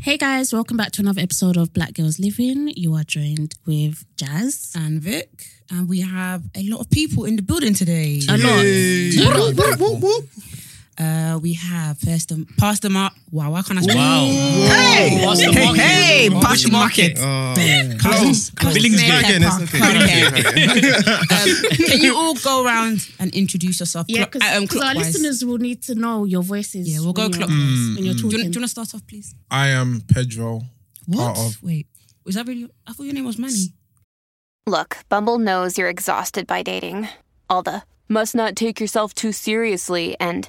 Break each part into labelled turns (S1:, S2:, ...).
S1: Hey guys, welcome back to another episode of Black Girls Living. You are joined with Jazz.
S2: and Vic, and we have a lot of people in the building today.
S1: A lot. A lot.
S2: Uh, we have first um, Pastor Mark. Wow, why can't I? Speak?
S3: Wow.
S2: Hey,
S3: What's the
S2: hey,
S3: market?
S2: hey,
S3: What's
S2: Pastor
S3: the
S2: Market. Close. Close.
S3: Billingsgate.
S2: Close.
S3: Again,
S2: Close.
S3: it's okay.
S2: Um, Can you all go around and introduce yourself? clo-
S1: Yeah, because
S2: uh, um,
S1: our
S2: clockwise?
S1: listeners will need to know your voices.
S2: Yeah, we'll go
S1: when you're-
S2: clockwise. Mm.
S1: when you're
S2: Do you,
S1: talking.
S2: want to start off, please?
S3: I am Pedro.
S2: What?
S3: Part of-
S2: Wait, was that really? I thought your name was Manny.
S4: Look, Bumble knows you're exhausted by dating. All the must not take yourself too seriously and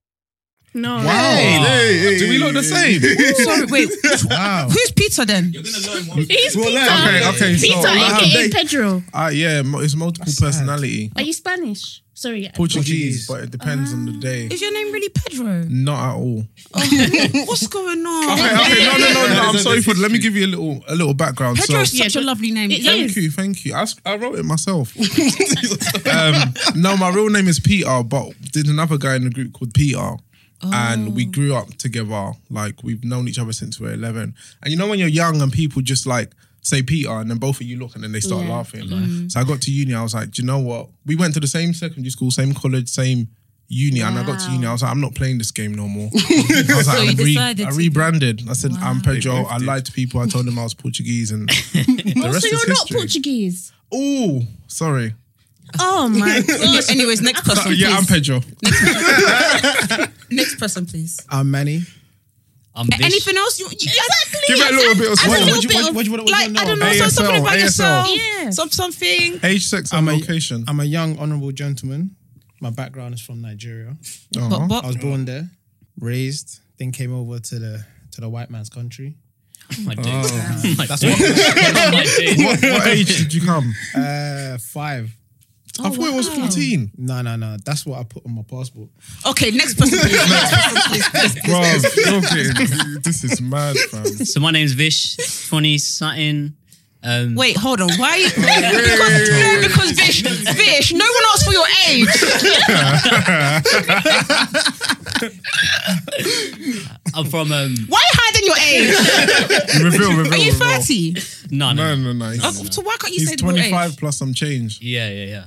S1: no.
S3: Hey, hey, hey, Do we look the same?
S2: Sorry, wait.
S3: wow.
S2: Who's Peter then?
S1: He's
S3: Well,
S1: Peter.
S3: okay, okay, so
S1: Peter,
S3: I have
S1: aka
S3: Vic.
S1: Pedro.
S3: Uh, yeah, mo- it's multiple personality.
S1: Are you Spanish? Sorry. I-
S3: Portuguese, but it depends on the day.
S2: Ah. Is your name really Pedro? Oh,
S3: Not at all.
S2: What's going on?
S3: Okay, okay, no, no, no, no. I'm sorry for. Let me give you a little, a little background.
S2: Pedro
S3: So,
S2: is such
S1: Yeah,
S2: a lovely name.
S1: it
S2: Thank
S1: is.
S3: Thank you, thank you. I, s- I wrote it myself. um, no, my real name is Peter, but there's another guy in the group called Peter. And we grew up together. Like, we've known each other since we were 11. And you know, when you're young and people just like say Peter, and then both of you look and then they start laughing. So I got to uni, I was like, do you know what? We went to the same secondary school, same college, same uni. And I got to uni, I was like, I'm not playing this game no more. I was like, I'm re-
S2: decided
S3: I
S2: to-
S3: rebranded. I said, I'm Pedro. I lied to people. I told them I was Portuguese. And the
S1: Oh,
S3: rest
S1: so
S3: is
S1: you're not
S3: history.
S1: Portuguese.
S3: Oh, sorry.
S1: Oh my
S2: Any- Anyways, next person.
S3: yeah, I'm
S2: please.
S3: Pedro.
S2: Next person, please.
S5: I'm Manny.
S6: I'm Vish.
S2: Anything else? You, you, exactly.
S3: Give it a little bit of
S2: I
S3: smoke.
S2: don't know.
S5: what, you, what,
S2: Like I don't know, so
S3: ASL,
S2: something about
S3: ASL.
S2: yourself.
S1: Yeah.
S2: Some something.
S3: Age, sex, and location.
S5: I'm a young, honourable gentleman. My background is from Nigeria.
S3: Uh-huh.
S2: But, but
S5: I was born there, raised, then came over to the to the white man's country. Oh
S6: My dude.
S3: Oh.
S6: My dude. My dude.
S3: what, what age did you come?
S5: Uh, five.
S3: I thought it was 14.
S5: No, no, no. That's what I put on my passport.
S2: okay, next person. Please. next person, please. please.
S3: Bro, you're getting- this is mad, fam.
S6: So my name's Vish. Twenty something. Um,
S2: Wait, hold on. Why? you- because, no, because Vish, Vish, no one asked for your age.
S6: I'm from um.
S2: Why are you hiding your age?
S3: Reveal, reveal.
S2: Are you
S3: reveal.
S2: thirty?
S6: No, no.
S3: No,
S6: no.
S3: no, no. He's,
S2: Oh, so why can't you
S3: he's
S2: say the real
S3: 25
S2: age?
S3: plus some change.
S6: Yeah, yeah, yeah.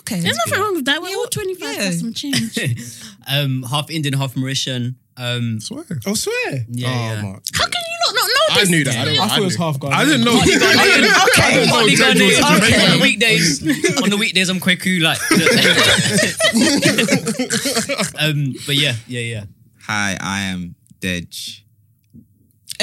S2: Okay.
S1: There's nothing wrong with that. We're all 25
S2: Yeah.
S1: plus some change.
S6: Um, half Indian, half Mauritian. Um,
S3: Swear.
S5: I swear.
S6: yeah, yeah.
S1: How can you not, not know this?
S3: knew that. I,
S5: I, thought it was half gone.
S3: I didn't know. I didn't know
S6: Partly
S3: Pedro was
S6: Ghanaian. on the
S3: Jamaican.
S6: weekdays, on the weekdays, I'm Kweku, like. um, but yeah, yeah, yeah.
S7: Hi, I am Dej.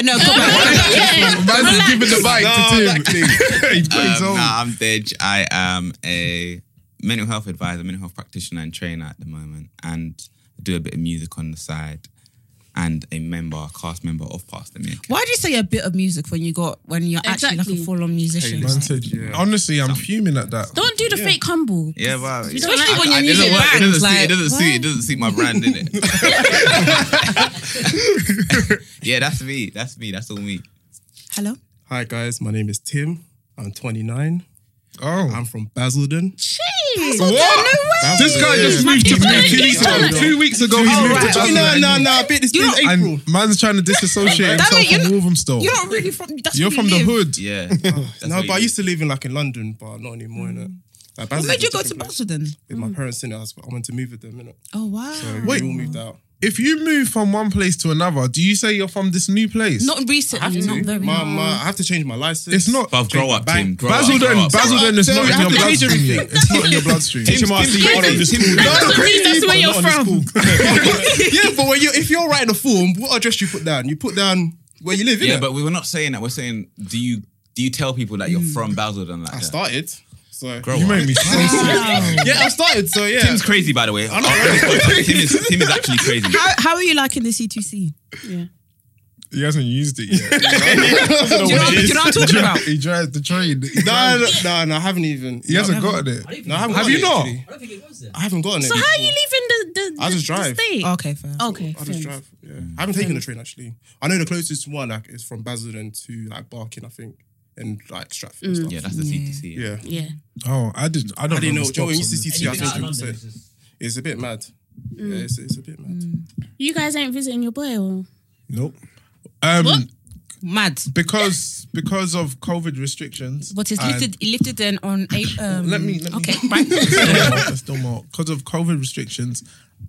S2: No, come on.
S3: Man's giving the bike to Tim. He's playing
S7: Um,
S3: his own.
S7: nah, I'm Dej. I am a mental health advisor, mental health practitioner, and trainer at the moment, and do a bit of music on the side, and a member, a cast member of Past the Mick.
S2: Why do you say a bit of music when you got when you're actually like a
S1: Exactly.
S2: full on musician?
S3: Man said, honestly, I'm fuming at that.
S1: Don't do the fake humble.
S7: Yeah, well,
S1: You
S7: it
S1: don't
S2: Especially
S1: like-
S2: when
S7: doesn't
S2: your music
S7: work. It
S2: bangs,
S7: doesn't suit-
S2: like,
S7: it doesn't suit. It doesn't suit my brand, innit? yeah, that's me. That's me. That's all me.
S2: Hello.
S8: Hi guys, my name is Tim. I'm 29.
S3: Oh,
S8: I'm from Basildon.
S3: what? This guy just
S8: My
S3: moved to
S8: people
S3: Two
S8: don't
S3: weeks
S8: get
S3: ago.
S8: it.
S3: Two weeks ago,
S8: Oh,
S3: he's moved to
S8: no,
S3: Chelsea.
S8: no, no, bit this is April.
S3: And man's trying to disassociate
S2: That
S3: himself
S2: mean you're
S3: from
S2: not-
S3: Walthamstow.
S2: You're not really from. That's
S3: You're
S2: where
S3: from
S2: you
S3: the
S2: live.
S3: hood.
S7: Yeah.
S8: No, but I used to live in like in London, but not anymore. innit?
S2: Mm. What
S8: Like, Basildon's
S2: made you
S8: a
S2: go to
S8: different place.
S2: Boston then?
S8: With my parents in it, I was- I went to move with them. Innit?
S2: Oh wow.
S3: Wait.
S8: we all moved out.
S3: If you move from one place to another, do you say you're from this new place?
S2: Not recently. Not very.
S8: My, my, I have to change my license.
S3: It's not.
S7: But grow up, Tim. Grow up,
S3: Basildon,
S7: grow up.
S3: Basildon is
S8: So
S3: not
S8: we
S3: in
S8: have
S3: your
S8: to change
S3: bloodstream yet. It's not in your bloodstream.
S1: That's where you're from.
S8: yeah, but when you if you're writing a form, what address you put down? You put down where you live.
S7: Yeah,
S8: innit?
S7: but we were not saying that. We're saying, do you do you tell people that you're from Basildon like
S8: Mm. I
S7: that?
S8: started. So
S7: Grow
S3: You
S7: up.
S3: made me so sick.
S8: yeah, I started. So yeah,
S7: Tim's crazy, by the way. Tim is, Tim is actually crazy.
S2: How, how are you liking the C2C?
S3: He hasn't used it yet.
S2: Do you know, do you know what I'm talking about?
S3: He drives the train. He
S8: no,
S3: drives-
S8: no, no, no, I haven't even.
S3: He hasn't gotten it.
S8: No, I haven't
S3: Have
S8: gotten
S3: you
S8: it,
S3: not?
S8: actually.
S6: I don't think it goes there.
S8: I haven't gotten it.
S1: So how are you
S8: before.
S1: leaving the, the,
S8: I just
S1: the- the
S8: drive.
S1: state?
S2: Okay, fair.
S1: Okay.
S8: I
S1: fair enough.
S8: just drive. Yeah, I haven't taken the train actually. I know the closest one like is from Basildon to like Barking, I think, and like
S2: Mm.
S8: Stratford. And stuff.
S7: Yeah, that's the CTC.
S8: Yeah,
S1: Yeah.
S3: Oh, I didn't. I don't
S8: I didn't
S3: the
S8: know. Joe,
S3: stops
S8: when you used to
S3: on
S8: see
S3: this.
S8: TV, I
S6: Anything out
S8: think
S6: of
S8: people
S6: London
S8: said
S6: is just-
S8: it's a bit mad.
S2: Mm.
S8: Yeah, it's, it's a bit mad.
S1: Mm. You guys ain't visiting your boy or
S3: Nope. Um,
S1: What?
S2: Mad.
S3: because because of COVID restrictions.
S2: But it's
S8: Uh,
S3: and-
S2: lifted. Lifted then on. April. Um,
S3: Let me. Let me
S2: okay. Right.
S3: That's still more because of COVID restrictions,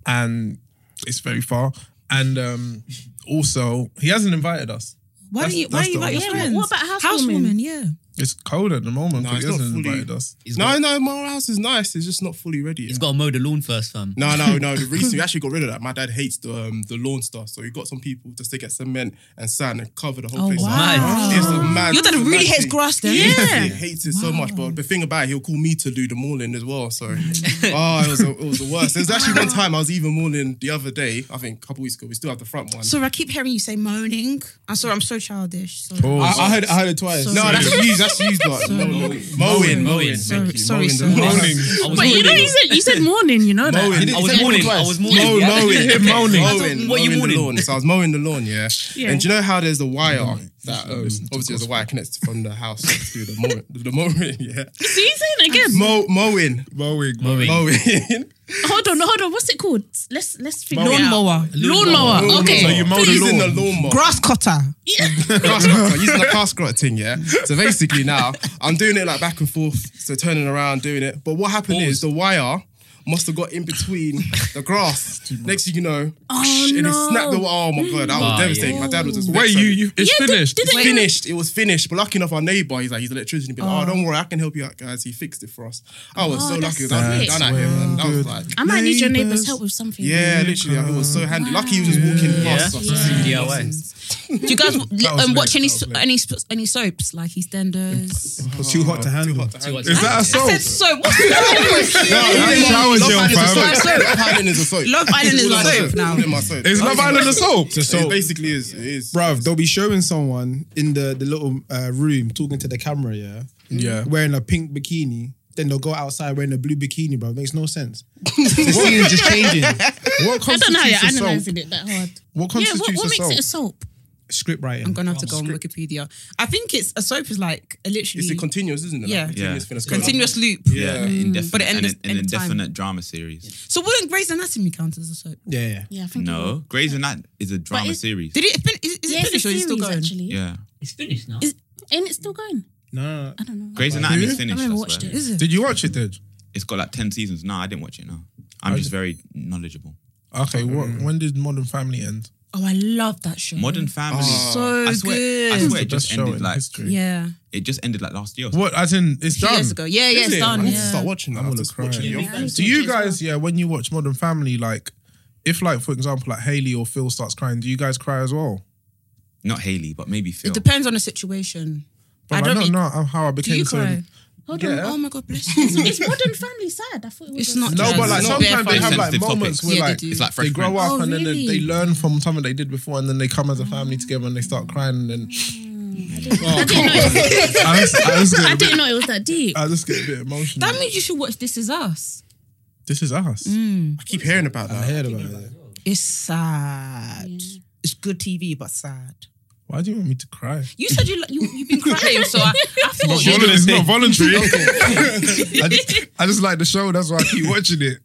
S3: and it's very far. And um, also, he hasn't invited us.
S2: Why
S3: That's-
S2: do you? Why
S3: that's
S2: do you
S3: the
S2: like your
S3: honest
S2: friends?
S1: What about housewarming?
S2: housewoman? Yeah.
S3: It's cold at the moment.
S8: No,
S3: because
S8: it's
S3: he
S8: not
S3: hasn't
S8: fully.
S3: invited us.
S6: He's
S8: No,
S6: got-
S8: no, my house is nice. It's just not fully ready.
S6: He's
S8: yet.
S6: got to mow the lawn first, fam.
S8: No, no, no. The reason we actually got rid of that, my dad hates the um, the lawn stuff. So he got some people just to get cement and sand and cover the whole place. up.
S6: Mad.
S8: It's a mad.
S2: Oh, Your dad
S8: it's a
S2: really
S8: mad
S2: hates
S8: thing.
S2: grass then.
S8: Yeah, he hates it so much. But the thing about it, he'll call me to do the mauling as well. So, oh, it was, it was the worst. There's actually one time I was even mauling the other day. I think a couple weeks ago. We still have the front one.
S2: Sorry, I keep hearing you say moaning. I'm sorry, I'm so childish. Sorry.
S3: Pause.
S8: heard, I heard it twice.
S2: Sorry.
S8: No, that's used. That's used. Like, mowing, mowing,
S6: mowing.
S2: Sorry, sorry,
S8: Mowing the
S2: sorry.
S8: lawn.
S3: Moaning.
S6: I was
S1: But you know,
S6: moaning.
S1: you said you said morning. You know that.
S8: Mowing.
S6: I was mourning. I was mourning.
S8: Mow,
S6: Yeah.
S8: mowing,
S6: Okay.
S8: mowing,
S6: I was-
S8: mowing,
S6: What are you
S8: mowing the
S6: mourning?
S8: lawn. So I was mowing the lawn, yeah.
S1: Yeah.
S8: And do you know how there's the wire that
S3: should
S8: um,
S3: listen to
S8: obviously there's a wire connected from the house to the mowing, the mowing, yeah.
S1: So you saying again?
S8: Mow, mowing,
S3: Mowing.
S6: Mowing.
S8: mowing.
S1: Hold on, hold on. What's it called? Let's let's figure it out.
S2: Lawnmower.
S1: Lawnmower.
S8: Lawnmower.
S1: Oh, Okay.
S3: So you mow the
S8: Using the
S3: lawn.
S8: lawnmower.
S2: Grass cutter.
S8: grass cutter, using the grass cutter thing, yeah. So basically now I'm doing it like back and forth, so turning around, doing it. But what happened is the wire must have got in between the grass. Next thing you know,
S1: Oh,
S8: and it snapped the wire. Oh my god, that was devastating. My dad was just
S3: Wait,
S8: vexed
S3: you,
S8: at me.
S3: you it's
S1: Yeah, did-
S3: finished.
S1: did
S3: It's
S1: it-
S3: finished.
S8: Finished. It was finished. But lucky enough, our neighbour, he's like, he's an electrician. He'd be like, oh, don't worry, I can help you out, guys. He fixed it for us. I was so lucky.
S1: Oh, that's
S8: That was
S1: sick.
S8: done at him. man. That was like,
S1: I might need your neighbor's
S3: Neighbours.
S1: help with something.
S8: yeah, literally, like, it was so handy. Lucky he was just walking past us.
S6: DIY.
S2: Do you guys um,
S3: lit,
S2: watch any
S3: that was lit.
S2: any sp- any soaps like EastEnders?
S5: Too hot to handle.
S3: Is that a soap?
S2: Said soap. What's the
S3: That's shower
S8: Love
S3: gel,
S8: Island is a
S3: fam.
S8: soap. Love Island
S2: Love Island
S8: is a soap.
S2: is a soap now.
S8: All in my soap.
S3: Is Love Island a soap?
S5: a soap.
S8: It basically is. It is.
S5: Bruv, they'll be showing someone in the, the little uh, room talking to the camera, yeah?
S3: Yeah.
S5: Wearing a pink bikini. Then they'll go outside wearing a blue bikini, bro. Makes no sense. the scene is just changing.
S3: What
S1: I don't know how
S3: constitutes
S1: you're
S3: a soap?
S1: analyzing it that hard.
S3: What
S1: Yeah,
S3: constitutes
S1: what, what makes it
S3: a
S1: a
S3: soap?
S1: soap?
S5: Script writing.
S2: I'm gonna have to go on Wikipedia. I think it's a soap is like a literally
S8: It's a continuous, isn't it?
S2: Yeah.
S8: Like, continuous
S7: Yeah.
S8: thing that's going on.
S2: continuous loop. Mm.
S7: Yeah,
S2: But
S7: indefinite,
S2: it
S7: an,
S2: ended-
S7: an
S2: ended time.
S7: indefinite drama series.
S2: So wouldn't Grey's Anatomy count as a soap?
S5: Yeah, yeah.
S1: Yeah, I think.
S7: No, Grey's Anatomy is a drama
S1: it-
S7: series.
S2: Did it? fin- Is, is
S1: Yeah,
S2: it
S1: it's a
S2: finished or is
S1: series
S2: it still going?
S1: actually.
S7: Yeah,
S6: It's finished now.
S1: Is, and it's still going.
S5: No,
S8: Uh,
S5: no, no.
S1: I don't know.
S7: Grey's Anatomy is
S1: I
S7: finished.
S1: never
S7: I
S1: watched
S7: swear.
S1: it.
S2: Is it?
S3: Did you watch it, Dej?
S7: It's got like ten seasons. No, I didn't watch it. No, I'm just very knowledgeable.
S3: Okay, what,
S6: Mm.
S3: when did Modern Family end?
S2: Oh, I love that show.
S7: Modern Family.
S2: Mm.
S9: Oh.
S2: So
S7: I swear, I
S2: good.
S7: swear, it
S3: Best
S7: just
S3: show
S7: ended
S3: in
S7: like
S3: history.
S2: Yeah.
S7: it just ended like last year. or something.
S3: What? As in, it's
S2: Two
S3: done.
S2: years ago. Yeah, yeah,
S8: Is
S2: it's
S8: it?
S2: done.
S8: I need to
S2: yeah.
S8: start watching that.
S3: I'm
S8: I'm
S3: gonna
S8: just
S3: cry.
S8: watching
S1: Yeah,
S8: it.
S1: I used to
S3: Do you
S1: watch it as
S3: guys, yeah, when you watch Modern Family, like, if, like, for example, like Haley or Phil starts crying, do you guys cry as well?
S7: Not Haley, but maybe Phil.
S2: It depends on the situation.
S3: Bro, I don't
S2: be-
S3: know how I
S2: Do
S3: became
S2: you
S3: so.
S2: cry?
S1: Hold
S3: Yeah.
S1: on. Oh my God, bless you. It's modern family sad. I thought it was.
S2: It's
S1: just-
S2: not
S3: No, but like
S2: It's not
S3: sometimes they
S2: bare
S3: have like
S7: sensitive
S3: moments
S7: topics.
S3: where
S7: Yeah, they
S3: like
S7: do.
S3: they,
S7: It's like
S3: grow
S7: freshmen.
S3: up
S1: Oh,
S3: and then they,
S1: really?
S3: they learn from something they did before and then they come as a family together and they start crying and then Oh,
S1: I didn't know. It
S3: I just, I just
S1: was,
S3: get
S1: I
S3: a bit,
S1: didn't know it was that deep.
S3: I just get a bit emotional.
S2: That means you should watch This Is Us.
S3: This is us.
S2: Mm.
S8: I keep hearing about that.
S3: I heard about it.
S2: It's sad. It's good TV, but sad.
S3: Why do you want me to cry?
S2: You said you, you you've been crying, so I, I
S3: Not
S2: thought
S3: volu- it's not voluntary.
S2: Okay.
S3: I, just, I just like the show. That's why I keep watching it.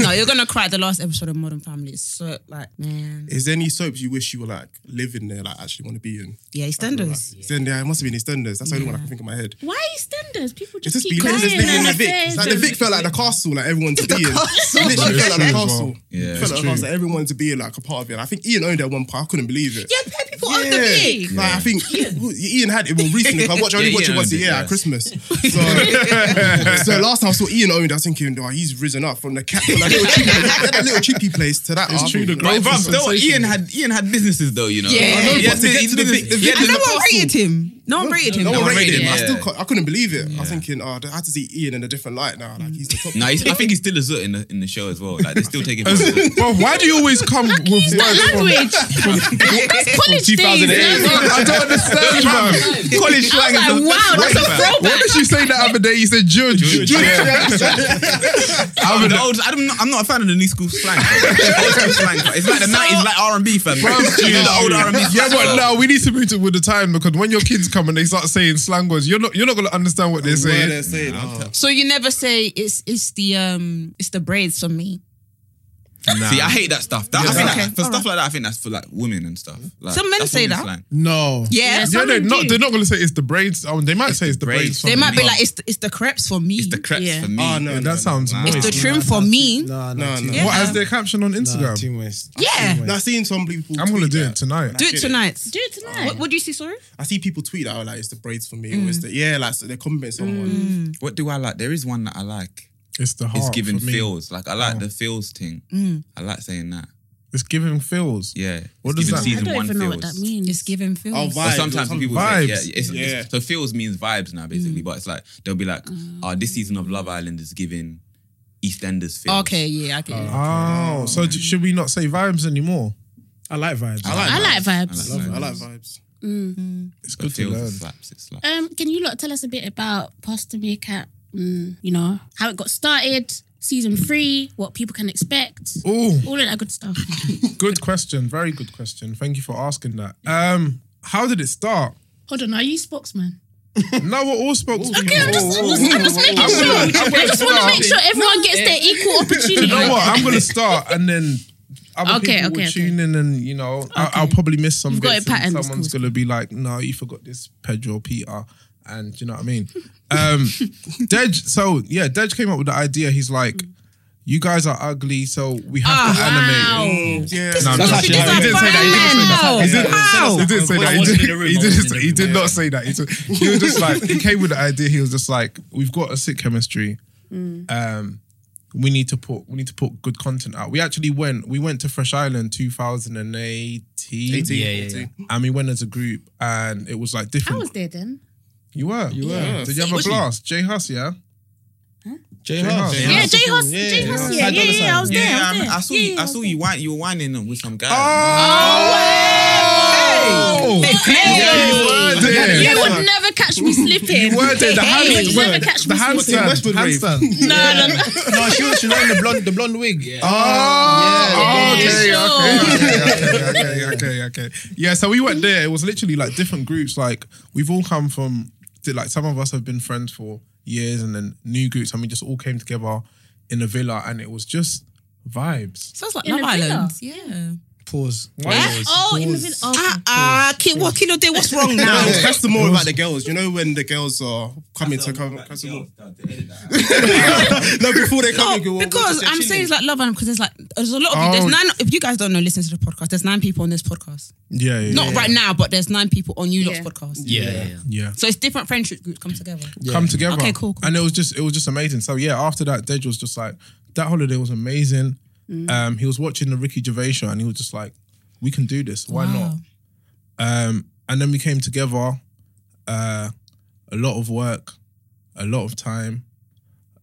S2: no, you're gonna cry at the last episode of Modern Family. It's so like man,
S8: Is there any soaps you wish you were like living there, like actually want to be in?
S2: yeah, EastEnders.
S8: Then yeah, it must have been EastEnders. That's the only one I can think of in my head.
S1: Why EastEnders? People
S8: It's
S1: just
S8: just
S1: keep
S8: believing
S1: crying.
S8: this thing
S1: and
S8: in the Vic. It's like the Vic felt like the castle, like everyone to be in.
S2: castle.
S8: Literally
S3: It's
S8: felt like
S3: true
S8: the
S3: as
S8: castle.
S3: well.
S7: Yeah, it's
S8: Felt like the
S3: true.
S8: castle, everyone to be like a part of it. I think Ian owned that one part. I couldn't believe it.
S2: Yeah, people on the big.
S8: Like, I think Ian had it well, recently. 'cause I watch, I only
S7: Yeah,
S8: watch
S7: Ian
S8: it once a
S7: owned it,
S8: year
S7: yeah.
S8: at Christmas. So, so last time I saw Ian owned, I was thinking, oh, he's risen up from the cat from that little cheapy, that little cheapy place to that.
S3: It's
S8: other.
S3: true, the
S8: But
S7: But
S3: growth
S7: bruv,
S3: is
S7: though, Ian
S3: sensational.
S7: had Ian had businesses though, you know.
S2: Yeah. I know,
S7: He
S8: but
S7: had
S8: to get
S7: he
S8: to the
S7: did
S8: big-
S7: his-
S8: the-
S7: he had
S2: And
S7: his
S2: no
S7: castle.
S2: one rated him. No one rated him.
S8: No one
S7: one
S8: rated him. I
S7: yeah.
S8: still, cou- I couldn't believe it. I was thinking, oh, I had to see Ian in a different light now. Like he's the top.
S7: No, he's, I think he's still a zoot in the in the show as well. Like they're still taking. him for a zoot.
S3: But why do you always come with words from?
S1: Language. That's college days. man.
S3: I don't understand, man.
S7: College slang
S1: I was
S7: is
S1: like, wow, that's a
S7: Wait,
S1: throwback.
S3: What did you say the other day? You said judge.
S7: I'm, the old, I'm, not, I'm not a fan of the new school slang. Old school slang, but it's like the 90s, like R&B fam. You know, the old R&B
S3: Yeah,
S7: slang.
S3: but no, we need to move to with the time because when your kids come and they start saying slang words, you're not you're not gonna understand what they're
S8: Where
S3: saying.
S8: they're saying, oh.
S2: So you never say it's it's the um it's the braids for me.
S7: See, I hate that stuff. That, I think
S2: okay.
S7: that- for
S2: All
S7: stuff like that, I think that's for like women and stuff. Like,
S2: Some men
S7: that's
S2: say
S7: women's
S2: that.
S7: slang.
S3: No.
S2: Yeah,
S3: Yeah,
S2: some
S3: they're
S1: men
S3: not.
S1: do.
S3: They're not going to say it's the braids. Oh, they might say it's the braids.
S7: braids.
S3: for
S2: they
S3: me.
S2: might be
S7: but-
S2: like it's the, it's the crepes for me.
S7: It's the crepes
S2: Yeah.
S7: for me.
S8: Oh, no,
S3: that sounds
S7: nah.
S3: moist.
S2: It's the
S3: Nah,
S2: trim for me.
S5: Nah,
S8: No,
S5: nah,
S8: no.
S5: too
S2: Yeah.
S5: much.
S3: What has their caption on
S5: Nah,
S3: Instagram?
S5: too much.
S2: Yeah.
S8: I've seen some people.
S3: I'm gonna
S8: tweet
S3: do
S8: that.
S3: it tonight.
S2: Do it
S8: Shit.
S2: tonight.
S1: Do it tonight.
S2: What, what do you see, sorry?
S8: I see people tweet that oh, like it's the braids for me. Or
S2: Mm.
S8: it's the, yeah, like so they're complimenting someone.
S7: What do I like? There is one that I like.
S3: It's the heart.
S7: It's giving
S3: for me. Oh.
S7: feels. Like I like the feels thing.
S2: Mm.
S7: I like saying that.
S3: It's giving feels.
S7: Yeah.
S3: What
S7: it's
S1: I
S7: giving
S3: does that mean?
S7: season
S1: don't
S7: one
S1: even know what
S7: feels.
S1: that means.
S2: It's giving feels.
S8: Oh,
S7: Or
S8: vibes.
S7: sometimes
S8: or
S7: people
S3: Vibes.
S7: say, yeah, it's,
S8: Yeah.
S7: It's, so feels means vibes now, basically.
S2: Mm.
S7: But it's like they'll be like, oh, this season of Love Island is giving EastEnders feels.
S2: Okay, yeah, I get it.
S3: Oh, so d- should we not say vibes anymore?
S5: I like vibes.
S8: I like,
S1: I like
S7: I
S8: vibes.
S7: like,
S1: vibes.
S7: vibes.
S8: I like vibes.
S3: It's
S7: But
S3: good to
S7: feels
S3: learn.
S7: is slaps. It slaps.
S1: Mm. Um, can you lot tell us a bit about Pastor Meerkat? Mm, you know how it got started, season three, what people can expect,
S3: Oh,
S1: all of that good stuff.
S3: good question. Very good question. Thank you for asking that. Um, how did it start?
S1: Hold on, are you spokesman?
S3: No, we're all spokespeople.
S1: Okay, I'm just, I'm just, I'm just making
S3: I'm
S1: sure.
S3: gonna- I'm
S1: I
S3: gonna
S1: just want to
S3: start.
S1: make sure everyone gets their equal opportunity.
S3: you know what? I'm gonna start, and then other
S1: Okay,
S3: people
S1: okay,
S3: will
S1: okay.
S3: tune in, and you know, I'll, I'll probably miss some
S1: You've got
S3: bits.
S1: it patterned,
S3: and
S1: it's
S3: someone's
S1: cool.
S3: gonna be like, "No, you forgot this, Pedro Peter," and do you know what I mean? Um, Dej. So yeah, Dej came up with the idea. He's like, "You guys are ugly, so we have
S1: Ah,
S3: to animate."
S8: Yeah.
S3: No, I'm
S8: That's
S3: joking.
S8: actually
S3: he didn't say that. He didn't
S6: Wow.
S3: say that. He didn't say that. He didn't-
S6: I wasn't in the room,
S3: He
S6: I
S3: didn't.
S6: wasn't in the
S3: He did
S6: room,
S3: not say that. He, took- he was just like he came with the idea. He was just like, "We've got a sick chemistry.
S1: Mm.
S3: Um, we need to put we need to put good content out." We actually went. We went to Fresh Island 2018,
S8: 18,
S6: Yeah, yeah,
S8: 14.
S3: and we went as a group, and it was like
S1: I
S3: different.
S1: was there then.
S3: You were. You were.
S8: Yeah.
S3: Did you have a blast, Jay Huss? Yeah.
S5: J
S3: Huss. Yeah,
S1: Yeah, J Hus. J Hus. Yeah, yeah, yeah. I was there.
S7: Yeah,
S1: I was
S7: I,
S1: there.
S7: I saw
S1: Yeah,
S7: you.
S1: yeah,
S7: I
S1: was
S7: saw
S1: there.
S7: you. Whi- you were whining with some guy.
S3: Oh.
S1: Hey.
S3: You were there.
S1: You would never catch me slipping.
S3: You were there. The hand,
S1: Hey, you would never catch
S3: the
S1: me slipping.
S3: handstand.
S8: Westwood rave.
S3: handstand.
S1: No, no, no.
S5: No, she was, she was wearing the blonde, the blonde wig. Yeah.
S3: Oh,
S1: Yeah,
S3: okay,
S1: sure.
S3: okay, okay, okay, okay, okay, okay. Yeah, so we went there. It was literally like different groups. Like we've all come from, like some of us have been friends for years, and then new groups, and we just all came together in a villa, and it was just vibes.
S2: Sounds like
S1: In
S2: Love
S1: a villa.
S2: Island. Yeah.
S5: Pause.
S1: Oh, in the village.
S2: Ah, ah, keep walking all day. What's wrong now?
S8: That's the more about the girls. You know when the girls are coming to come. come to more- No, before they come.
S2: No,
S8: you go,
S2: because
S8: they're
S2: I'm
S8: chilling.
S2: saying it's like Love Island because there's like there's a lot of you
S3: Oh.
S2: there's nine. If you guys don't know, listen to the podcast. There's nine people on this podcast.
S3: Yeah, yeah,
S2: Not
S3: yeah.
S2: right now, but there's nine people on you lot's
S1: Yeah.
S2: podcast.
S6: Yeah, yeah, yeah.
S3: Yeah.
S2: So it's different friendship groups come together.
S3: come together.
S2: Okay, cool, cool.
S3: And it was just it was just amazing. So yeah, after that, Dej was just like that holiday was amazing.
S8: Mm.
S3: Uh, Um, he was watching the Ricky Gervais show and he was just like, "We can do this. Why not?" Um, and then we came together. Uh, a lot of work, a lot of time,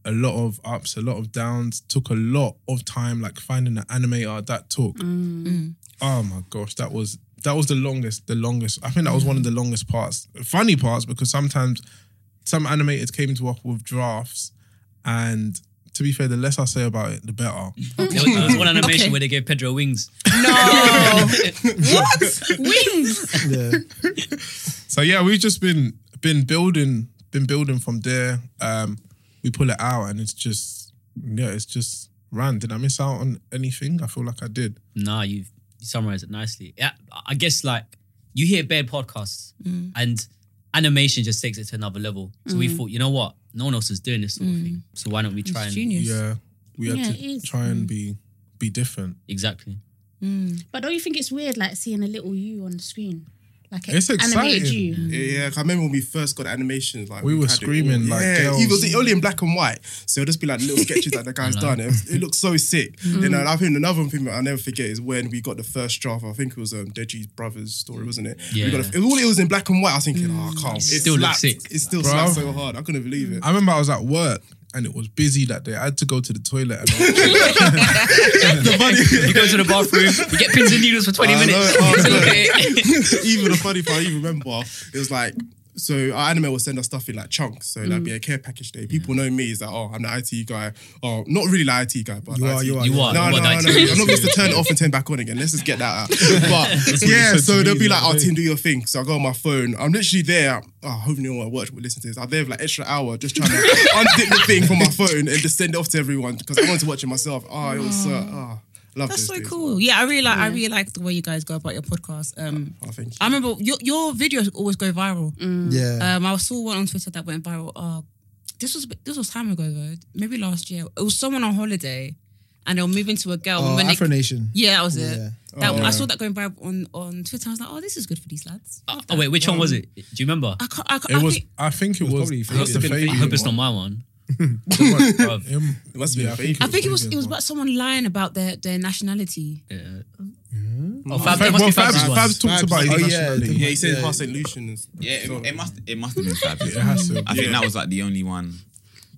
S3: a lot of ups, a lot of downs. Took a lot of time, like finding an animator that took.
S9: Mm.
S1: Mm.
S8: Mm.
S3: Oh my gosh, that was that was the longest, the longest. I think that was one of the longest parts. Funny parts because sometimes some animators came to us with drafts, and to be fair, the less I say about it, the better.
S6: There was, there was one animation where they gave Pedro wings.
S2: Oh. What? Wings.
S3: So yeah, we've just been been building, been building from there. Um, we pull it out, and it's just yeah, it's just ran. Did I miss out on anything? I feel like I did.
S6: Nah, you you summarized it nicely. Yeah, I guess like you hear bad podcasts
S9: Mm.
S6: and animation just takes it to another level. So we
S9: Mm.
S6: thought, you know what? No one else is doing this sort of
S9: Mm.
S6: thing. So why don't we try and
S3: Yeah, we had
S1: Yeah, it
S3: to
S1: is. Mm.
S3: try and be be different.
S6: Exactly.
S1: But don't you think it's weird, like seeing a little you on the screen? Like it
S8: It's
S1: animated
S8: exciting.
S1: you.
S8: Yeah, yeah. 'cause I remember when we first got animations, like
S3: We were
S8: had it all.
S3: screaming, like, girls.
S8: It was only in black and white, so it'll just be like little sketches that the guy's
S3: I know.
S8: done. It, was- it looked so sick. You know,
S3: Mm.
S8: and I think another thing that I'll never forget is when we got the first draft. I think it was um, Deji's brother's story, wasn't it?
S3: Yeah.
S8: We got a, it, all it was in black and white. I was thinking, oh,
S6: Mm.
S8: I can't. It,
S3: still looks sick.
S8: slapped. It still
S3: Bruh.
S8: slapped so hard. I couldn't believe it.
S3: I remember I was at work and it was busy that day. I had to go to the toilet. And
S6: the You go to the bathroom, you get pins and needles for 20
S8: I know,
S6: minutes.
S8: I
S6: Just
S8: know.
S6: look at it.
S8: even the funny part, I even remember, it was like, so our anime will send us stuff in like chunks. So
S3: Mm.
S8: that'd be a care package day. People know me is like, oh, I'm the IT guy. Oh, not really the IT guy, but
S3: You
S8: the
S3: are,
S8: IT.
S3: you are, You you are. are,
S8: No,
S3: you
S8: no,
S3: are
S8: no,
S3: the
S8: no.
S3: IT guy.
S8: I'm not going to turn it off and turn back on again. Let's just get that out. But
S3: That's what you
S8: yeah,
S3: said
S8: so
S3: to
S8: they'll
S3: me
S8: be
S3: the
S8: like, oh,
S3: other day.
S8: Tim, do your thing. So I go on my phone. I'm literally there. Oh, hoping no one at work will listen to this. I'm there for like extra hour just trying to undip the thing from my phone and just send it off to everyone because I wanted to watch it myself. Oh, it was so.
S3: Ah.
S8: Oh, love
S9: That's
S8: those
S9: so
S8: days.
S9: cool. Yeah, I really like. I
S8: Yeah.
S9: really like the way you guys go about your podcast. Um,
S8: Oh, thank you.
S9: I remember your your videos always go viral.
S6: Mm.
S8: Yeah.
S9: Um, I saw one on Twitter that went viral. Uh, this was this was time ago though, maybe last year. It was someone on holiday, and they were moving to a girl.
S5: Oh,
S9: when they-
S5: Afro Nation.
S9: Yeah, that was it.
S5: Yeah.
S9: That,
S6: Oh.
S9: I saw that going viral on on Twitter. I was like, oh, this is good for these lads.
S6: Oh, oh, wait, which one was it? Do you remember?
S9: I can't. I, can't,
S6: It
S9: I
S6: was-
S9: think,
S3: I think it was, it
S6: must
S3: was
S6: have
S3: the
S6: been-
S3: fake
S6: I hope it's not my
S3: one.
S6: one.
S3: It um, must have been fake.
S9: I think it was it was about someone lying about their their nationality.
S6: Yeah.
S7: Oh, Fab- it must be Fab's one.
S3: talked about his
S7: Oh, yeah,
S3: nationality.
S7: yeah, he said Yeah. half
S8: St. Lucian. Is,
S7: Yeah, it, it must it must have been Fab.
S3: It has to.
S7: I think that was like the only one.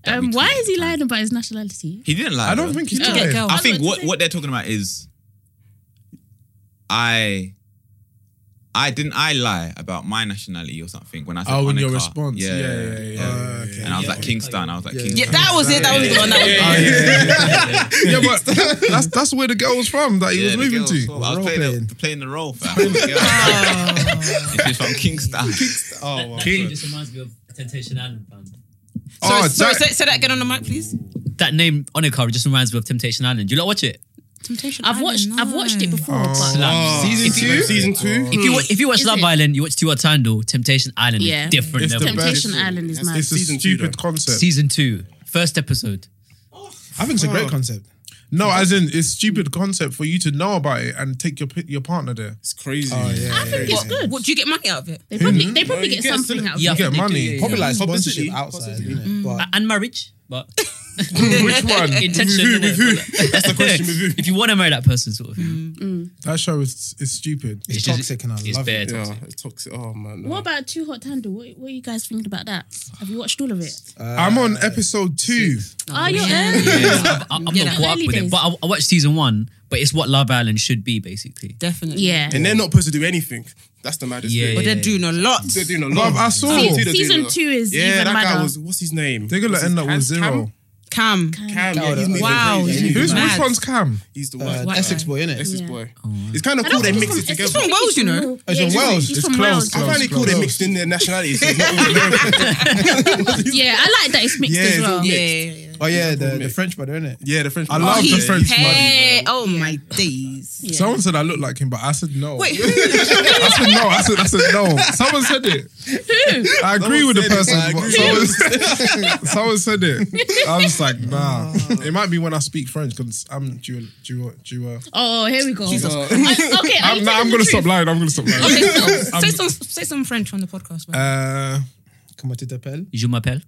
S1: Um, why is he lying about his nationality?
S7: He didn't lie.
S1: I don't
S7: though.
S1: think he Just to get lied. a girl.
S7: I
S1: That's
S7: think
S1: what
S7: what, what they're talking about is I I didn't I lie about my nationality or something when I said
S3: Oh, in your
S7: Hanukkah.
S3: response. Yeah, yeah, yeah,
S7: And I was like Kingston. I was like Kingston.
S9: Yeah, that was it. That was the one. That was
S7: Yeah,
S9: it.
S3: yeah, but that's that's where the girl was from that he
S7: Yeah,
S3: was
S7: the
S3: moving
S7: girl
S3: to.
S7: from- I was playing, The, playing the role, fam. She's from Kingston.
S8: Oh,
S7: wow.
S6: King. just reminds me of Temptation Island. fam.
S9: So, so, say, say that again on the mic, please.
S6: That name Onekar just reminds me of Temptation Island. Do you not watch it?
S9: Temptation.
S1: I've watched I've watched it before,
S3: Oh.
S1: but
S6: Slap.
S8: Season
S6: If you-
S8: two? Season two?
S6: If you wa- if you watch
S1: Is
S6: Love
S1: it?
S6: Island, you watch Tua Tando, Temptation Island
S1: Yeah.
S6: is different.
S1: It's the
S6: level.
S1: Temptation best. Island is It's mad.
S3: It's a stupid concept.
S6: Season two, first episode.
S3: I think it's a
S6: great
S3: concept. Oh. No, as in it's stupid concept for you to know about it and take your p- your partner there.
S8: It's crazy.
S3: Oh yeah,
S9: I think it's good. What do you get money out of it?
S1: They
S3: probably- they
S1: probably get something out of
S3: Hmm? You
S1: it.
S3: get money,
S5: Probably like
S6: Publicity.
S5: sponsorship outside. innit?
S1: Mm.
S6: A- and marriage, but
S3: Which one?
S6: Intention. innit?
S3: With who, with who? That's the question, with who?
S6: If you want to marry that person, sort of. thing.
S9: Mm,
S3: That show is is stupid.
S6: It's It's just- toxic and I it's love bare it. toxic.
S8: Yeah, it's toxic. Oh man.
S1: What about Too Hot Tandle? What, what are you guys thinking about that? Have you watched all of it?
S3: I'm on episode two.
S1: Oh, you're
S6: Yeah.
S1: early.
S6: Yeah, I- I'm not
S1: Yeah,
S6: caught up
S1: early
S6: with
S1: days.
S6: it, but I, I watched season one. But it's what Love Island should be, basically.
S9: Definitely.
S1: Yeah.
S8: And they're not supposed to do anything. That's the maddest
S6: Yeah,
S8: thing.
S6: But they're yeah,
S9: doing a lot.
S8: They're doing a
S3: Bruv,
S8: lot.
S3: I saw- Season-
S8: Season two, they're doing
S1: season
S8: a lot.
S1: two is
S8: yeah,
S1: even
S8: that
S1: madder.
S8: guy was. What's his name?
S3: They're gonna
S8: What's his-
S3: end up with
S8: Cam- Cam?
S3: zero.
S9: Cam.
S8: Cam, yeah, he's moving
S9: Wow.
S8: crazy.
S3: Who's
S9: Mad.
S3: which one's Cam?
S8: He's the
S5: Uh,
S8: one.
S5: Essex boy, innit?
S8: Essex
S5: Yeah.
S8: boy.
S6: Oh,
S8: It's kind of
S5: I
S8: cool
S5: don't
S8: they mix
S5: think he's
S8: it
S5: from-
S8: together.
S5: he's from Wales, you know? It's from Wales. It's close,
S8: I find it
S5: close,
S8: cool they
S5: close.
S8: mixed in their nationalities. It's not all-
S1: yeah, I like that it's mixed
S8: Yeah,
S1: as
S8: it's all
S1: well.
S8: mixed.
S5: Oh yeah, the, the French brother, isn't it?
S8: Yeah, the French.
S3: I love the French money.
S9: Oh my days.
S3: Someone said I look like him, but I said no.
S9: Wait, who?
S3: I said no. I said I said no. Someone said it. I agree with the person.
S8: I
S3: but
S8: agree.
S3: someone, someone said it. I was like, nah. It might be when I speak French because I'm dual, dual, dual.
S1: Oh, here we go.
S3: Jesus.
S1: Uh, okay, are
S3: I'm,
S1: you
S3: nah,
S1: telling
S3: I'm
S1: the
S3: gonna
S1: truth?
S3: stop lying. I'm gonna stop lying.
S9: Okay, so, say some
S3: I'm-
S9: say some French on the podcast. man.
S3: Um, Uh,
S5: Comment tu t'appelles?
S6: Je m'appelle.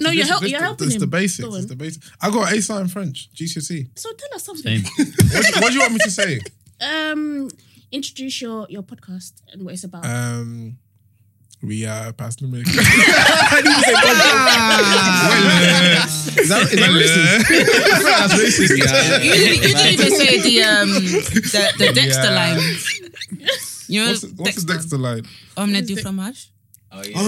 S1: No, you're,
S3: this-
S1: help,
S3: this-
S1: you're
S3: this-
S1: helping
S3: this
S1: him.
S3: the
S1: Go
S3: basics.
S1: on.
S3: It's the basics. I got A star in French GCSE.
S1: So tell us something.
S6: Same.
S3: What, what do you want me to say?
S1: Um, introduce your your podcast and what it's about.
S3: Um, we are past America.
S5: Is that, is that racist? That's racist.
S9: You didn't, you didn't even say the um the, the Dexter
S3: Yeah.
S9: line. Um, You know,
S3: What's, what's the Dexter line?
S9: Omne du fromage.
S8: Oh yeah. Oh,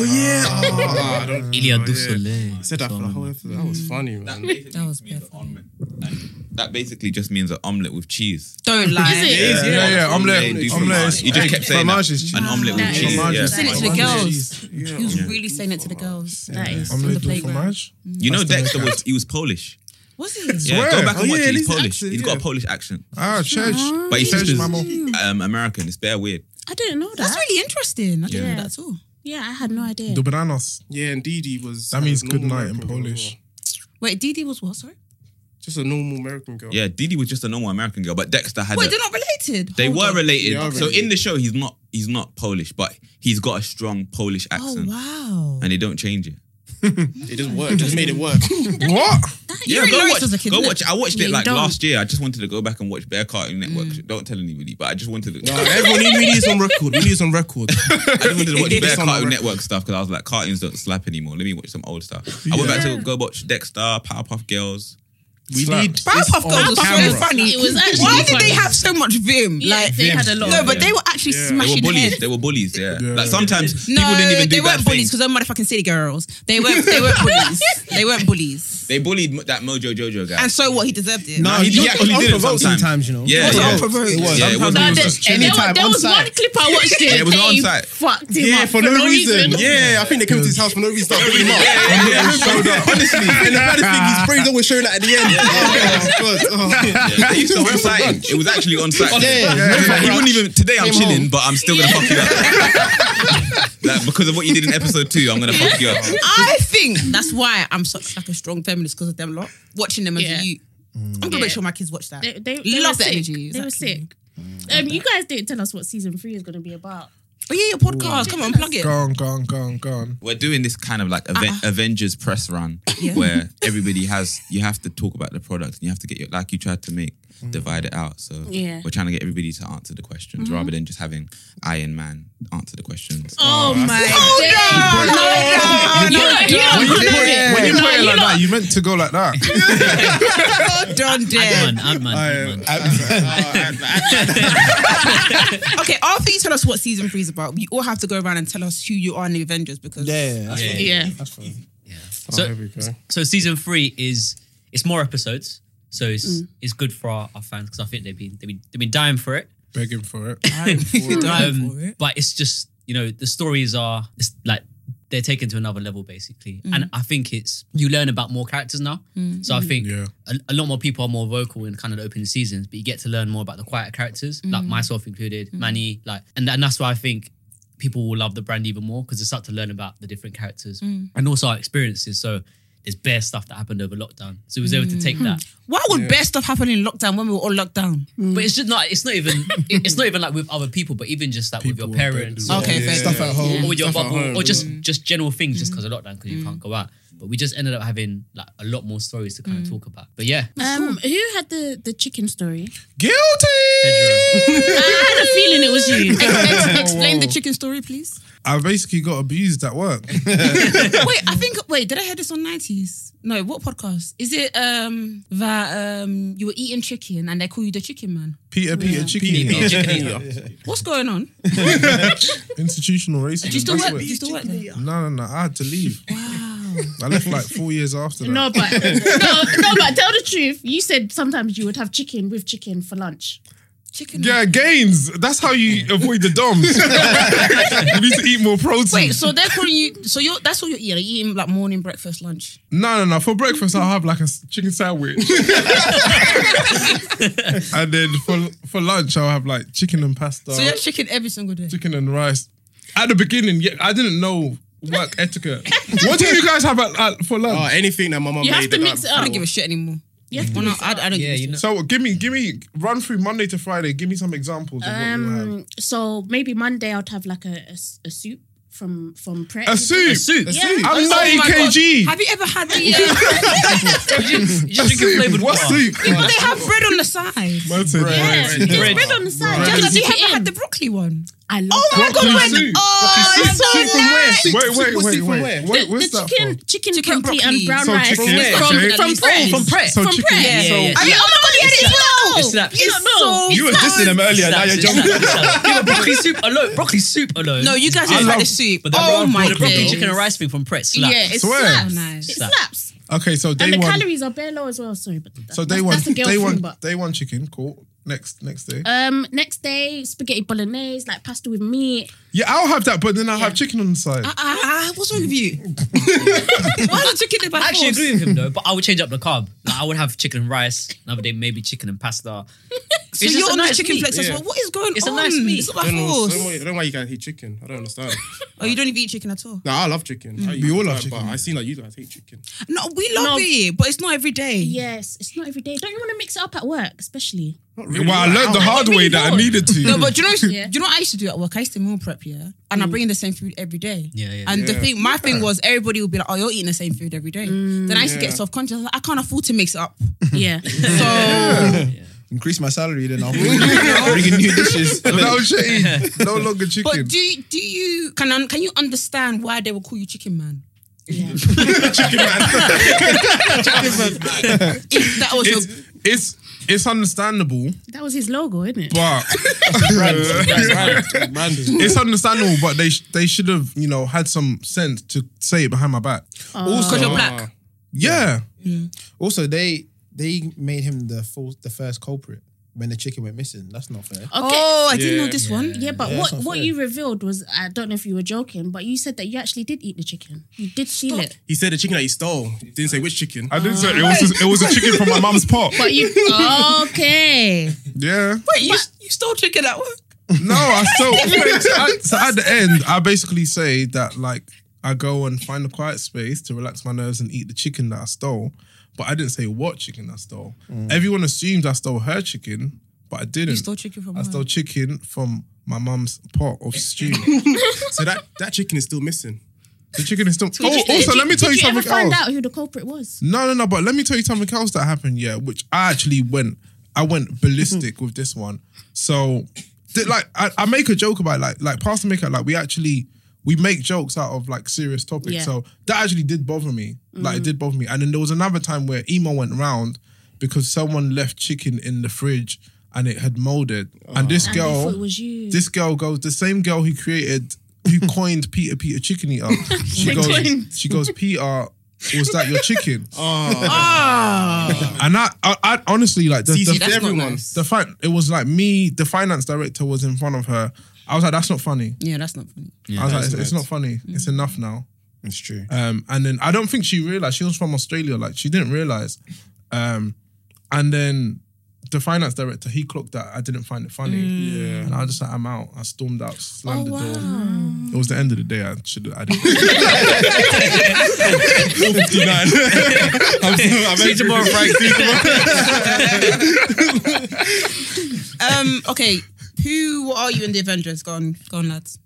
S8: I don't-
S6: Ilya
S8: oh,
S6: du
S8: yeah.
S6: Soleil.
S8: Said that for the whole episode. That was funny, man.
S9: That was perfect.
S7: That basically just means an omelette with cheese.
S9: Don't lie.
S7: Is it? It is, yeah. Yeah, yeah, omelette-
S9: It's
S7: omelette
S9: fromage.
S7: is- You just kept saying Fromage that. is cheese. An omelette with
S9: That is-
S7: cheese,
S9: He was
S7: yeah.
S9: saying it to the
S7: Fromage
S9: girls. He was really saying it to the girls. That is. on the
S3: Omelette du
S9: playground.
S3: fromage.
S7: You know, Dexter was he was Polish.
S9: Was he?
S7: Oh, Yeah, go back and watch it. He's Polish.
S3: accent,
S7: He's got
S3: yeah.
S7: a Polish accent.
S3: Ah, church.
S7: But he's
S3: Church,
S7: just
S3: mammal.
S7: um, American. It's bare weird.
S1: I didn't know that.
S9: That's really interesting. I didn't
S1: Yeah.
S9: know that at all.
S1: yeah, I had no idea.
S3: Dobranos.
S8: Yeah, and Didi was. uh,
S3: That means
S8: was
S3: good
S8: normal
S3: night in
S8: American girl as
S3: Polish.
S8: well.
S9: Wait, Didi was what? Sorry.
S8: Just a normal American girl.
S7: Yeah, Didi was just a normal American girl, but Dexter had.
S9: Wait,
S7: a-
S9: they're not related.
S7: They
S9: Hold
S7: were
S9: on.
S7: related.
S9: They are
S7: So in the show, he's not he's not Polish, but he's got a strong Polish
S9: Oh
S7: accent,
S9: wow.
S7: and they don't change it.
S8: It just worked. Just made it work.
S3: What?
S9: You
S7: Yeah,
S9: didn't know
S7: go
S9: this
S7: watch.
S9: was a kid,
S7: go
S9: innit?
S7: watch. I watched
S9: Yeah,
S7: it
S9: you
S7: like
S9: don't. Mm.
S7: last year. I just wanted to go back and watch Bear Cartoon Network. Don't tell anybody, but I just wanted to.
S8: No, everyone we need this on record. We need this on record.
S7: I just wanted to watch
S8: It's
S7: Bear
S8: on my
S7: Cartoon
S8: record.
S7: Network stuff because I was like, cartoons don't slap anymore. Let me watch some old stuff. I went back to go watch Dexter, Powerpuff Girls.
S8: We
S7: Slap.
S8: need.
S9: Powerpuff
S8: this
S9: Girls
S8: on
S9: was so
S8: camera.
S9: funny.
S1: It was actually
S9: Why did
S1: funny.
S9: they have so much vim?
S1: Yeah,
S9: like
S1: they had a lot
S9: No,
S1: of
S9: but
S1: vim.
S9: they were actually
S7: They were
S9: smashing
S7: bullies.
S9: heads.
S7: They were bullies. Yeah. Like sometimes
S9: No,
S7: people didn't even do
S9: they
S7: bad
S9: weren't bullies because
S7: things.
S9: they're motherfucking city girls. They weren't. They weren't bullies. They weren't bullies.
S7: They bullied that Mojo Jojo guy.
S9: And so what? He deserved it.
S7: No, he, he actually did it sometimes.
S5: sometimes, you know.
S7: Yeah,
S5: It was
S7: yeah.
S5: unprovoked. It was.
S7: Yeah, it was
S5: Sometimes
S7: unprovoked.
S5: it was
S1: There,
S5: Anytime,
S1: wa- there
S5: on
S1: was one
S5: site.
S1: clip I watched
S7: Yeah,
S1: there.
S7: it was
S1: that
S7: on
S1: he
S7: site.
S1: Fucked him
S8: Yeah,
S1: up
S8: for no, reason. Yeah, I think they came to his house for no reason. Started beating him up.
S7: Yeah, yeah,
S8: And
S7: showed up.
S8: Honestly, and the baddest thing is Bray's always showing that at the end. Oh, God. Oh.
S7: Yeah, they used to on site. It was actually on site.
S8: Yeah, yeah, yeah.
S7: He wouldn't even. Today I'm
S8: Came
S7: chilling,
S8: home.
S7: but I'm still gonna fuck you up. like because of what you did in episode two, I'm gonna fuck you up.
S9: I think that's why I'm such like a strong feminist because of them lot. Watching them as
S1: Yeah.
S9: a youth. I'm gonna
S1: Yeah.
S9: make sure my kids watch that.
S1: They, they, they
S9: Love
S1: were
S9: the
S1: sick.
S9: energy.
S1: They were
S9: exactly.
S1: sick. Um, you guys didn't tell us what season three is going to be about. Um,
S9: Oh yeah, your podcast. Come on, plug it.
S3: Go on, go on, go on, go on.
S7: We're doing this kind of like
S1: Uh-huh.
S7: Aven- Avengers press run where everybody has. You have to talk about the product and you have to get your like you tried to make divide it out. So
S1: Yeah. Mm-hmm.
S7: we're trying to get everybody to answer the questions rather than just having Iron Man answer the questions.
S1: Oh, my
S9: Oh,
S1: You know- you know-
S3: When you put it, when you
S1: No,
S3: put it
S1: you
S3: like
S1: lot-
S3: that, you meant to go like that.
S9: no. Don't dare.
S6: Ant-Man, Ant-Man, Ant-Man.
S9: Okay, after you tell us what season three is about, you all have to go around and tell us who you are in the Avengers because
S5: Yeah.
S6: Yeah.
S1: Yeah.
S6: So-
S8: Oh, here we go.
S6: So season three is it's more episodes. So it's
S9: Mm.
S6: it's good for our, our fans because I think they've been, they've been they've been dying for it.
S3: Begging for it.
S9: Dying
S6: Um,
S9: for it.
S6: But it's just you know the stories are it's like they're taken to another level basically,
S9: Mm.
S6: and I think it's you learn about more characters now. So I think
S3: Yeah.
S6: a, a lot more people are more vocal in kind of the opening seasons, but you get to learn more about the quieter characters,
S9: Mm.
S6: like myself included, Manny, like, and, and that's why I think people will love the brand even more because they start to learn about the different characters and also our experiences. So there's bare stuff that happened over lockdown, so we was able to take that.
S9: why would best stuff happen in lockdown when we were all locked down?
S6: Mm. But it's just not. It's not even. it- It's not even like with other people, but even just like
S9: Hmm.
S6: with your parents.
S3: Yeah.
S9: Okay, fair.
S5: Stuff at
S6: Or
S5: home.
S6: with your
S8: Stuff at
S6: bubble,
S8: home,
S6: or just just general things, just because of lockdown, because you can't go out. But we just ended up having like a lot more stories to kind of talk about. But yeah,
S1: Um, who had the, the chicken story?
S3: Guilty.
S1: I had a feeling it was you.
S9: Explain the chicken story, please.
S3: I basically got abused at work.
S9: wait, I think wait, did I hear this on nineties? No, what podcast? Is it um that um you were eating chicken and they call you the chicken man?
S3: Peter, Peter, chicken.
S6: Peter, Chicken
S9: What's going on?
S3: Institutional racism.
S9: Do you still
S3: that's
S9: work?
S3: what-
S9: Do you still work there?
S3: No, no, no. I had to leave. I left like four years after that.
S1: No, but no, no, but tell the truth. You said sometimes you would have chicken with chicken for lunch.
S9: Chicken.
S3: Yeah, gains. That's how you avoid the doms. you need to eat more protein.
S9: Wait, so they're calling you. So you're that's all you're eating. You're eating like morning, breakfast, lunch.
S3: No, no, no. For breakfast, I'll have like a s- chicken sandwich. and then for for lunch, I'll have like chicken and pasta,
S9: So you have chicken every single day.
S3: chicken and rice. At the beginning, yeah, I didn't know work etiquette. What do you guys have at, at- for lunch?
S8: Oh, anything that my mum
S1: You have
S8: made.
S1: to
S8: that-
S1: mix it
S9: I
S1: up.
S9: don't give a shit anymore.
S1: You have to
S9: No,
S1: mix it
S9: I,
S1: up.
S9: I don't
S6: yeah,
S9: give a
S6: you
S9: shit.
S6: know,
S3: so give me, give me run through Monday
S9: Um,
S3: to Friday. Give me some examples of what you have.
S1: Um, so maybe Monday I'd have like a, a s- a soup from from prep.
S3: A soup? A soup?
S1: Yeah.
S3: I'm 90
S1: my
S3: kg.
S1: God.
S9: Oh, Have you ever had the? um,
S6: you just drink a flavoured
S3: What
S6: water.
S3: soup?
S9: Yeah, but they have bread on the side.
S3: Man said
S9: Yeah,
S3: bread.
S9: there's bread on the side.
S3: Bread.
S9: Just like,
S3: Dip
S9: you
S3: it
S9: haven't had the broccoli one.
S1: I love
S9: Oh my
S3: Broccoli
S9: god,
S3: soup.
S9: when, oh,
S3: Broccoli
S9: it's
S3: soup.
S9: so
S3: Soup from where?
S9: nice.
S3: Wait, wait, Soup- wait, soup from wait. where? Wait, where's
S1: the
S3: that
S1: chicken, chicken, chicken broccoli, and brown
S3: So
S1: rice
S3: chicken,
S1: is
S3: yeah,
S1: from,
S3: chicken.
S1: from, prep.
S3: So
S1: From prep.
S3: chicken.
S1: From prep.
S3: Yeah, yeah, yeah.
S1: I mean, oh my god, yeah,
S9: It's
S1: it's, it's,
S6: slaps.
S1: You don't know.
S6: You
S9: were
S6: dissing
S9: him
S6: earlier.
S9: now you're
S6: jumping. broccoli soup alone. Broccoli soup alone.
S9: No, you guys
S6: I
S9: just like
S6: love-
S9: the soup.
S6: But the
S9: Oh
S6: broccoli-
S9: my
S6: the broccoli
S9: days.
S6: chicken and rice thing from Pret slaps.
S1: Yeah, it
S3: Swear.
S1: slaps.
S9: Oh,
S1: It
S6: Slap.
S1: slaps.
S3: Okay, so day
S1: and the
S3: one.
S1: calories are bare low as well. Sorry, but that,
S3: so day
S1: that's,
S3: one.
S1: That's a girl
S3: day
S1: thing,
S3: one.
S1: but.
S3: Day one chicken. Cool. Next next
S9: Uh,
S3: day.
S1: Um, next day, spaghetti bolognese, like pasta with meat.
S3: yeah, I'll have that, but then I'll have chicken on the side.
S9: Ah, what's wrong with you? Why is the chicken by
S6: I actually
S9: force?
S6: agree with him though, but I would change up the carb. Like, I would have chicken and rice. Another day, maybe chicken and pasta.
S9: So
S6: It's just
S9: you're
S6: a
S9: on the
S6: nice
S9: chicken
S6: meat.
S9: flex as well.
S6: Yeah.
S9: What is going
S6: It's a
S9: on?
S6: nice meat.
S9: It's not
S8: I
S9: by
S8: don't know,
S9: force.
S8: I don't know- I don't know why you guys hate chicken. I don't understand.
S9: Oh, you don't even eat chicken at all.
S8: No, I love chicken. I
S3: We all love
S8: but
S3: chicken.
S8: I seen like you guys hate chicken.
S9: No, we love
S1: No.
S9: it, but it's not every day.
S1: Yes, it's not every day. Don't you want to mix it up at work, especially?
S3: well, I learned the hard way that I needed to.
S9: No, but do you know,
S1: Yeah.
S9: do you know what I used to do at work? I used to meal prep, yeah, and I bring in the same food every day.
S6: Mm. Yeah, yeah.
S9: And the
S6: Yeah.
S9: thing, my thing was, everybody would be like, "Oh, you're eating the same food every day."
S6: Mm.
S9: then I used to
S8: Yeah.
S9: get self conscious. Like, I can't afford to mix it up.
S1: Yeah.
S9: So,
S5: Increase my salary, then I'll bring, bring in new dishes.
S3: no shade. No longer chicken.
S9: but do you- do you can un- can you understand why they would call you Chicken Man? If that was your
S3: it's, it's it's understandable,
S1: That was his logo, isn't it?
S3: but it's understandable, but they sh- they should have you know had some sense to say it behind my back.
S9: because Oh. you're black.
S3: Yeah,
S5: Also, they they made him the full, the first culprit when the chicken went missing. That's not fair.
S1: Okay.
S9: Oh, I didn't know
S8: Yeah.
S9: this one.
S1: Yeah, but
S5: Yeah,
S1: what,
S5: that's not
S1: what
S5: fair.
S1: you revealed was I don't know if you were joking, but you said that you actually did eat the chicken. You did steal it.
S8: He said the chicken that he stole. He didn't say which chicken.
S3: I didn't say it was it was a chicken from my mum's pot.
S1: But you okay?
S3: Yeah,
S9: Wait, you, you stole chicken at work?
S3: no, I still. so, at, so at the end, I basically say that like I go and find a quiet space to relax my nerves and eat the chicken that I stole. But I didn't say what chicken I stole.
S8: Mm.
S3: Everyone assumed I stole her chicken, but I didn't.
S9: You stole chicken from
S3: I
S9: her.
S3: stole chicken from my mum's pot of stew.
S8: So that, that chicken is still missing.
S3: the chicken is still. Oh,
S1: Did
S3: also,
S1: did
S3: let me tell you
S1: did
S3: something
S1: Did you ever
S3: else.
S1: find out who the culprit was?
S3: No, no, no. But let me tell you something else that happened. Yeah, which I actually went, I went ballistic with this one. So, did, like, I, I make a joke about it, like, like Pastor Maker, like we actually we make jokes out of like serious topics.
S1: Yeah. Mm.
S3: So that actually did bother me. Like, it did bother me. And then there was another time where emo went round because someone left chicken in the fridge and it had molded. And this
S1: Ah. And they
S3: girl,
S1: thought it was you.
S3: this girl goes, the same girl who created, who coined Peter Peter Chicken Eater. She
S1: Coined.
S3: goes, she goes, Peter, was that your chicken? Ah.
S9: Oh,
S3: And I, I, I honestly like the,
S8: It's easy
S3: the,
S8: to everyone.
S3: the fact it was like me, the finance director was in front of her. I was like, that's not funny.
S9: yeah, that's not funny. Mm.
S3: I was like,
S8: that's
S3: it's, it's
S8: mad.
S3: not funny. It's enough now.
S5: It's true.
S3: Um, and then I don't think she realized she was from Australia. Like she didn't realize. Um, and then the finance director he clocked that I didn't find it funny.
S9: Mm.
S3: Yeah. And I was just like, I'm out. I stormed out, slammed
S9: Oh,
S3: the door. It was the end of the day. I should. I didn't.
S8: I'm still, I'm
S6: See tomorrow, Frank. See tomorrow.
S9: Um, okay, who what are you in the Avengers? Go on, go on, lads.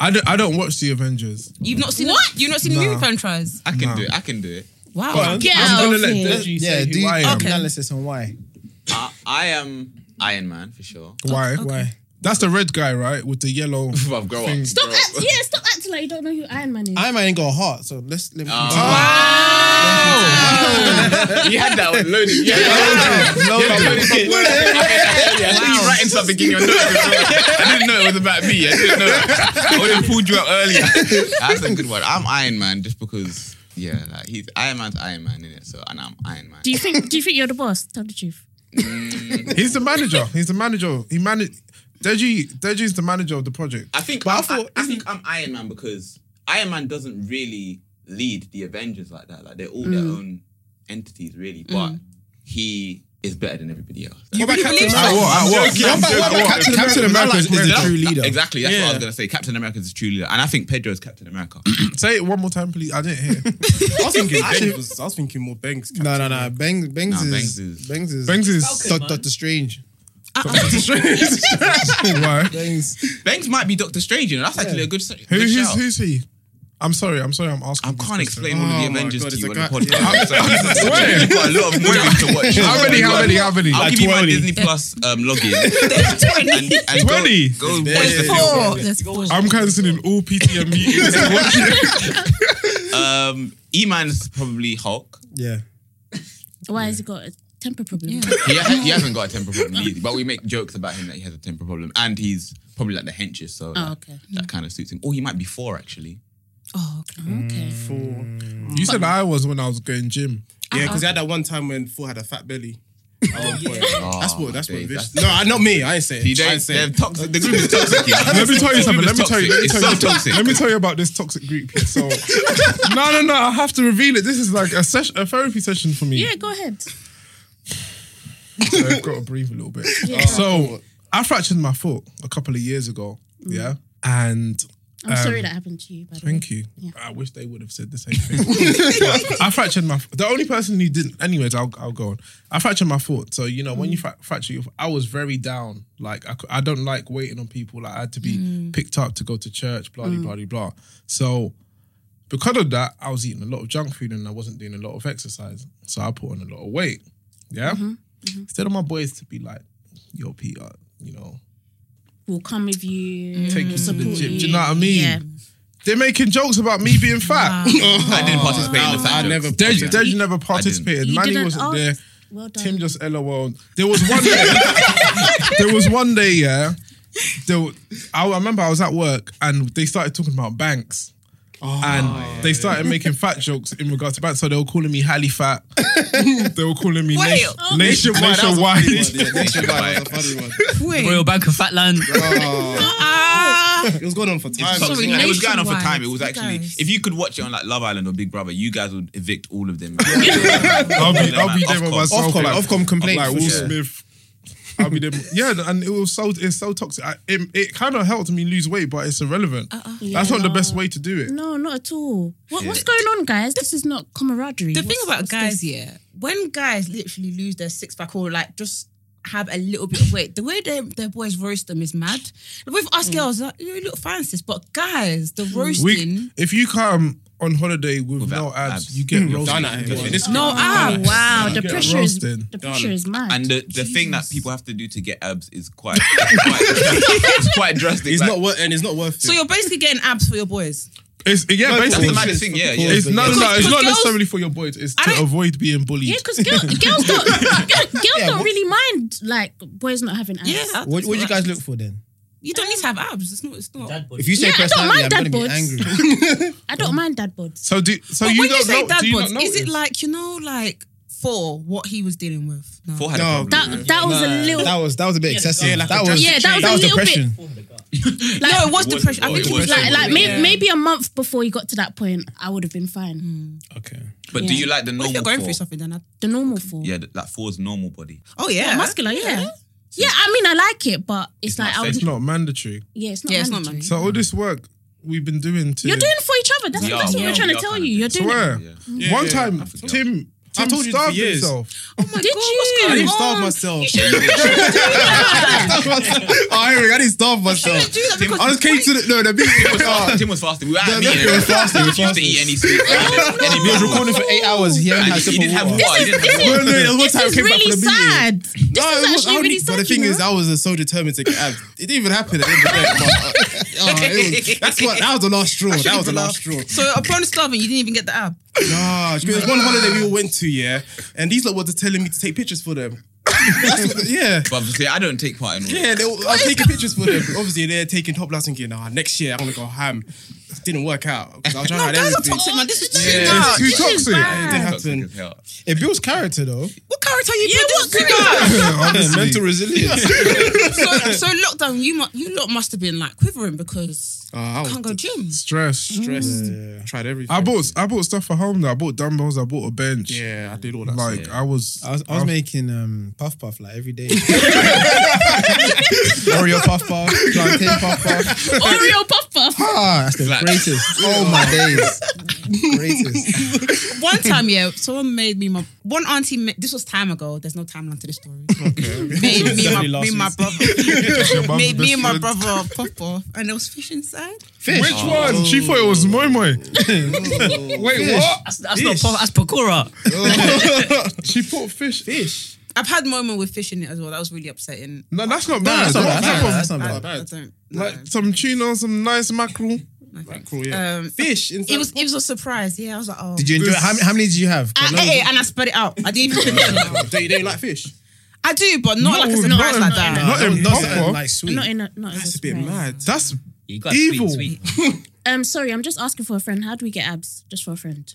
S3: I don't. I don't watch the Avengers.
S9: You've not seen what? You've not seen the movie franchise?
S7: I can do it. I can do it.
S9: Wow.
S1: Get
S3: I'm
S1: out
S3: gonna
S1: of
S3: let
S1: here.
S3: Deji
S5: Yeah,
S3: say who
S5: do
S3: I am.
S9: Okay.
S5: analysis on why.
S7: I, I am Iron Man for sure.
S3: Why?
S5: Why?
S3: That's the red guy, right? With the yellow.
S7: Well, grow up.
S3: Mm,
S1: Stop acting. Yeah, stop acting like you don't know who Iron Man is.
S5: I might ain't got a heart, so let's let me.
S7: Oh. You had that one loaded. Yeah, you writing something in your notes. as well. I didn't know it was about me. I didn't know. I would have pulled you up earlier. That's a good one. I'm Iron Man just because. Yeah, like he's Iron Man's Iron Man in it. So and I'm Iron Man.
S1: do you think? Do you think you're the boss? Tell the truth.
S3: He's the manager. He's the manager. He managed. Deji Deji's the manager of the project.
S7: I think.
S3: But I
S7: I,
S3: thought-
S7: I, think I'm Iron Man because Iron Man doesn't really lead the Avengers like that. Like they're all their own entities, really. But he is better than everybody else.
S5: What about Captain
S3: I
S5: America?
S3: will, I will.
S5: What about- what about Captain America? I like
S3: is the
S5: Captain
S3: true
S5: America.
S3: leader.
S7: Exactly. That's what I was gonna say. Captain America is a true leader, and I think Pedro is Captain America.
S3: Say it one more time, please. I didn't hear.
S8: I was thinking Beng was, I was thinking more Beng's.
S5: No, no, no. Bangs, Bangs
S7: Nah, Bangs
S5: is
S7: is- Ah,
S5: Bangs is
S3: Bangs is-
S5: Doc- Doctor Strange.
S7: Doctor Strange.
S3: Why?
S7: Banks. might be Doctor Strange. You know, that's actually a good. good
S3: Who, who's,
S7: shout.
S3: who's he? I'm sorry, I'm sorry, I'm asking. I
S7: can't explain all
S3: Oh
S7: of the Avengers to you on the podcast.
S3: Where?
S7: You've got a lot of movies to watch.
S3: How many, how many, how many?
S7: I'll
S3: Like
S7: give you my
S3: 20.
S7: Disney Plus um, login. And, and go-
S3: 20?
S7: Go, watch the film.
S3: I'm cancelling all PTM meetings. to watch it.
S7: Um, E-Man's probably Hulk.
S5: Yeah.
S1: Why has he got a temper problem? Oh,
S7: He, ha- he hasn't got a temper problem either, but we make jokes about him that he has a temper problem, and he's probably like the henchest, so
S1: Oh,
S7: like,
S1: okay.
S7: that kind of suits him. Or he might be four actually.
S1: Oh, okay. Okay.
S8: Four.
S3: E
S7: Mm.
S3: You said I was when I was going gym.
S9: Uh-uh.
S8: Yeah, because he had that one time when Four had a fat belly. At one point.
S7: Oh,
S8: that's what. That's what.
S7: Dave,
S8: Vish-
S7: that's-
S8: No, I- not me. I ain't saying.
S7: See, they-
S8: I ain't saying.
S7: they're toxic. The group is toxic. you know?
S3: Let me tell you
S7: The
S3: something.
S7: group
S3: Let
S7: is
S3: me tell you. Let me
S7: toxic.
S3: tell
S7: It's so
S3: you.
S7: toxic.
S3: Let me tell you about this toxic group. So, no, no, no. I have to reveal it. This is like a session, a therapy session for me.
S1: Yeah, go ahead.
S3: So I've got to breathe a little bit. Uh,
S1: Yeah.
S3: So I fractured my foot a couple of years ago. Yeah, and
S1: Mm. I'm sorry
S3: um,
S1: that happened to you. By the way. Um,
S3: Thank you. I wish they would have said the same thing. But I fractured my. The only person who didn't. Anyways, I'll, I'll go on. I fractured my foot. So you know, when
S1: Mm.
S3: you fra- fracture your, foot, I was very down. Like I, cou- I don't like waiting on people. Like I had to be
S1: Mm.
S3: picked up to go to church. Blah blah blah blah. So because of that, I was eating a lot of junk food and I wasn't doing a lot of exercise. So I put on a lot of weight. Yeah.
S1: Mm-hmm.
S3: Instead of my boys to be like, "Yo, Peter, you know,
S1: We'll come with you.
S3: take you to
S1: support
S3: the gym." Do you know what I mean?
S1: Yeah.
S3: They're making jokes about me being fat.
S7: I didn't participate in the fact.
S8: Oh, I never.
S3: Dej, Dej never participated.
S1: You
S3: Manny
S1: didn't-
S3: wasn't
S1: oh,
S3: there.
S1: Well done.
S3: Tim just LOL. There was one day. there was one day, yeah. There, wa- I remember I was at work and they started talking about banks.
S7: Oh,
S3: and they started making fat jokes in regards to banks. So they were calling me Hally Fat. they were calling me
S2: Wait,
S3: nation,
S2: oh.
S3: nationwide.
S8: That was a
S3: nationwide.
S8: funny one, yeah, nationwide, that was a funny one.
S6: Royal Bank of Fatland.
S1: Ah.
S8: It was going on for time.
S7: Toxic. And it was going on for
S9: nationwide,
S7: time. It was
S9: you
S7: actually,
S9: guys.
S7: if you could watch it on like Love Island or Big Brother, you guys would evict all of them.
S3: I'll be, I'll be there by myself.
S8: Ofcom-
S3: like,
S8: Ofcom complaints
S3: Like
S8: for
S3: Will
S8: sure.
S3: Smith. I'll be there. Yeah, and it was so it's so toxic. I, it it kind of helped me lose weight, but it's irrelevant. That's not the best way to do it.
S1: No, not at all. What, What's going on, guys? This is not camaraderie.
S9: The thing
S1: What's-
S9: about
S1: what's
S9: guys,
S1: this?
S9: yeah, when guys literally lose their six pack or like just have a little bit of weight, the way their, their boys roast them is mad. With
S1: Mm.
S9: us girls, like, you look fine, sis, but guys, the roasting.
S3: We, if you come on holiday with no abs, you get
S8: You've
S3: roasted.
S8: done it. Yeah, this-
S9: no, ah, wow.
S1: Wow, the
S3: get
S1: pressure is
S3: roasted.
S1: the pressure is mad.
S7: And the, the thing that people have to do to get abs is quite, it's quite, it's quite drastic.
S8: It's
S7: Like,
S8: not worth. And it's not worth. it.
S9: So you're basically getting abs for your boys.
S3: It's, yeah,
S8: No,
S7: that's
S3: basically.
S7: the
S8: it's-
S7: maddest thing, yeah. yeah.
S3: It's, no, no, no.
S9: Because
S3: It's not
S9: girls-
S3: necessarily for your boys. It's to
S9: don't-
S3: avoid being bullied.
S1: yeah, because girl, girls don't girls, girls don't really mind like boys not having abs.
S9: Yeah. that's
S5: What, what do you guys
S9: right.
S5: look for
S1: Ah.
S5: then?
S9: You don't need to have abs. It's not. It's not.
S5: If you say
S1: Yeah, I don't
S5: personality, I'm
S1: mind
S5: gonna
S1: dad
S5: be
S1: bods.
S5: angry.
S1: I don't mind dad bods.
S3: so do so
S9: but
S3: you
S9: when
S3: don't
S9: you say
S3: know.
S9: dad
S3: do you
S9: bods,
S3: not
S9: is it
S3: notice?
S9: like you know, like for what he was dealing with? No.
S7: Four had a
S8: No,
S7: problem.
S1: That that was a little
S5: That was that was a bit excessive.
S8: like
S5: that
S8: a
S5: was
S1: Yeah, that was a little bit-
S5: depression.
S1: like,
S9: no, it was depression. I
S7: oh,
S9: think
S7: it
S9: it
S7: was
S9: was
S1: like, like may-
S9: Yeah.
S1: maybe a month before you got to that point, I would have been fine.
S5: Okay.
S7: But do you like the
S9: What
S7: normal
S9: if you're going
S7: four?
S9: through something, then I,
S1: The normal form.
S7: Yeah, that, that four's normal body.
S9: oh yeah,
S1: muscular. Yeah. yeah, I mean, I like it, but it's,
S7: It's
S1: like
S7: not
S1: I
S3: It's
S1: would.
S3: not mandatory.
S1: Yeah, it's not.
S9: Yeah, it's not
S1: mandatory.
S9: mandatory.
S3: So all this work we've been doing to
S1: You're doing it for each other. That's,
S7: We
S1: that's
S7: are,
S1: what
S7: we
S1: we're
S7: are,
S1: trying
S7: we
S1: to
S7: are
S1: tell
S7: kinda
S1: you. You're doing it.
S3: swear.
S7: Yeah.
S3: One
S8: yeah,
S3: time,
S7: forgot.
S3: Tim Tim
S8: told you for
S3: starved
S8: years.
S3: himself.
S1: Did
S8: I
S1: you?
S8: didn't starve myself. Oh, I hear you, I didn't starve myself.
S9: do that because
S8: I just came to the no. The meeting was hard.
S7: Tim was fasting. We were at a
S8: Yeah,
S7: meeting.
S8: he was fasting, he was
S7: He used to eat any sweet.
S1: Oh,
S7: Any
S5: He was
S7: meal.
S5: recording for eight hours. He
S7: And
S5: only had a
S7: He
S5: sip
S7: didn't
S5: of
S7: have
S5: water.
S7: water. He didn't have
S8: No,
S7: water.
S8: no, there was one
S1: This
S8: time I
S1: is
S8: came back
S1: really
S8: from the meeting.
S1: sad. This
S8: No,
S1: is
S8: it was
S1: actually
S8: only-
S1: really
S8: But
S1: sad.
S8: the thing
S1: you
S8: is,
S1: know?
S8: I was so determined to get abs. It didn't even happen at the end of the day. but, uh, oh, it was- that's what. That was the last straw. That was the last straw.
S9: So upon starving, you didn't even get the ab.
S8: Nah, there was one holiday we all went to, yeah, and these lot were just telling me to take pictures for them. That's what the- yeah.
S7: But obviously, I don't take part in all
S8: Yeah,
S7: that.
S8: they were, I was taking pictures for them. Obviously, they're taking top laps and getting, nah, next year I'm gonna go ham. Didn't work out. 'cause I was
S9: No,
S8: trying to hide
S9: guys are
S8: everything.
S9: toxic, man. This is
S8: Yeah.
S9: too
S8: It's
S9: much.
S3: too
S9: This is
S3: toxic.
S9: bad.
S8: It
S7: Toxic
S8: didn't
S7: as
S8: happen.
S7: hell.
S5: It builds character though.
S9: What character are you? Yeah, what character?
S5: Mental resilience.
S9: so, so lockdown, you mu- you lot must have been like quivering because
S3: Uh,
S8: Oh, I was
S9: can't go gym.
S3: Stress.
S8: stressed. Tried everything.
S3: I bought I bought stuff for home though. I bought dumbbells. I bought a bench.
S8: Yeah, I did all that.
S3: Like
S8: stuff.
S3: I was,
S5: I was, I was making um, puff puff like every day. Oreo puff puff, plantain puff puff.
S1: Oreo puff puff.
S5: Ah, that's the
S7: Flat.
S5: greatest. Oh my days.
S9: one time, yeah, someone made me my one auntie. ma- This was time ago. There's no timeline to this story. made me, and my,
S2: Definitely last
S9: me and my
S2: week's. That's your
S9: brother.
S2: mum's
S9: made me
S2: best
S9: and my
S2: friend.
S9: brother pop off, and there was fish inside.
S3: Which
S8: Oh.
S3: one? She thought it was Moi Moi. Wait,
S9: Fish.
S3: what?
S9: That's- that's not po- that's
S6: pakora.
S3: she put fish. Fish.
S9: I've had a moment with fish in it as well. That was really upsetting.
S3: No, that's not bad. What type of-
S9: I, I don't.
S3: Like some tuna, some nice mackerel. Mackerel,
S9: Um, fish. It was it was a surprise. Yeah, I was like, oh.
S5: Did you enjoy it? How, how many did you have?
S9: I ate it and I spread it out. I didn't even.
S8: Do you don't like fish?
S9: I do, but not
S8: No,
S9: like a
S8: not
S9: surprise
S8: in-
S9: like
S8: not
S9: that.
S8: in- not in
S9: Not
S8: proper.
S9: like sweet.
S1: Not in a, not as a surprise.
S3: That's
S6: got
S3: evil.
S1: Um, sorry, I'm just asking for a friend. How do we get abs? Just for a friend.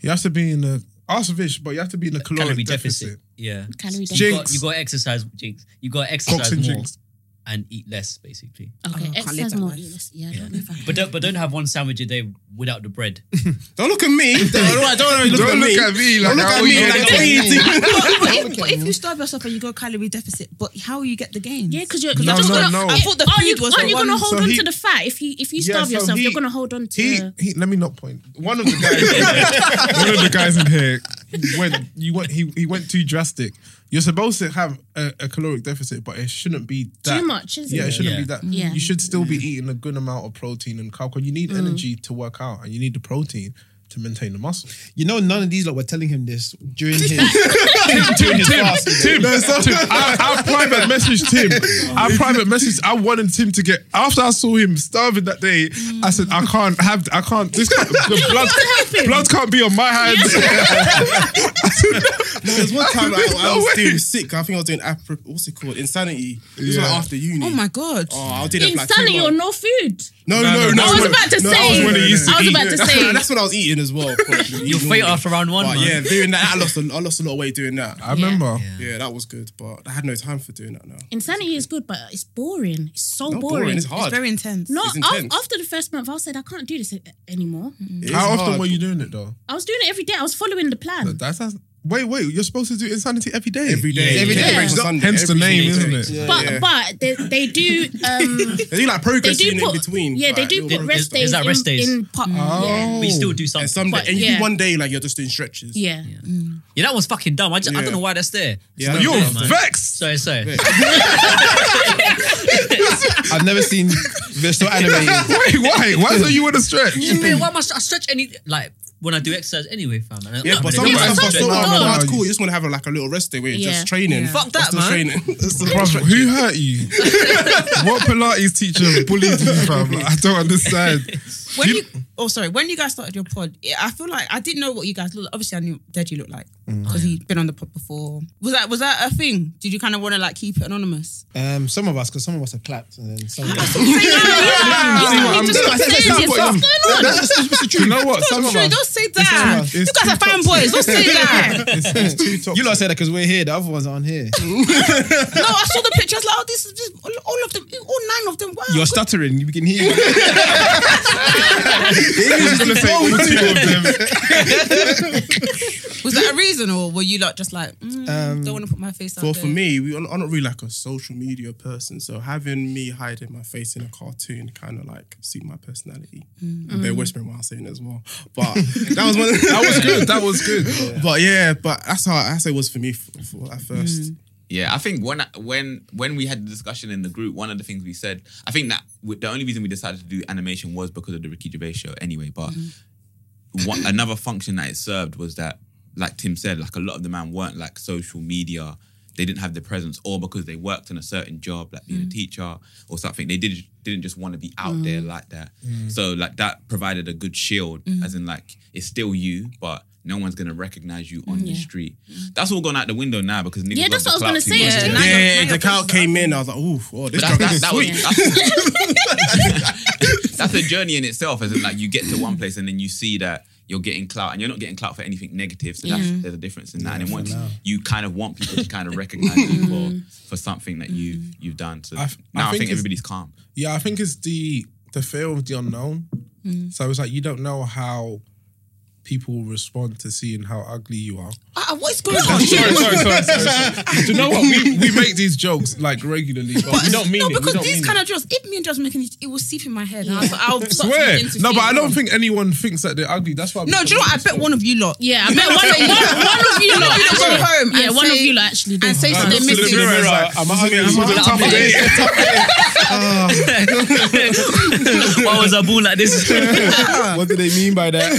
S3: You have to be in the ask fish, but you have to be in the caloric
S6: Calorie
S3: deficit.
S6: deficit. Yeah.
S1: Calorie
S6: You
S1: deficit.
S6: got- You got to exercise, jinx. You got to exercise
S3: and
S6: more
S3: jinx.
S6: and eat less, basically.
S1: Okay, exercise more. eat less. Yeah, I don't know if I can.
S6: But don't, but don't have one sandwich a day without the bread.
S8: Don't look at me. Don't,
S6: don't- don't
S8: look at me. Don't look at me like I'm eating.
S9: but, but if, but if you starve yourself and you go calorie deficit, but how will you get the gains? Yeah, because
S1: you're.
S3: No,
S9: just
S3: no,
S9: gonna,
S3: no.
S9: I thought the
S1: Aren't
S9: food
S1: you,
S9: was.
S1: aren't
S9: the
S1: you going to
S9: one-
S1: hold
S3: So
S1: on
S3: he-
S1: to the fat? If you if you
S3: Yeah,
S1: starve
S3: so
S1: yourself, you're
S3: he-
S1: going to hold on to.
S3: He, he, let me not point. One of the guys, one of the guys in here went. You went. He he went too drastic. You're supposed to have a, a caloric deficit, but it shouldn't be that
S1: Too much, is
S3: yeah,
S1: it?
S3: it shouldn't
S1: Yeah.
S3: be that.
S1: Yeah.
S3: You should still be eating a good amount of protein and carb. 'cause You need
S5: Mm.
S3: energy to work out, and you need the protein to maintain the muscle.
S5: You know, none of these lot were telling him this during his.
S3: Tim, Tim,
S5: fast, you
S3: Tim,
S5: know.
S3: no, stop. Tim. I, I private messaged Tim. I private messaged. I wanted Tim to get. After I saw him starving that day, I said, I can't have. I can't. This can't, the blood, blood can't be on my hands.
S8: No, There's one time I, I
S3: No
S8: was
S3: way.
S8: doing sick. I think I was doing aprop- what's it called? Insanity. This was
S3: Yeah.
S8: like after uni.
S1: Oh
S9: my god.
S8: Oh, I did it for like two
S1: Insanity
S8: months.
S1: or no food?
S8: No, no, no.
S1: I was about to
S8: no,
S1: say.
S8: when it used
S1: I was
S8: eat.
S1: about to
S8: That's-
S1: say.
S8: That's what I was eating as well. You'll
S6: fate after round one, man.
S8: yeah, doing that, I lost, a, I lost a lot of weight doing that.
S3: I remember.
S8: Yeah. that was good, but I had no time for doing that now.
S1: Insanity is good, but it's boring. It's so
S8: Not
S1: boring.
S8: boring, it's hard. It's very
S9: intense.
S1: No,
S8: It's
S1: af-
S8: intense.
S1: after the first month, I said I can't do this a- anymore.
S8: It is
S3: How often
S8: hard.
S3: were you doing it though?
S1: I was doing it every day. I was following the plan.
S3: That's, that's wait, wait. You're supposed to do insanity every day.
S8: Every day.
S3: every
S8: Yeah, Every
S3: day.
S8: day, yeah. breaks on Sunday.
S3: Hence the
S8: Every
S3: name,
S8: day
S3: isn't
S8: breaks.
S3: it?
S8: Yeah.
S1: but but they, they do. Um,
S8: They do like progress in in between.
S1: Yeah, they
S8: like,
S1: do
S8: little
S1: put rest
S8: progress Oh.
S1: days.
S8: stuff.
S1: in, In pop, yeah.
S6: But you still do
S8: And
S6: something.
S8: some
S1: But
S8: and you
S1: yeah.
S8: do one day like you're just doing stretches.
S1: yeah.
S6: Yeah, that was fucking dumb. I just I
S8: Yeah.
S6: don't know why that's there.
S8: Yeah,
S6: It's
S8: I
S6: not
S8: know.
S6: there, man.
S3: vexed.
S6: Sorry, sorry.
S5: I've never seen. They're so animated.
S3: Wait, why? Why do you want to stretch?
S6: Yeah, man, why must I stretch any like when I do exercise anyway, fam? And I'm
S8: Yeah,
S6: not gonna
S8: but some
S6: do
S8: guys are
S6: exercise.
S8: so
S6: Stretch.
S8: hard. That's "Oh, cool. You just want to have like a little rest day where you're
S1: Yeah.
S8: just training.
S1: Yeah.
S6: Fuck that,
S8: What's the
S6: man.
S8: Training. That's the
S3: Bruv, who hurt you? what Pilates teacher bullied you, fam? Like, I don't understand.
S9: When you, oh sorry, when you guys started your pod, yeah, I feel like I didn't know what you guys look. Like. Obviously, I knew Deji looked like
S3: Mm.
S9: because he'd been on the pod before. Was that was that a thing? Did you kind of want to like keep it anonymous?
S5: Um, some of us, because some of us have clapped, and then some. Of us.
S9: You just got saying it. What's going on?
S3: You know what? Some
S9: Don't
S3: of
S9: say-
S3: us-
S9: don't say
S3: some of
S9: that.
S3: us-
S9: You
S3: it's
S9: guys are
S3: too
S9: fanboys. Don't say that.
S3: It's, it's too toxic.
S5: You lot said that because we're here. The other ones aren't here.
S9: No, I saw the pictures. Like, oh, this is just all- all of them, all nine of them. Wow.
S5: You're stuttering. We can hear you.
S3: I'm gonna say all two of them.
S9: Was that a reason, or were you like just like mm,
S3: Um,
S9: don't want to put my face out
S8: Well,
S9: there?
S8: for me, we, I'm not really like a social media person, so having me hiding my face in a cartoon kind of like suit my personality.
S1: Mm.
S8: And they're whispering while I'm saying it as well. But that was one.
S3: That was good. That was good.
S8: But yeah, but that's how that's how it was for me for, for
S1: Mm.
S8: at first.
S7: Yeah, I think when I- when when we had the discussion in the group, one of the things we said, I think that w- the only reason we decided to do animation was because of the Ricky Gervais show, anyway. But
S1: Mm-hmm.
S7: one, another function that it served was that, like Tim said, like a lot of the man weren't like social media. They didn't have the presence, or because they worked in a certain job, like
S1: Mm.
S7: being a teacher or something. They did didn't just want to be out there like that. So like that provided a good shield,
S1: Mm.
S7: as in like it's still you, but no one's gonna recognize you on the street. That's all gone out the window now because niggas
S1: Mm. Yeah,
S7: love
S1: that's
S7: the
S1: what I was gonna
S7: clout too
S1: say.
S7: much.
S1: Yeah,
S8: Yeah,
S1: now you're- now
S8: the
S1: you're-
S8: clout came in. I was like, oof, oh, this
S7: But that,
S8: drug
S7: that,
S8: is
S7: that
S8: sweet.
S7: was, that's, that's a journey in itself, as in like you get to one place and then you see that you're getting clout and you're not getting clout for anything negative. So that's,
S1: Yeah.
S7: there's a difference in that. and then once you kind of want people to kind of recognize you for, for something that you've you've done. So
S3: I f- I
S7: now I
S3: think
S7: think,
S3: it's-
S7: everybody's calm.
S3: Yeah, I
S9: Mm.
S3: think it's the the fear of the unknown. So it's like you don't know how people respond to seeing how ugly you are.
S9: Ah, what is going
S3: sorry,
S9: on?
S3: sorry, sorry, sorry, sorry. Do you know what? We, we make these jokes like regularly, but, we don't mean
S9: no,
S3: it. We
S9: because
S3: don't
S9: these
S3: mean
S9: kind
S3: it.
S9: of jokes, if me and Josh making it, it will seep in my head. and I'll, I'll start
S3: Swear.
S9: to begin to
S3: No, but
S9: feel
S3: I
S9: wrong.
S3: don't think anyone thinks that they're ugly. That's why.
S9: No, do you know what? I bet one of you lot.
S1: Yeah, I bet one of- one- one of you lot
S9: go
S1: actually-
S9: home.
S1: yeah,
S9: and
S1: one of
S9: say-
S1: you lot actually do.
S9: And say
S1: No,
S9: something
S1: just look in
S9: missing.
S1: the mirror, it's like,
S3: I'm ugly. I'm
S1: a tough
S3: day.
S8: Uh,
S6: Why was I born like this?
S3: what do they mean by that?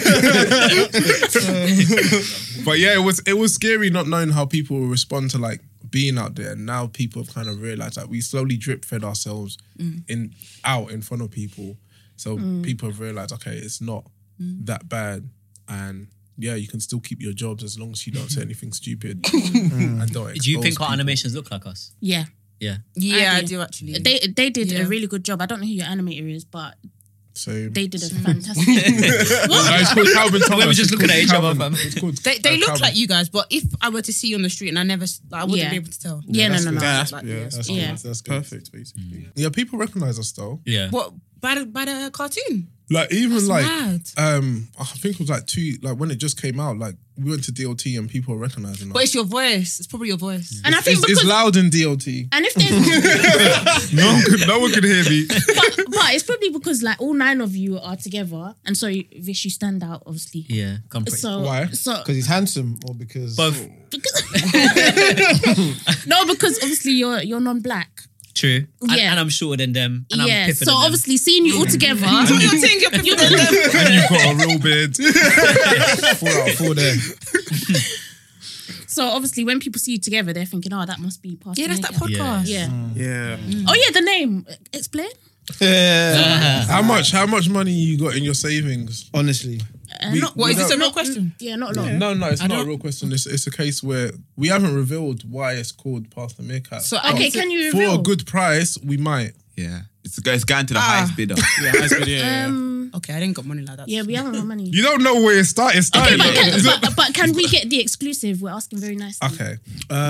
S3: but yeah, it was it was scary not knowing how people will respond to like being out there. And now people have kind of realized that we slowly drip fed ourselves
S10: Mm.
S3: in out in front of people. So
S10: Mm.
S3: people have realized, okay, it's not
S10: Mm.
S3: that bad, and yeah, you can still keep your jobs as long as you don't say anything stupid and don't.
S6: Do you
S3: expose
S6: think our
S3: people.
S6: animations look like us?
S1: Yeah.
S6: Yeah.
S9: Yeah, I do actually.
S1: They they did
S9: Yeah.
S1: a really good job. I don't know who your animator is, but
S3: Same.
S1: they did a fantastic.
S3: No, it's called Calvin
S6: We
S3: Thomas.
S6: were just
S3: It's
S6: looking at
S3: called
S6: each other,
S3: Calvin.
S6: fam.
S3: It's called
S9: They, they
S3: uh,
S9: look
S3: Calvin.
S9: like you guys, but if I were to see you on the street and I never, I wouldn't
S1: Yeah.
S9: be able to tell.
S1: Yeah,
S3: that's
S1: no, no,
S3: good.
S1: no.
S3: Yeah, that's,
S1: Like,
S3: yeah,
S1: yeah.
S3: that's,
S1: Yeah.
S3: That's, that's perfect, basically. Yeah, people recognize us though.
S6: Yeah.
S9: What by the by the uh, cartoon?
S3: Like even
S9: That's
S3: like
S9: mad.
S3: um, I think it was like two like when it just came out. Like we went to DOT and people were recognizing us.
S9: But it's your voice. It's probably your voice.
S1: And I think
S3: it's, it's
S1: because
S3: loud in DOT.
S1: and if there's
S3: no, one could, no one could hear me.
S1: but it's probably because like all nine of you are together, and so Vish you stand out obviously.
S6: Yeah,
S1: So so
S5: Because he's handsome or because.
S6: Both.
S1: no, because obviously you're you're non-black.
S6: True. And,
S1: Yeah.
S6: and I'm shorter than them. And I'm
S1: yeah.
S6: piffer
S1: So
S6: than them.
S1: obviously seeing you all together,
S6: Doing your thing,
S9: you're
S1: you're the-
S3: and you've got a real beard. four out of four there.
S1: So obviously when people see you together, they're thinking, oh, that must be part.
S9: Yeah, that's that podcast.
S1: Yeah.
S3: Yeah.
S1: Oh yeah, the name. Explain.
S3: Yeah. how much? How much money you got in your savings?
S5: Honestly,
S1: Uh,
S3: We-
S1: not,
S3: we don't-
S1: question? Mm, Yeah, not long.
S3: No, no, it's
S1: I
S3: not a
S1: don't-
S3: real question. It's, it's a case where we haven't revealed why it's called Past the Meerkat.
S1: So,
S3: But
S1: okay, can you
S3: For
S1: reveal?
S3: a good price, we might. Ah.
S7: Yeah. It's, it's going to the highest bidder.
S3: Yeah, highest bidder, yeah,
S1: Um,
S9: okay, I didn't got money like that.
S1: Yeah, we haven't got money.
S3: You don't know where it started. It
S1: Okay,
S3: started.
S1: but can,
S3: like-
S1: but, but can we get the exclusive? We're asking very nicely.
S3: okay.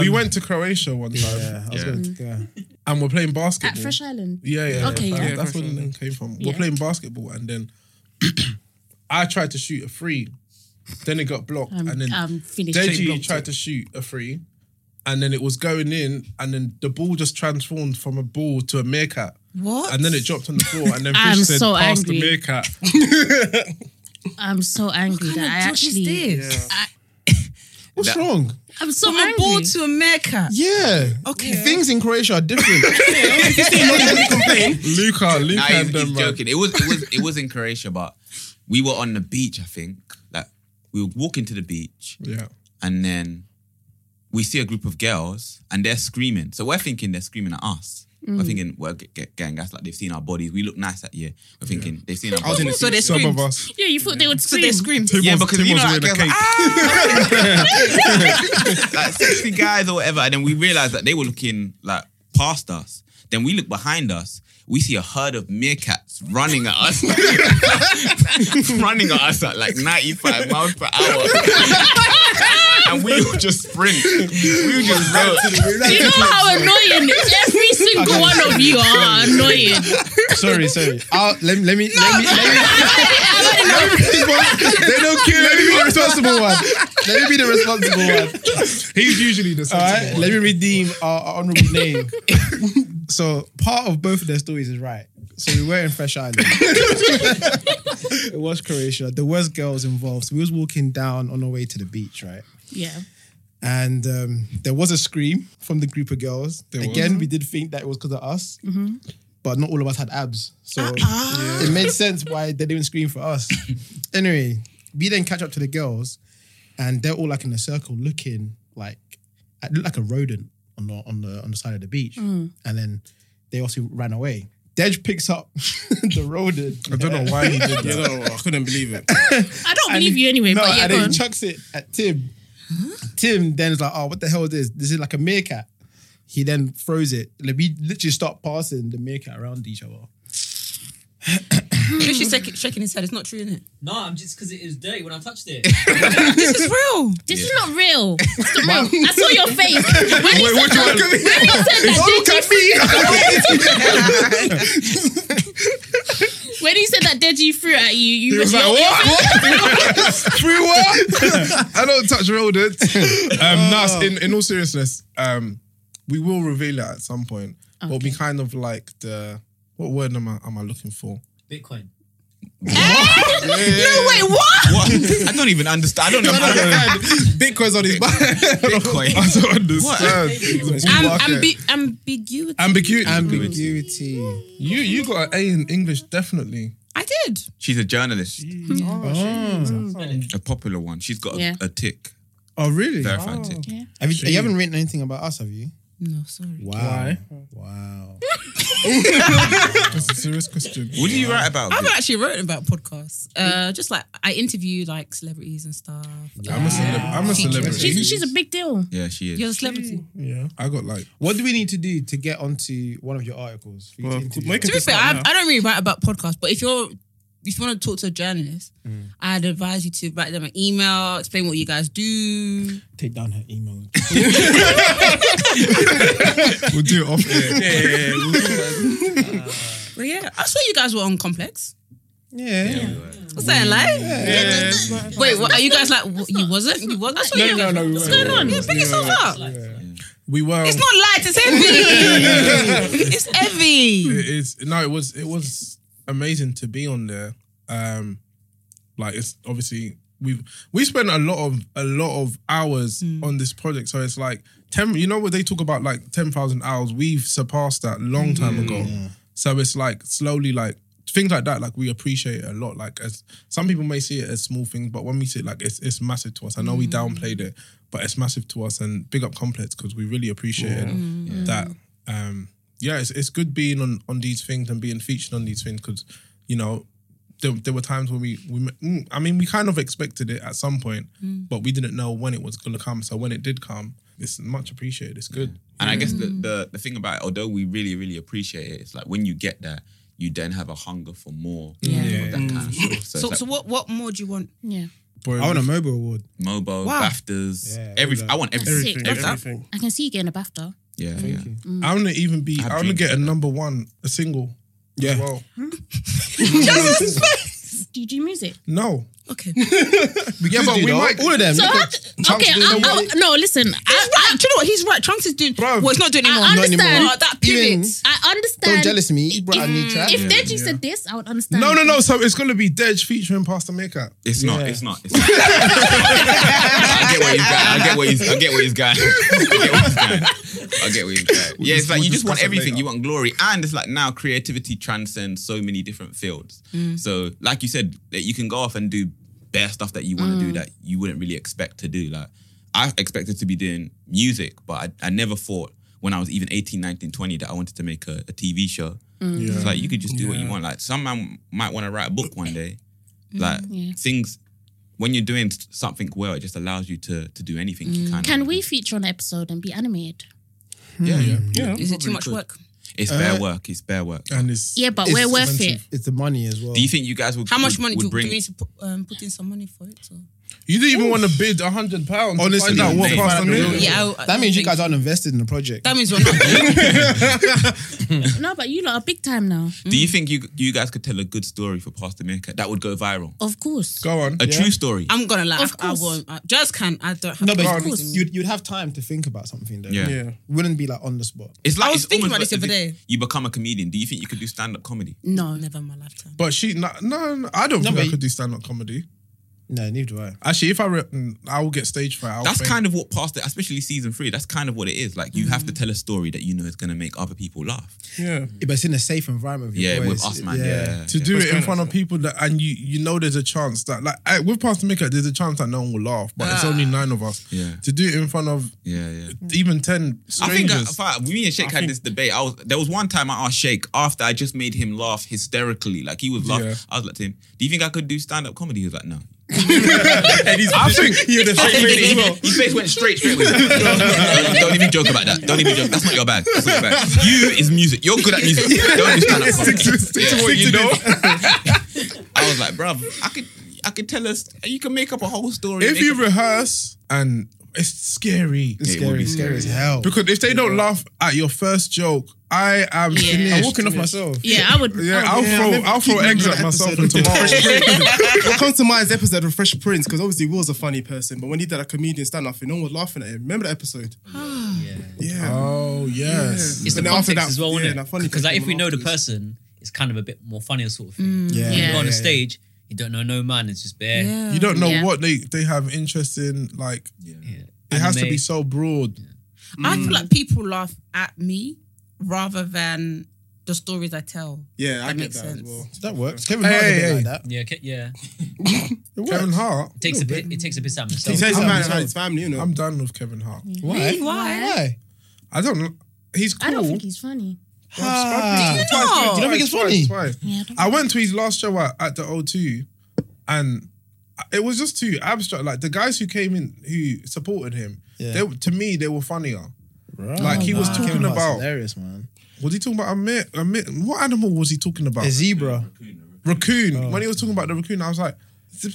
S3: we went to Croatia one time. Yeah,
S5: I was gonna- yeah.
S3: And we're playing basketball.
S1: At Fresh Island.
S3: Yeah, yeah.
S1: Okay,
S3: that-
S1: yeah.
S3: That's where the name came from.
S1: Yeah.
S3: We're playing basketball, and then I tried to shoot a free. Then it got blocked,
S1: Um,
S3: and then
S1: um, finished. They
S3: Deji
S1: blocked
S3: tried to shoot a free, and then it was going in, and then the ball just transformed from a ball to a meerkat.
S9: What?
S3: And then it dropped on the floor, and then
S1: I'm
S3: Fish said,
S1: so
S3: "Pass the
S1: angry.
S3: meerkat."
S1: I'm so angry
S9: kind
S1: that
S9: of
S1: I
S9: dog is
S1: actually.
S9: this?
S1: I,
S5: What's wrong?
S1: I'm so
S9: From
S1: angry.
S9: a ball to a meerkat.
S5: Yeah.
S9: Okay.
S5: Things in Croatia are different. If you say you're not gonna complain,
S3: Luca, Luca,
S7: Nah,
S3: and
S7: he's,
S3: them,
S7: he's
S3: man.
S7: joking. It was it was it was in Croatia, but we were on the beach. I think like we were walking to the beach,
S3: Yeah.
S7: and then we see a group of girls, and they're screaming. So we're thinking they're screaming at us. We're
S3: Mm.
S7: thinking we're g- g- gang. That's like they've seen our bodies. We look nice that year. We're thinking they've seen our
S3: I was in the
S7: bodies.
S3: So they seat, some of screamed. us.
S1: Yeah, you thought they would
S9: So
S1: scream.
S9: they screamed.
S7: yeah, because you know, like, girls like, "Ah!" like sexy guys or whatever, and then we realized that they were looking like past us. Then we look behind us. We see a herd of meerkats running at us, running at us at like 95 miles per hour. and we would just sprint. We would just run.
S1: Do you know how annoying every single
S5: Okay.
S1: one of you are annoying?
S5: sorry, sorry. I'll, let, me- let me, let me, let me. Let me be the one- they don't kill. Let me be the responsible one. Let me be the responsible one.
S3: He's usually the
S5: All
S3: sensible
S5: right.
S3: one.
S5: Let me redeem our, our honourable name. so part of both of their stories is right. So we were in Fresh Island. it was Croatia. There was girls involved. So we was walking down on our way to the beach, right?
S1: Yeah.
S5: And um, there was a scream from the group of girls.
S3: There was.
S5: Again, we did think that it was because of us
S1: Mm-hmm.
S5: but not all of us had abs. So it made sense why they didn't scream for us. anyway, we then catch up to the girls and they're all like in a circle looking like it looked like a rodent on the on the on the side of the beach.
S10: Mm.
S5: And then they also ran away. Dej picks up the rodent.
S3: I don't know why he did that.
S5: You know,
S8: I couldn't believe it.
S1: I don't
S5: and-
S1: believe you anyway,
S5: no,
S1: but yeah,
S5: and
S1: go
S5: then
S1: on.
S5: he chucks it at Tim. Tim then is like, oh, what the hell is this? This is like a meerkat. He then throws it. Like, we literally start passing the meerkat around each other.
S9: Just you shaking, shaking his head. It's not true, innit?
S6: No, I'm just because it is dirty when I touched it.
S9: This is real.
S1: This is not real. It's not real. I saw your face. When he
S6: Wait,
S1: said
S6: what you
S1: that,
S6: want?
S1: when he said that
S6: Don't
S1: Deji
S6: look at me.
S1: threw- when he said that Deji threw at you, you
S6: He was
S1: your-
S6: like,
S1: your
S6: "What?
S1: face-
S3: Free what? I don't touch rodents. Um, no, it's- in, in all seriousness, um, we will reveal it at some point. But we kind of like the what word am I am I looking for?
S6: Bitcoin.
S3: No, wait, what?
S7: I don't even understand. I don't understand.
S3: Bitcoin's on his Bitcoin. I don't understand.
S9: Am-
S3: Market.
S9: ambi- ambiguity.
S3: ambiguity. Ambiguity. You you got an A in English definitely. Oh.
S9: I did.
S7: She's a journalist. Oh, A popular one. She's got a,
S9: Yeah.
S7: a tick.
S5: Oh, really?
S7: Verified tick.
S5: Have you,
S7: Shit.
S5: you haven't written anything about us, have you?
S9: No, sorry.
S5: Wow.
S3: Why?
S5: Wow.
S3: That's a serious question.
S7: What do you write about?
S9: I haven't actually written about podcasts. Uh, just like I interview like celebrities and stuff.
S3: I'm a celeb- I'm a
S9: Features.
S3: celebrity.
S9: She's,
S1: she's a big deal.
S7: Yeah, she
S9: You're a celebrity.
S3: Yeah. I got like
S5: What do we need to do to get onto one of your articles? For you to interview
S9: To be
S5: us?
S9: fair, I, I don't really write about podcasts, but if you're if you want to talk to a journalist, I'd advise you to write them an email, explain what you guys do.
S5: Take down her email.
S3: We'll do it off air.
S9: But yeah, I saw you guys were on Complex.
S5: Yeah.
S9: What's that like? Wait, what, are you guys like? what, you wasn't? You was? I saw
S3: No,
S9: you
S3: no,
S9: guys-
S3: no, we
S9: What's
S3: weren't,
S9: going
S3: we
S9: on?
S3: weren't.
S9: Yeah, pick
S3: We
S9: yourself
S3: weren't.
S9: up.
S3: We were
S9: It's not light. It's heavy. it's heavy.
S3: It is. No, it was. It was amazing to be on there. Um, like it's obviously we've we spent a lot of a lot of hours on this project. So it's like ten. You know what they talk about like ten thousand hours. We've surpassed that long time ago. So it's like slowly like. Things like that, like we appreciate it a lot. Like as some people may see it as small things, but when we see it, like it's it's massive to us. I know we downplayed it, but it's massive to us. And big up complex because we really appreciated that um, yeah, it's, it's good being on, on these things and being featured on these things because, you know, there, there were times when we, we, mm, I mean, we kind of expected it at some point, but we didn't know when it was going to come. So when it did come, it's much appreciated. It's good.
S7: And I guess the, the the thing about it, although we really really appreciate it, it's like when you get that, you then have a hunger for more. Yeah. Of that kind of stuff. So,
S9: So,
S7: it's
S9: so
S7: like
S9: what? What more do you want?
S1: Yeah.
S5: I want a mobile award.
S7: Mobo,
S9: Wow.
S7: BAFTAs,
S5: Yeah,
S7: everything. I want
S1: That's
S7: everything.
S1: sick.
S7: everything.
S1: I can see you getting a BAFTA.
S7: Yeah, yeah.
S3: I want to even be,
S7: I
S3: I want to
S7: dreamed
S3: get a number one, a single. Yeah. Well,
S9: Hmm?
S1: Do you do music?
S3: no.
S9: Okay.
S3: yeah, but
S5: do,
S3: we
S5: though.
S3: might.
S5: All of them.
S1: So
S5: Look
S1: I,
S5: at
S1: okay,
S5: doing
S1: I,
S5: the
S1: I, no, listen. I,
S9: He's right. Do you know what? He's right. Trunks is doing.
S3: Bruv.
S9: well, it's not doing
S1: I
S9: anymore.
S1: understand.
S9: Oh, that pivot.
S5: Even-
S1: I understand.
S5: Don't jealous me. He brought out a new track.
S1: If Deji said this, I would understand.
S3: No, no, no. So it's going to be Dej featuring Pastor Makeup.
S7: It's not. It's not. It's not. I get where he's going. I get where he's. I get where he's going. I get where he's going. I get where he's going. Yeah, it's like you just want
S3: discuss it
S7: everything.
S3: later.
S7: You want glory, and it's like now creativity transcends so many different fields. So, like you said, that you can go off and do bare stuff that you want to do that you wouldn't really expect to do. Like I expected to be doing music, but I, I never thought when I was even 18, 19, 20 that I wanted to make a, a TV show. It's like you could just do what you want. Like some man might want to write a book one day.
S9: Mm,
S7: Like things when you're doing something well, it just allows you to to do anything
S9: Mm.
S7: you kind of
S1: Can
S7: wanna
S1: we
S7: do.
S1: feature on an episode and be animated?
S7: Yeah, yeah.
S9: Is it too much work?
S7: It's bare work. It's bare work.
S3: And it's.
S1: Yeah, but we're worth it.
S5: It's the money as well.
S7: Do you think you guys would?
S9: How much
S7: would-
S9: money
S7: would
S9: do, do
S7: bring?
S9: we need to put, um, put in some money for it? Or?
S3: You didn't even want to bid a hundred pounds. Honestly,
S5: Honestly,
S3: find out what
S5: they-
S3: Pastor Makeup.
S9: Yeah, I- I
S5: that means you
S9: think-
S5: guys aren't invested in the project.
S9: That means we're not.
S1: No, but you lot are big time now.
S7: Do
S9: mm.
S7: you think you you guys could tell a good story for Pastor Maker that would go viral?
S1: Of course.
S3: Go on.
S7: A true story.
S9: I'm gonna lie.
S1: Of
S9: I, I
S1: course.
S9: won't. I just can't. I don't have.
S5: no, but
S9: time.
S5: you'd- you'd, you'd have time to think about something though.
S7: Yeah.
S3: Yeah.
S5: Wouldn't be like on the spot.
S7: It's like
S9: I was
S7: it's
S9: thinking
S7: almost
S9: about this
S7: like
S9: the other
S7: if
S9: day.
S7: You become a comedian. Do you think you could do stand up comedy?
S1: No.
S9: never in my lifetime.
S3: But she, no, no, no, I don't think
S5: but
S3: I
S5: you-
S3: could do stand up comedy.
S5: No, neither do I.
S3: Actually, if I re- mm, I will get stage fright. I'll
S7: That's
S3: faint.
S7: kind of what Pastor, especially season three. That's kind of what it is. Like you have to
S9: Mm.
S7: tell a story that you know is going to make other people laugh.
S3: yeah.
S5: But it's in a safe environment. With your
S7: Yeah, with
S5: boys.
S7: us, man. Yeah. yeah.
S3: To do it in front of people that, and you you know there's a chance that like I, with Pastor Mika, there's a chance that no one will laugh, but it's only nine of us.
S7: Yeah.
S3: To do it in front of
S7: Yeah, yeah.
S3: even ten
S7: I think uh,
S3: strangers.
S7: I, if I- me and Sheikh had this debate. I was there was one time I asked Sheikh after I just made him laugh hysterically, like he was laughing.
S3: Yeah.
S7: I was like to him, "Do you think I could do stand up comedy?" He was like, "No."
S3: and he's, I think he had a
S7: His face- His face went straight, straight. With it. Don't even joke about that. Don't even joke. That's not your bag. That's not your bag. You is music. You're good at music. Don't do stand up comedy.
S3: to
S7: Yeah.
S3: what you know.
S7: I was like, bruv, I could, I could tell us. You can make up a whole story.
S3: If
S7: make
S3: you
S7: up-
S3: rehearse and It's scary.
S5: It's It would scary, be scary as scary. hell.
S3: Because if they don't laugh at your first joke, I am
S5: Yeah.
S3: finished.
S5: I'm walking off myself.
S1: Yeah, I would- I
S3: Yeah, I'll
S1: would- Yeah,
S3: throw.
S1: maybe
S3: I'll throw
S1: keep
S3: eggs
S1: making
S3: at
S1: that
S3: myself
S1: episode
S3: and tomorrow.
S8: Welcome to my episode of Fresh Prince because obviously Will's a funny person, but when he did a comedian stand up, no one was laughing at him. Remember that episode? Yeah.
S3: Oh yes.
S6: It's the
S8: And then after
S6: context
S8: that-
S6: as well,
S8: yeah,
S6: isn't
S8: that
S6: it?
S8: funny
S6: Because like,
S8: people
S6: if we know the person, it's kind of a bit more funnier sort of thing.
S3: Mm. Yeah.
S6: When you
S3: Yeah.
S6: go on
S3: Yeah,
S6: a
S3: yeah.
S6: stage, you don't know no man. It's just bare.
S3: You don't know what they they have interest in. Like, it has to
S6: Anime.
S3: be so broad.
S9: I
S1: Mm.
S9: feel like people laugh at me rather than the stories I tell.
S8: Yeah,
S9: that
S8: I get
S9: makes
S8: that
S9: sense.
S8: as well.
S5: That works. Kevin
S6: Hey,
S5: Hart
S6: hey,
S5: did it
S6: hey.
S5: like that.
S6: Yeah, Ke- yeah.
S3: Kevin Hart.
S6: It takes a bit. It takes a piss out of
S3: He
S6: himself.
S3: takes
S6: I'm
S3: a man
S6: myself.
S3: about his family, you know. I'm done with Kevin Hart.
S5: Why?
S1: Really? Why? Why?
S3: I don't know. He's cool. Ah.
S1: I don't think he's funny.
S3: Well, I've spoken to him twice,
S5: Do you not think it's
S3: twice,
S5: funny?
S3: twice, twice. I went to his last show at, at the O2 and it was just too abstract. Like the guys who came in who supported him,
S5: Yeah.
S3: they, to me, they were funnier. Like he was
S5: Nah,
S3: talking
S5: Kevin Hart's
S3: about,
S5: hilarious, man.
S3: was he talking about a mit, a mit, what animal was he talking about?
S5: A zebra. Oh.
S3: Raccoon. When he was talking about the raccoon, I was like,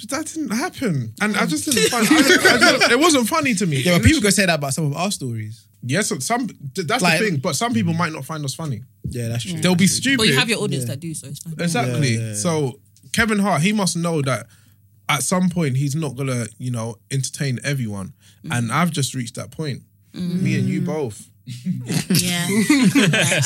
S3: that didn't happen. And I just didn't find I didn't- I didn't- it wasn't funny to me.
S5: Yeah, but people could say that about some of our stories.
S3: Yes, some th- that's
S5: Like-
S3: the thing. But some people might not find us funny.
S5: Yeah, that's true.
S3: They'll be stupid.
S9: But you have your audience that do so. It's fine.
S3: Exactly.
S5: Yeah, yeah, yeah.
S3: So Kevin Hart, he must know that at some point he's not gonna, you know, entertain everyone. And I've just reached that point. Me and you both.
S1: Yeah.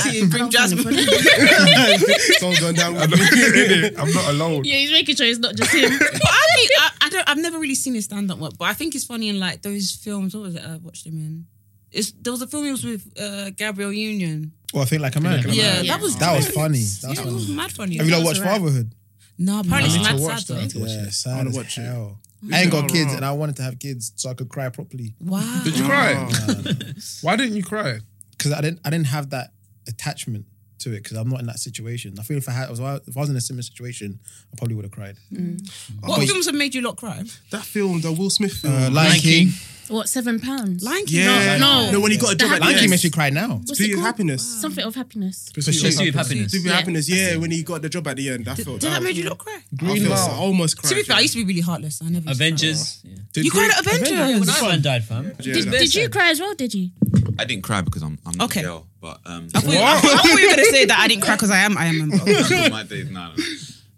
S9: See, bring Jasmine.
S3: Someone's gone down with me. I'm not alone.
S1: Yeah, he's making sure it's not just him.
S9: but I think I, I don't. I've never really seen his stand up work, but I think it's funny in like those films. What was it? I watched him in. It's, there was a film he was with uh, Gabriel Union.
S5: Well, I think like American.
S9: Yeah,
S5: American.
S9: that was
S5: that was
S9: great.
S5: funny. That was
S9: yeah, it was
S5: funny.
S9: mad funny.
S5: Have you
S9: That
S5: not
S9: was
S5: watched
S9: alright.
S5: Fatherhood?
S9: No, apparently it's
S5: I need
S9: mad
S5: to watch
S9: sad. though.
S5: that. Yeah,
S3: I
S5: sad
S3: wanna
S5: as
S3: watch it.
S5: hell.
S3: It's
S5: I ain't
S3: not
S5: got kids,
S3: wrong.
S5: and I wanted to have kids so I could cry properly.
S9: Wow.
S3: Did you cry? Why didn't you cry?
S5: Because I didn't, I didn't have that attachment to it. Because I'm not in that situation. I feel if I had, if I was in a similar situation, I probably would have cried.
S9: Mm. What
S5: But-
S9: films have made you lot cry?
S8: That film, the Will Smith film.
S5: Uh, Lion King.
S1: What, seven pounds?
S9: Lion
S1: King? No, no.
S8: No, when he got a
S1: The
S8: job at
S5: Lion
S8: Yes.
S5: King makes me cry now.
S1: What's
S8: Pursuit
S1: it
S8: of
S1: called?
S8: happiness.
S1: Something of happiness.
S6: Pursuit of happiness.
S8: Pursuit of
S1: Yeah.
S8: happiness. Yeah, when he got the job at the end, I felt.
S9: Did that make you lot cry?
S8: I
S3: Green
S8: felt
S3: Mile.
S8: almost
S9: To be
S8: crying.
S9: fair, I used to be really heartless. I never. used to cry.
S6: Avengers. Yeah.
S9: You cried at
S6: When
S9: Avengers.
S6: Iron Man died, fam.
S1: Did, did you cry as well? Did you?
S7: I didn't cry because I'm I'm not
S9: Okay.
S7: a girl, but um,
S9: I thought, you, I thought you were gonna say that I didn't cry because I am. I am. a-
S7: my days, nah, nah.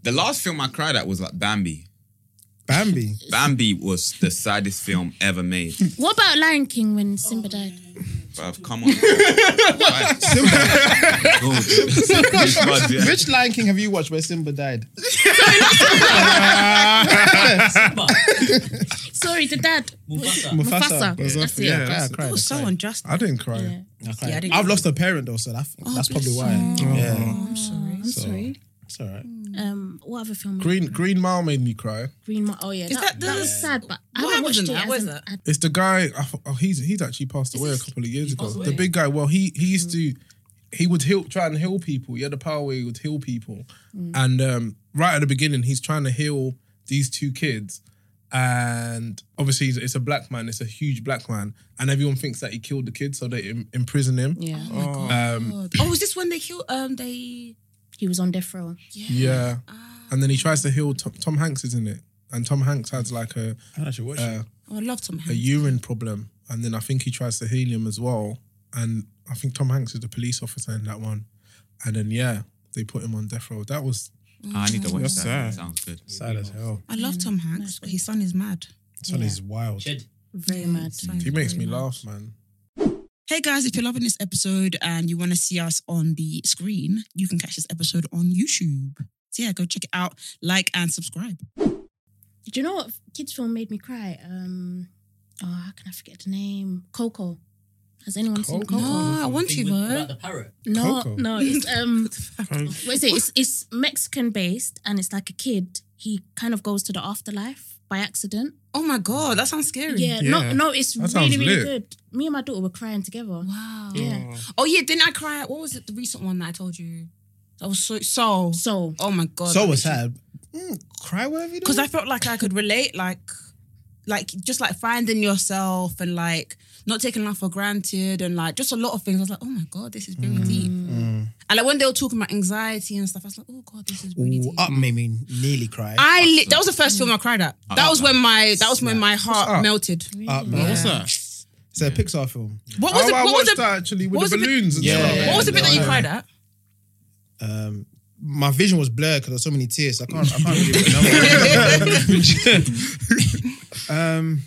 S7: The last film I cried at was like Bambi.
S5: Bambi.
S7: Bambi was the saddest film ever made.
S1: What about Lion King when Simba died?
S7: Bruv, come on. Right. Good. This was, yeah.
S5: Which Lion King have you watched where Simba died?
S1: Sorry, the dad.
S6: Mufasa.
S1: Mufasa.
S5: Mufasa.
S1: That's it.
S5: Yeah,
S1: That's-
S5: I cried.
S9: It was so unjust.
S3: I didn't cry.
S5: I cried.
S9: Yeah, I didn't-
S5: I've lost a parent though, so that, that's probably why. Yeah,
S1: I'm sorry. I'm
S5: So-
S1: sorry.
S5: it's all right.
S1: Um, what other film?
S3: Green Green Mile made me cry.
S1: Green Mile. Oh yeah,
S9: Is
S1: that,
S9: that the-
S1: that was sad, but I
S9: What
S1: haven't watched
S9: happened
S1: it.
S9: in that?
S1: as
S9: What is
S1: an
S9: that?
S1: ad-
S3: It's the guy. I f- Oh, he's he's actually passed away a couple of years ago. The big guy. Well, he he used to he would heal, try and heal people. He had the power where he would heal people. And um, right at the beginning, he's trying to heal these two kids. And obviously, he's, it's a black man. It's a huge black man, and everyone thinks that he killed the kid, so they Im- imprison him.
S1: Yeah,
S3: Um,
S9: Oh, is this when they killed? Um, they.
S1: he was on death row.
S3: yeah. And then he tries to heal Tom, Tom Hanks, isn't it? And Tom Hanks has like a
S5: I should watch
S3: uh,
S9: Oh, I love Tom
S3: a
S9: Hanks.
S3: urine problem, and then I think he tries to heal him as well. And I think Tom Hanks is the police officer in that one. And then yeah, they put him on death row. That was
S7: Ah, I need to watch
S5: That's
S7: that.
S5: sad.
S7: Sounds good.
S5: Sad as hell.
S9: I love Tom Hanks, but his son is mad.
S5: This one is wild.
S6: Shed.
S1: Very mad.
S3: he makes me laugh, man.
S9: Hey guys, if you're loving this episode and you want to see us on the screen, you can catch this episode on YouTube. So yeah, go check it out, like and subscribe.
S1: Do you know what kids film made me cry? Um, oh, how can I forget the name? Coco. Has anyone seen
S3: Coco?
S1: Coco?
S9: Oh, I want
S6: Thing
S9: you,
S6: with-
S9: bro.
S6: about the parrot.
S1: No,
S3: Coco?
S1: no, it's um, what is it? It's, it's Mexican based, and it's like a kid. He kind of goes to the afterlife by accident.
S9: Oh my god, that sounds scary.
S1: Yeah, no,
S3: Yeah.
S1: no, it's
S3: That
S1: really,
S3: sounds
S1: really
S3: lit.
S1: good. Me and my daughter were crying together.
S9: Wow.
S1: Yeah.
S9: Oh yeah, didn't I cry? at- What was it? The recent one that I told you. That was so so.
S1: So
S9: Oh my god.
S5: So was sad. Mm, cry whatever you do.
S9: Because I felt like I could relate, like, like just like finding yourself and
S5: Mm.
S9: like not taking life for granted and like just a lot of things. I was like, oh my god, this is very deep. And like when they were talking about anxiety and stuff, I was like, oh god, this is.
S5: Ooh, up made me nearly cry.
S9: I li- that was the first film I cried at.
S5: Up,
S9: That was
S5: Up.
S9: when my that was when my
S5: What's
S9: heart
S5: Up?
S9: melted.
S5: Up, man.
S9: Yeah.
S5: It's a Pixar film.
S9: What was
S3: Oh,
S9: it? What
S3: I
S9: was
S3: watched
S9: the
S3: that actually
S9: what
S3: with
S9: was
S3: the
S9: the bit-
S3: balloons and
S5: Yeah,
S3: stuff.
S5: yeah,
S9: What was the bit that you cried at?
S5: Um, my vision was blurred because there's so many tears. I can't. I can't really remember. um,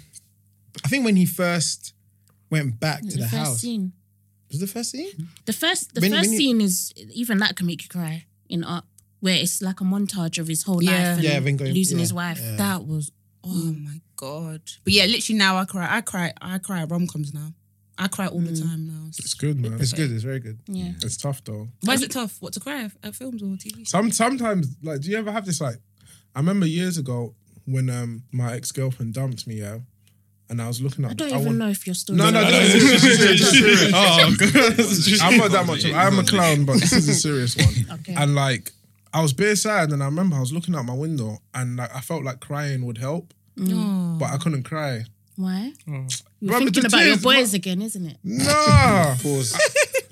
S5: I think when he first went back to the,
S1: the first
S5: house.
S1: scene.
S5: Was it the first scene?
S1: The first, the
S5: When-
S1: first
S5: when you-
S1: scene is even that can make you cry in Up, where it's like a montage of his whole
S9: Yeah.
S1: life and
S9: Yeah, then going-
S1: losing his
S9: yeah,
S1: wife.
S9: yeah.
S1: That was
S9: Oh my god! But yeah, literally now I cry. I cry. I cry at rom coms now. I cry all
S5: Mm.
S9: the time now.
S3: It's good, man.
S5: It's good. It's very good.
S1: Yeah.
S3: It's tough though.
S9: Why is it tough? What to cry at, at films or TV? shows?
S3: Some sometimes like do you ever have this like I remember years ago when um my ex girlfriend dumped me, yeah. And I was looking up.
S1: I don't
S3: I
S1: even
S3: want-
S1: know if your story.
S3: No, no, this is serious. This is serious.
S1: Oh,
S3: I'm not that much. of- I'm a clown, but this is a serious one.
S1: Okay.
S3: And like, I was bare sad, and I remember I was looking out my window, and like, I felt like crying would help,
S1: No.
S3: but I couldn't cry.
S1: Why?
S7: Oh.
S1: You're
S3: Bruh,
S1: thinking
S3: the
S1: about your
S3: tears,
S1: boys again, isn't it?
S3: Nah.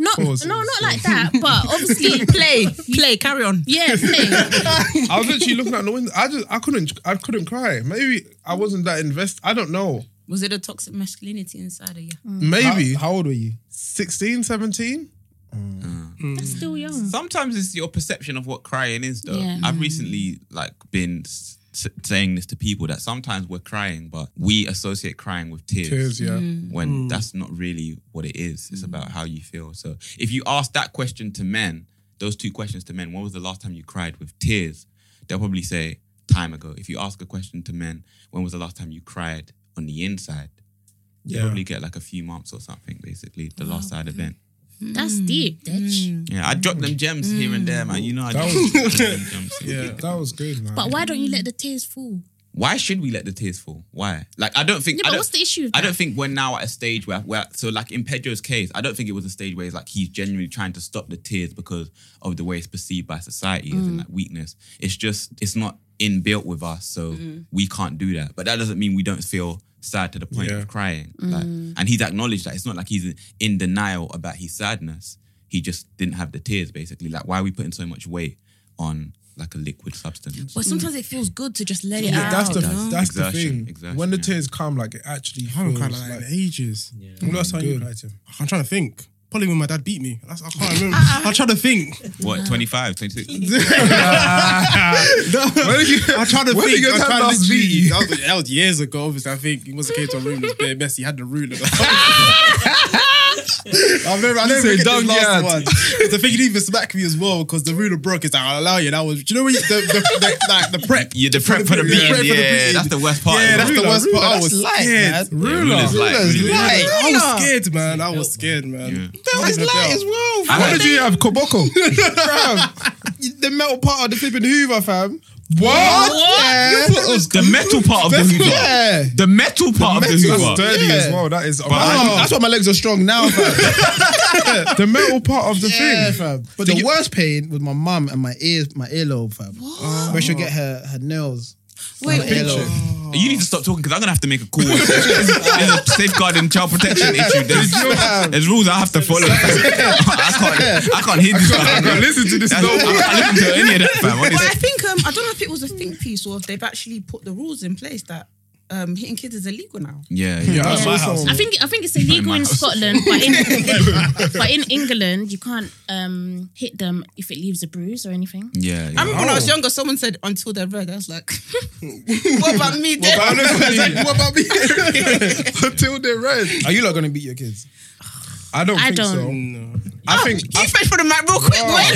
S1: Not,
S3: Pause.
S1: no, not like that. But obviously,
S9: play, play, carry on.
S1: Yeah, play.
S3: I was literally looking out the window. I just, I couldn't, I couldn't cry. Maybe I wasn't that invested. I don't know.
S9: Was it a toxic masculinity inside of you?
S3: Maybe.
S5: How, old were you?
S3: 16, 17? Mm.
S1: That's still young.
S7: Sometimes it's your perception of what crying is, though.
S1: Yeah.
S3: Mm.
S7: I've recently like been s- s- saying this to people that sometimes we're crying, but we associate crying with tears.
S3: Tears, yeah. Mm.
S7: When
S3: Mm.
S7: that's not really what it is. It's
S1: Mm.
S7: about how you feel. So if you ask that question to men, those two questions to men, when was the last time you cried with tears? They'll probably say time ago. If you ask a question to men, when was the last time you cried on the inside? You
S3: Yeah.
S7: probably get like a few months or something, basically, the last side event. Mm.
S1: That's deep, bitch.
S7: Yeah, I dropped them gems here and there, man. You know, I
S3: That
S7: just-
S3: was-
S7: them gems here.
S3: Yeah, that was good, man.
S1: But why don't you let the tears fall?
S7: Why should we let the tears fall? Why? Like, I don't think.
S1: Yeah,
S7: I
S1: but
S7: don't,
S1: what's the issue with
S7: I
S1: that?
S7: don't think we're now at a stage where, where, so like in Pedro's case, I don't think it was a stage where it's like he's genuinely trying to stop the tears because of the way it's perceived by society as in
S10: Mm.
S7: like weakness. It's just it's not inbuilt with us, so
S1: Mm.
S7: we can't do that. But that doesn't mean we don't feel sad to the point
S3: Yeah.
S7: of crying. Like,
S3: Mm.
S7: and he's acknowledged that it's not like he's in denial about his sadness. He just didn't have the tears, basically. Like, why are we putting so much weight on like a liquid substance?
S9: But sometimes it feels good to just let it
S3: Yeah,
S9: out.
S3: that's the
S9: you know?
S3: that's
S7: Exertion,
S3: the thing. when the tears come, like it actually.
S8: I haven't
S3: feels
S8: cried like that in ages. When was the last time you
S3: Good.
S8: cried to? I'm trying to think. Probably when my dad beat me. That's, I can't remember. I'm trying to think.
S7: What, 25, 26?
S8: I tried to
S7: when did
S8: think.
S7: your
S8: I
S7: dad
S8: tried
S7: last
S8: literally-
S7: beat you?
S8: That was, that was years ago, obviously. I think he was a kid to a room that was bare messy. He had the ruler. I remember, I
S3: You
S8: never
S3: say
S8: forget this
S3: dunk
S8: last
S3: yard.
S8: one. The thing he even smacked me as well because the ruler broke. It's like, I'll allow you. That was, do you know when you, the, the, the, like, the prep?
S7: Yeah, the prep for the
S8: beating,
S7: beating. Yeah,
S8: beating.
S7: that's the worst part.
S8: Yeah, that's the
S7: Ruler,
S8: worst
S7: ruler,
S8: part. I
S7: that's
S8: was
S7: light,
S8: scared.
S7: man. Yeah, ruler's light,
S8: Ruler's
S7: really.
S8: light. I
S7: Ruler.
S8: was scared, man. I was scared, man. That was light as well.
S3: What did you have, Koboko?
S5: Fam, the metal part of the flipping Hoover, fam.
S3: What?
S5: Yeah.
S7: You thought it was the metal part of the
S5: That's-
S7: Hoover.
S5: yeah.
S7: The metal part of the
S3: metal-
S7: Hoover.
S3: That's dirty as well. That is.
S7: But
S5: Oh,
S7: I-
S5: that's why my legs are strong now, fam.
S3: the metal part of the
S5: Yeah,
S3: thing.
S5: fam. But the worst pain was my mum and my ears, my earlobe, fam. Where she'll get her her nails.
S9: Wait,
S5: my earlobe.
S7: You need to stop talking because I'm gonna have to make a call. There's a safeguarding child protection issue. There's, there's rules I have to follow. I can't. I can't hear this.
S3: I can't- I can't listen to this
S7: I
S3: no more.
S7: can't listen to any of that, fam.
S9: But
S7: What is
S9: I
S7: it?
S9: think um, I don't know if it was a think piece or if they've actually put the rules in place that um, hitting kids is illegal now.
S7: Yeah,
S3: Yeah, that's my house.
S1: I think I think it's illegal in Scotland, but in, but in England you can't um, hit them if it leaves a bruise or anything.
S7: Yeah.
S9: I remember when I was
S3: Oh.
S9: younger, someone said until they're red. I was like, what about me?
S3: What about
S9: then?
S3: this?
S5: what about me?
S3: Until they're red.
S5: Are you not gonna beat your kids?
S3: I don't
S1: I
S3: think
S1: don't.
S3: so. I think
S9: Keep fresh for the mic real quick,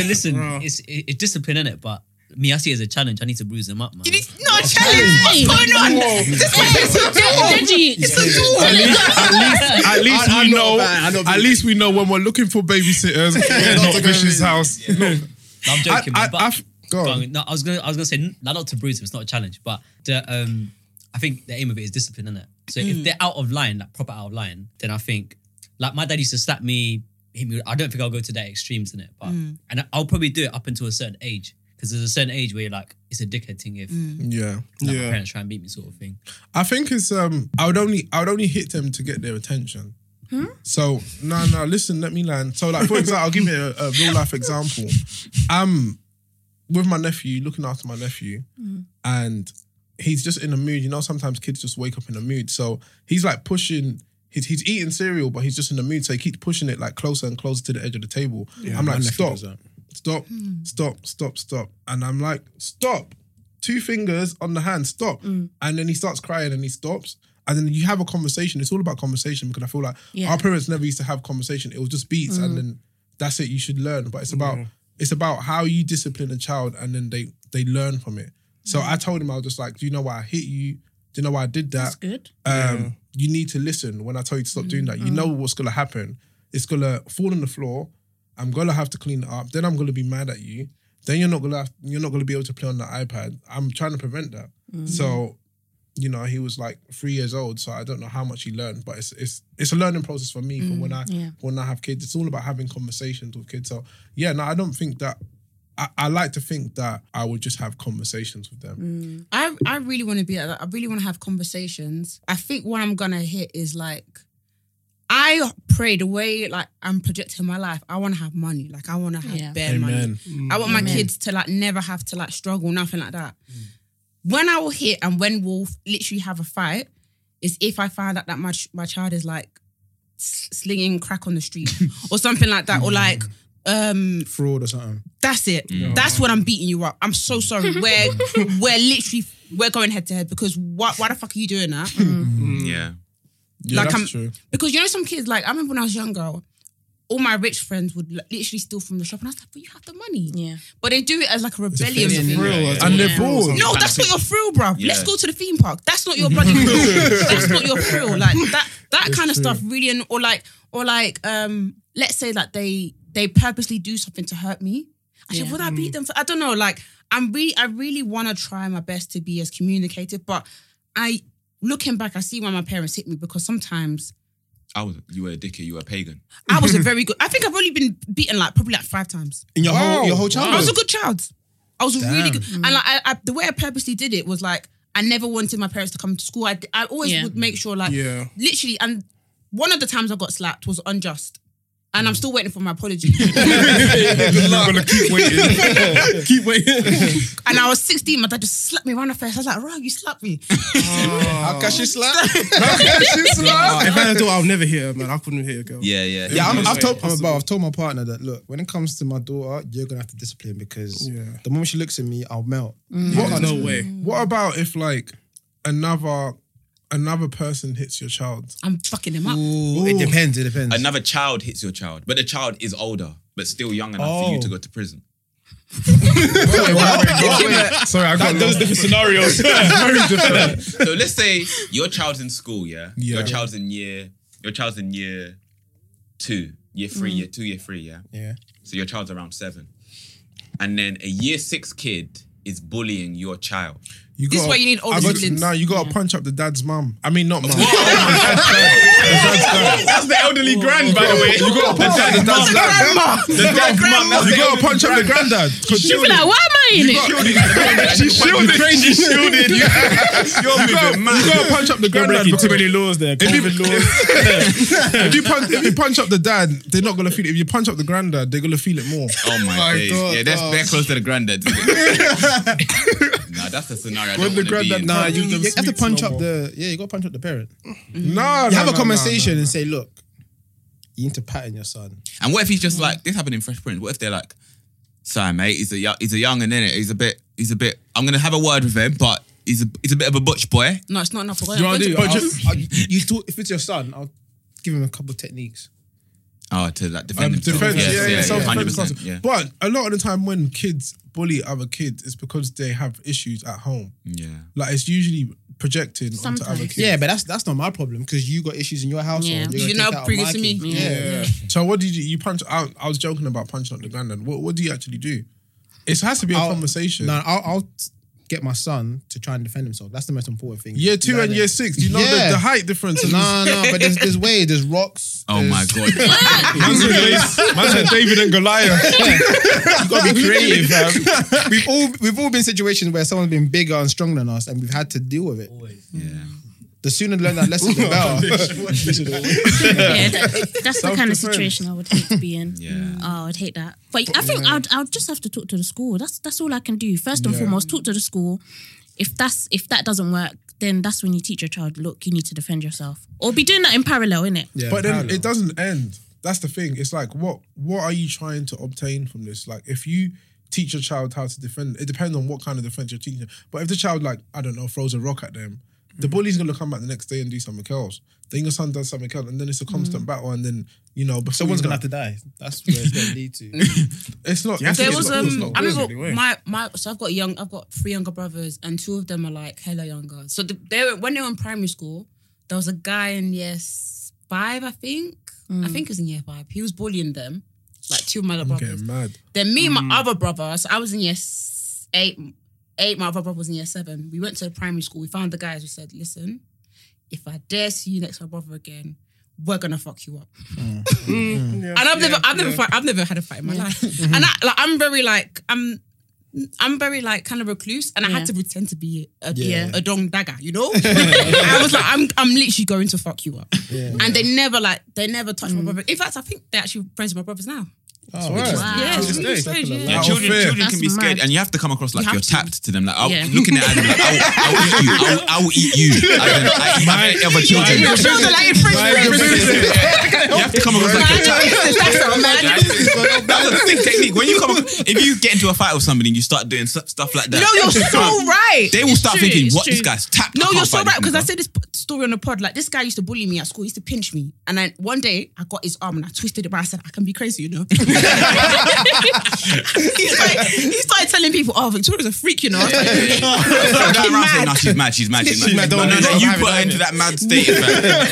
S6: Listen,
S3: Oh,
S9: boy.
S6: listen, it's it- it's discipline in it, but me, I see it as a challenge. I need to bruise them up, man.
S9: You need- No, challenge. What's going on? This man is a
S1: Did
S9: duel.
S1: you?
S9: It's a duel.
S3: At least, at least, at least
S8: I- I
S3: we
S8: know
S3: know.
S8: about it, I know about
S3: at
S8: it.
S3: least we know when we're looking for babysitters. we're
S8: not
S3: not
S8: to go
S3: Vish's house. No,
S6: No, I'm joking,
S3: I-
S6: man.
S3: I-
S6: but
S3: I've- go on.
S6: but, no, I was gonna, I was gonna say n- not to bruise them. It's not a challenge, but the, um, I think the aim of it is discipline, isn't it? So
S3: Mm.
S6: if they're out of line, like proper out of line, then I think, like my dad used to slap me, hit me. I don't think I'll go to that extremes in it, but
S9: Mm.
S6: and I'll probably do it up until a certain age because there's a certain age where you're like it's a dickhead thing if
S3: Yeah,
S6: like, my
S3: yeah.
S6: parents try and beat me, sort of thing.
S3: I think it's um. I would only I would only hit them to get their attention. So no, no. Listen, let me land. So like, for example, I'll give you a, a real life example. I'm with my nephew, looking after my nephew, and he's just in a mood. You know, sometimes kids just wake up in a mood. So he's like pushing. He's, he's eating cereal, but he's just in a mood. So he keeps pushing it like closer and closer to the edge of the table.
S8: Yeah,
S3: I'm
S8: my
S3: like,
S8: nephew
S3: stop,
S8: does that.
S3: stop, stop, stop, stop. And I'm like, stop. Two fingers on the hand, stop. And then he starts crying and he stops. And then you have a conversation. It's all about conversation because I feel like
S8: Yeah.
S3: our parents never used to have conversation. It was just beats
S8: Mm.
S3: and then that's it. You should learn. But it's about
S8: Mm.
S3: it's about how you discipline a child and then they they learn from it. So I told him I was just like, do you know why I hit you? Do you know why I did that?
S1: That's good.
S3: Um, You need to listen when I tell you to stop doing that. You know what's gonna happen. It's gonna fall on the floor. I'm gonna have to clean it up. Then I'm gonna be mad at you. Then you're not gonna have, you're not gonna be able to play on the iPad. I'm trying to prevent that.
S8: Mm.
S3: So, you know, he was like three years old, so I don't know how much he learned, but it's it's it's a learning process for me. for
S8: Mm,
S3: when I
S8: yeah.
S3: when I have kids, it's all about having conversations with kids. So yeah, no, I don't think that. I, I like to think that I would just have conversations with them.
S1: Mm.
S9: I, I really want to be like that. I really want to have conversations. I think what I'm gonna hit is like I pray the way like I'm projecting my life. I want to have money. Like I want to have
S1: Yeah.
S9: bare
S1: Amen.
S9: money.
S1: Mm.
S9: I want my
S1: Amen.
S9: kids to like never have to like struggle, nothing like that. When I will hit and when we'll literally have a fight is if I find out that my ch- my child is like s- slinging crack on the street or something like that, or like um
S5: fraud or something.
S9: that's it.
S5: Yeah.
S9: That's when I'm beating you up. I'm so sorry. We're we're literally we're going head to head because why why the fuck are you doing that?
S7: Yeah.
S9: Yeah, Like, that's I'm-
S3: true.
S9: Because you know some kids like I remember when I was younger, all my rich friends would like, literally steal from the shop, and I was like, "But you have the money." Yeah. But they do it as like a rebellion
S3: feeling,
S9: thing.
S3: thrill, Yeah, yeah. and they're bored.
S9: No, that's not your thrill, bruv.
S3: Yeah.
S9: Let's go to the theme park. That's not your bloody thrill. that's not your thrill. Like that that
S3: It's
S9: kind of
S3: true.
S9: stuff really, anno- or like or like um, let's say like they they purposely do something to hurt me. I said,
S1: Yeah.
S9: would I beat them? For, I don't know. Like, I'm really, I really want to try my best to be as communicative, but I, looking back, I see why my parents hit me because sometimes
S7: I was. You were a dickhead. You were a pagan.
S9: I was a very good. I think I've only been beaten like probably like five times
S7: In your whole- your whole childhood?
S9: I was a good child. I was a really
S7: Damn.
S9: good, and like I, I, the way I purposely did it was like I never wanted my parents to come to school. I, I always
S8: Yeah.
S9: would make sure like
S8: Yeah.
S9: literally, and one of the times I got slapped was unjust. And
S7: Mm.
S9: I'm still waiting for my apology.
S8: I'm gonna keep waiting. keep waiting.
S9: And I was 16, my dad just slapped me around the face. I was like, Rah, you slapped me.
S5: How can
S8: Oh,
S5: she slap?
S8: Nah, if I had a daughter, I'll never hit her, man. I couldn't hit a girl.
S7: Yeah, yeah.
S5: Yeah, I'm, I've told I'm about. I've told my partner that look, when it comes to my daughter, you're gonna have to discipline because the moment she looks at me, I'll melt.
S3: What, What about if like another another person hits your child?
S9: I'm fucking him up.
S5: It depends. It depends.
S7: Another child hits your child, but the child is older, but still young enough for
S5: Oh.
S7: you to go to prison.
S3: Sorry, I got
S7: those different scenarios.
S3: Very different.
S7: so let's say your child's in school, yeah?
S3: Yeah.
S7: Your child's in year, your child's in year two, year three,
S5: Mm.
S7: year two, year three, yeah?
S5: Yeah.
S7: So your child's around seven. And then a year six kid is bullying your child.
S3: You
S7: This is
S3: gotta-
S7: why you need older
S3: I got-
S7: siblings.
S3: No, you got to punch up the dad's mum. I mean, not mum.
S7: That's the elderly grand, by the way.
S3: You got to punch up the dad's
S7: grandma.
S3: mum. The dad's mum.
S7: That's
S3: You
S7: the
S3: got
S7: elderly
S3: to punch up the
S7: grand.
S3: granddad. 'Cause
S1: She'd be like, why am I in
S3: You
S1: it?
S3: got-
S7: She's shielded.
S3: She's shielded.
S7: You're
S3: You
S7: moving mad.
S3: got to punch up the
S7: You're
S3: granddad.
S7: breaking too
S3: because-
S7: many laws there,
S3: If you- if you punch, if you punch up the dad, they're not gonna feel it. If you punch up the granddad, they're gonna feel it more.
S7: Oh my, days.
S3: God, oh,
S7: yeah, that's
S3: dog.
S7: they're close to the granddad. nah, that's the scenario. I
S3: When
S7: don't
S3: the
S7: wanna be in.
S5: nah, you, you have to punch up the yeah. You got to punch up the parent.
S3: No,
S5: you
S3: no,
S5: have
S3: no,
S5: a
S3: no,
S5: conversation
S3: no,
S5: and say, look, you need to pattern your son.
S7: And what if he's just like this happened in Fresh Prince? What if they're like, "Sorry, mate, he's a young, he's a young and then he's a bit, he's a bit. I'm gonna have a word with him, but he's a, he's a bit of a butch boy.
S9: No, it's not enough. We're
S5: You
S9: going-
S5: want to do?
S9: going
S5: I'll,
S7: Oh,
S9: to-
S5: I'll- you talk, if it's your son, I'll give him a couple of techniques.
S7: Oh, to like defend
S3: Um,
S7: himself.
S3: defense, yeah, yeah,
S7: hundred
S3: self-defense
S7: percent.
S3: class.
S7: Yeah,
S3: But a lot of the time when kids bully other kids, it's because they have issues at home.
S7: yeah.
S3: Like it's usually projecting onto other kids.
S5: Yeah, but that's that's not my problem because you got issues in your household.
S3: Yeah.
S5: You're,
S3: You're
S5: gonna
S3: not
S5: take
S3: bringing
S5: that on my
S3: it to me.
S5: kid.
S3: Yeah. So what did you you punch? I, I was joking about punching up the granddad. What what do you actually do? It has to be a conversation.
S5: No, I'll, I'll get my son to try and defend himself. That's the most important thing.
S3: Year two and year six, you know the- the height difference.
S5: No, no, but there's, there's way, there's rocks.
S7: Oh my god.
S3: Man said- man said David and Goliath.
S5: you
S3: gotta be creative,
S5: man. We've all we've all been in situations where someone's been bigger and stronger than us, and we've had to deal with it.
S7: Yeah.
S5: The sooner they learn that lesson, the better.
S1: yeah, that, that's the kind of
S5: Self-defense.
S1: situation I would hate to be in.
S7: Yeah.
S1: Oh, I'd hate that. But I think
S7: Yeah.
S1: I'd I'd just have to talk to the school. That's that's all I can do. First and
S7: Yeah.
S1: foremost, talk to the school. If that's if that doesn't work, then that's when you teach your child, look, you need to defend yourself. Or be doing that in parallel, innit?
S3: but then it doesn't end. That's the thing. It's like what what are you trying to obtain from this? Like if you teach your child how to defend, it depends on what kind of defense you're teaching. them. But if the child like I don't know throws a rock at them, the bully's gonna come back the next day and do something else. Then your son does something else, and then it's a constant battle. And then you know before
S5: Someone's
S3: you
S5: gonna
S3: know-
S5: have to die. That's where it's gonna lead to.
S3: It's not.
S9: there
S3: it's
S9: was
S3: not- it's
S9: um,
S3: not
S9: I
S3: good.
S9: remember my my so I've got young I've got three younger brothers and two of them are like hella younger. So the, they were when they were in primary school, there was a guy in year s- five, I think. I think it was in year five. He was bullying them, like two of my other
S3: I'm
S9: brothers.
S3: getting mad.
S9: Then me and
S3: Mm.
S9: my other brother, so I was in year s- eight, eight, my other brother was in year seven. We went to the primary school. We found the guys. We said, listen, if I dare see you next to my brother again, we're gonna fuck you up. Mm. and I've never, I've never, fight, I've never had a fight in my life. and I, like, I'm very like, I'm, I'm very like kind of recluse, and I had to pretend to be a,
S2: Yeah.
S9: a dong dagger, you know. I was like, I'm, I'm literally going to fuck you up. And they never like, they never touched my brother. In fact, I think they're actually friends with my brothers now.
S7: Oh,
S9: Which is-
S7: wow.
S9: Yeah, it's really
S7: Yeah,
S9: strange, yeah.
S7: children, children can be
S9: That's
S7: scared,
S9: mad.
S7: and you have to come across like
S9: You
S7: you are
S9: have
S7: tapped to them. Like I'll,
S9: Yeah.
S7: looking at them, like I'll, I'll eat you. I'll, I'll eat you. I don't know. I eat my other children.
S2: Your children, like, in prison.
S7: Mind your business. You have to come across like you're
S2: Mind your business.
S7: tapped.
S2: That's a mind your business.
S7: That's a big technique. When you come, if you get into a fight with somebody and you start doing stu- stuff like that,
S9: No, you're so
S7: fam,
S9: right.
S7: They will
S9: It's
S7: start
S9: true,
S7: thinking,
S9: it's
S7: "What this
S9: true.
S7: guy's tapped." I
S9: No,
S7: can't
S9: you're so
S7: fight
S9: right
S7: this
S9: because I
S7: nigga."
S9: said this p- story on the pod. Like this guy used to bully me at school. He used to pinch me, and then one day I got his arm and I twisted it. But I said I can be crazy, you know. he, started, he started telling people, "Oh, Victoria's a freak, you know." I was like,
S7: Don't go around saying, "No, she's mad. She's mad. She's mad."
S3: She's mad,
S7: No,
S3: don't
S7: no, no.
S3: worry, don't
S7: You
S3: have it,
S7: put her
S3: don't
S7: into
S3: have
S7: that mad state.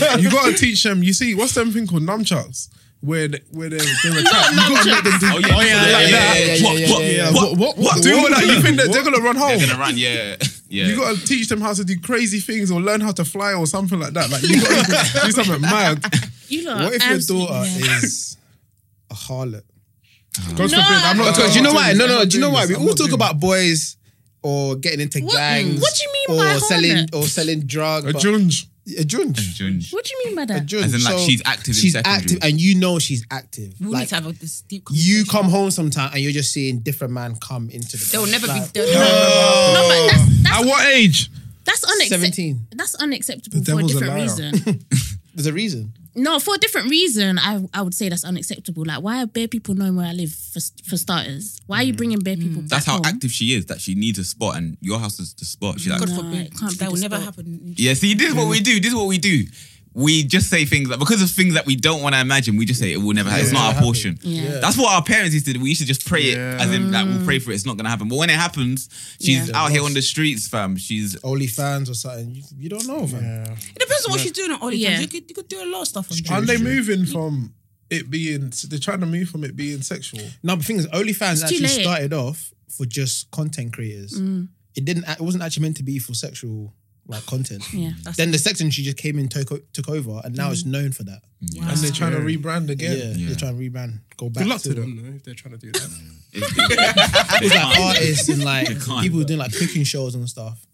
S7: fam.
S3: you gotta teach them. You see, what's them thing called nunchucks? Where they, where they they're attacked.
S2: Not
S3: You gotta make them do.
S7: nunchucks. Oh, yeah, yeah, yeah, yeah, yeah, yeah, yeah, yeah, yeah.
S3: What what what?
S7: What?
S3: Do all
S7: What?
S3: that. You think that they're gonna run home?
S7: They're gonna run. Yeah, yeah.
S3: You gotta teach them how to do crazy things or learn how to fly or something like that. Like you gotta do something mad.
S1: You lot
S3: What
S1: are
S3: if your
S1: absolutely-
S3: daughter
S1: yeah.
S5: is a harlot?
S3: God forbid, I'm not.
S5: Because
S3: I'm
S5: you know
S3: not
S5: why?
S3: doing
S5: No,
S3: this.
S5: no.
S3: I'm
S5: Do you know
S3: doing
S5: why?
S3: this.
S5: We
S3: I'm
S5: all
S3: not
S5: talk
S3: doing
S5: about boys or getting into
S1: What-
S5: gangs.
S1: what do you mean by
S5: or selling
S1: harlot?
S5: or selling drugs?
S3: A junge.
S5: A junge.
S7: Junge.
S1: What do you mean by that?
S5: junge.
S7: As in, like,
S5: So
S7: she's active in
S5: She's
S7: secondary.
S5: active, and you know she's active.
S9: we
S5: Like,
S9: need to have a, this deep. Con-
S5: you come home sometime and you're just seeing different man come into the.
S9: They'll never be.
S5: Like,
S9: They'll never
S1: No, but that's that's,
S3: At what age?
S1: that's unacceptable.
S5: 17.
S1: That's unacceptable for a
S5: devil's a
S1: different
S5: liar.
S1: reason.
S5: There's a reason.
S1: No, for a different reason, I I would say that's unacceptable. Like, why are bare people knowing where I live for, for starters? Why are you bringing bare people?
S7: That's how active she is. That she needs a spot, and your house is the spot. She like,
S9: God
S1: No,
S9: forbid.
S1: it can't be
S9: that will
S1: the
S9: never
S1: sport.
S9: happen.
S7: yeah. See, this is what we do. This is what we do. We just say things like because of things that we don't want to imagine. We just say it will never happen. it's not our portion.
S1: Yeah.
S7: That's what our parents used to do. We used to just pray it, as in like we'll
S1: Mm.
S7: pray for it. It's not gonna happen. But when it happens, she's
S5: Yeah.
S7: out here on the streets, fam. She's
S5: Only fans or something. You, you don't know, man.
S9: It depends on what she's doing. All
S1: Yeah.
S9: you could you could do a lot of stuff. On
S3: And they
S9: that.
S3: moving from it being. They're trying to move from it being sexual.
S5: No, but the thing is, OnlyFans
S1: It's too
S5: actually
S1: late. Mm.
S5: started off for just content creators. It didn't. It wasn't actually meant to be for sexual like content.
S1: Yeah. Mm.
S5: Then the sex industry just came in, took, o- took over, and now it's known for that.
S3: And they're trying to rebrand
S5: Yeah,
S3: again.
S5: they're trying to rebrand, go back.
S3: Good luck to
S5: them.
S3: them. though, If they're trying to do that.
S1: Mm.
S5: It's like artists and like
S7: They can't.
S5: people doing like cooking shows and stuff.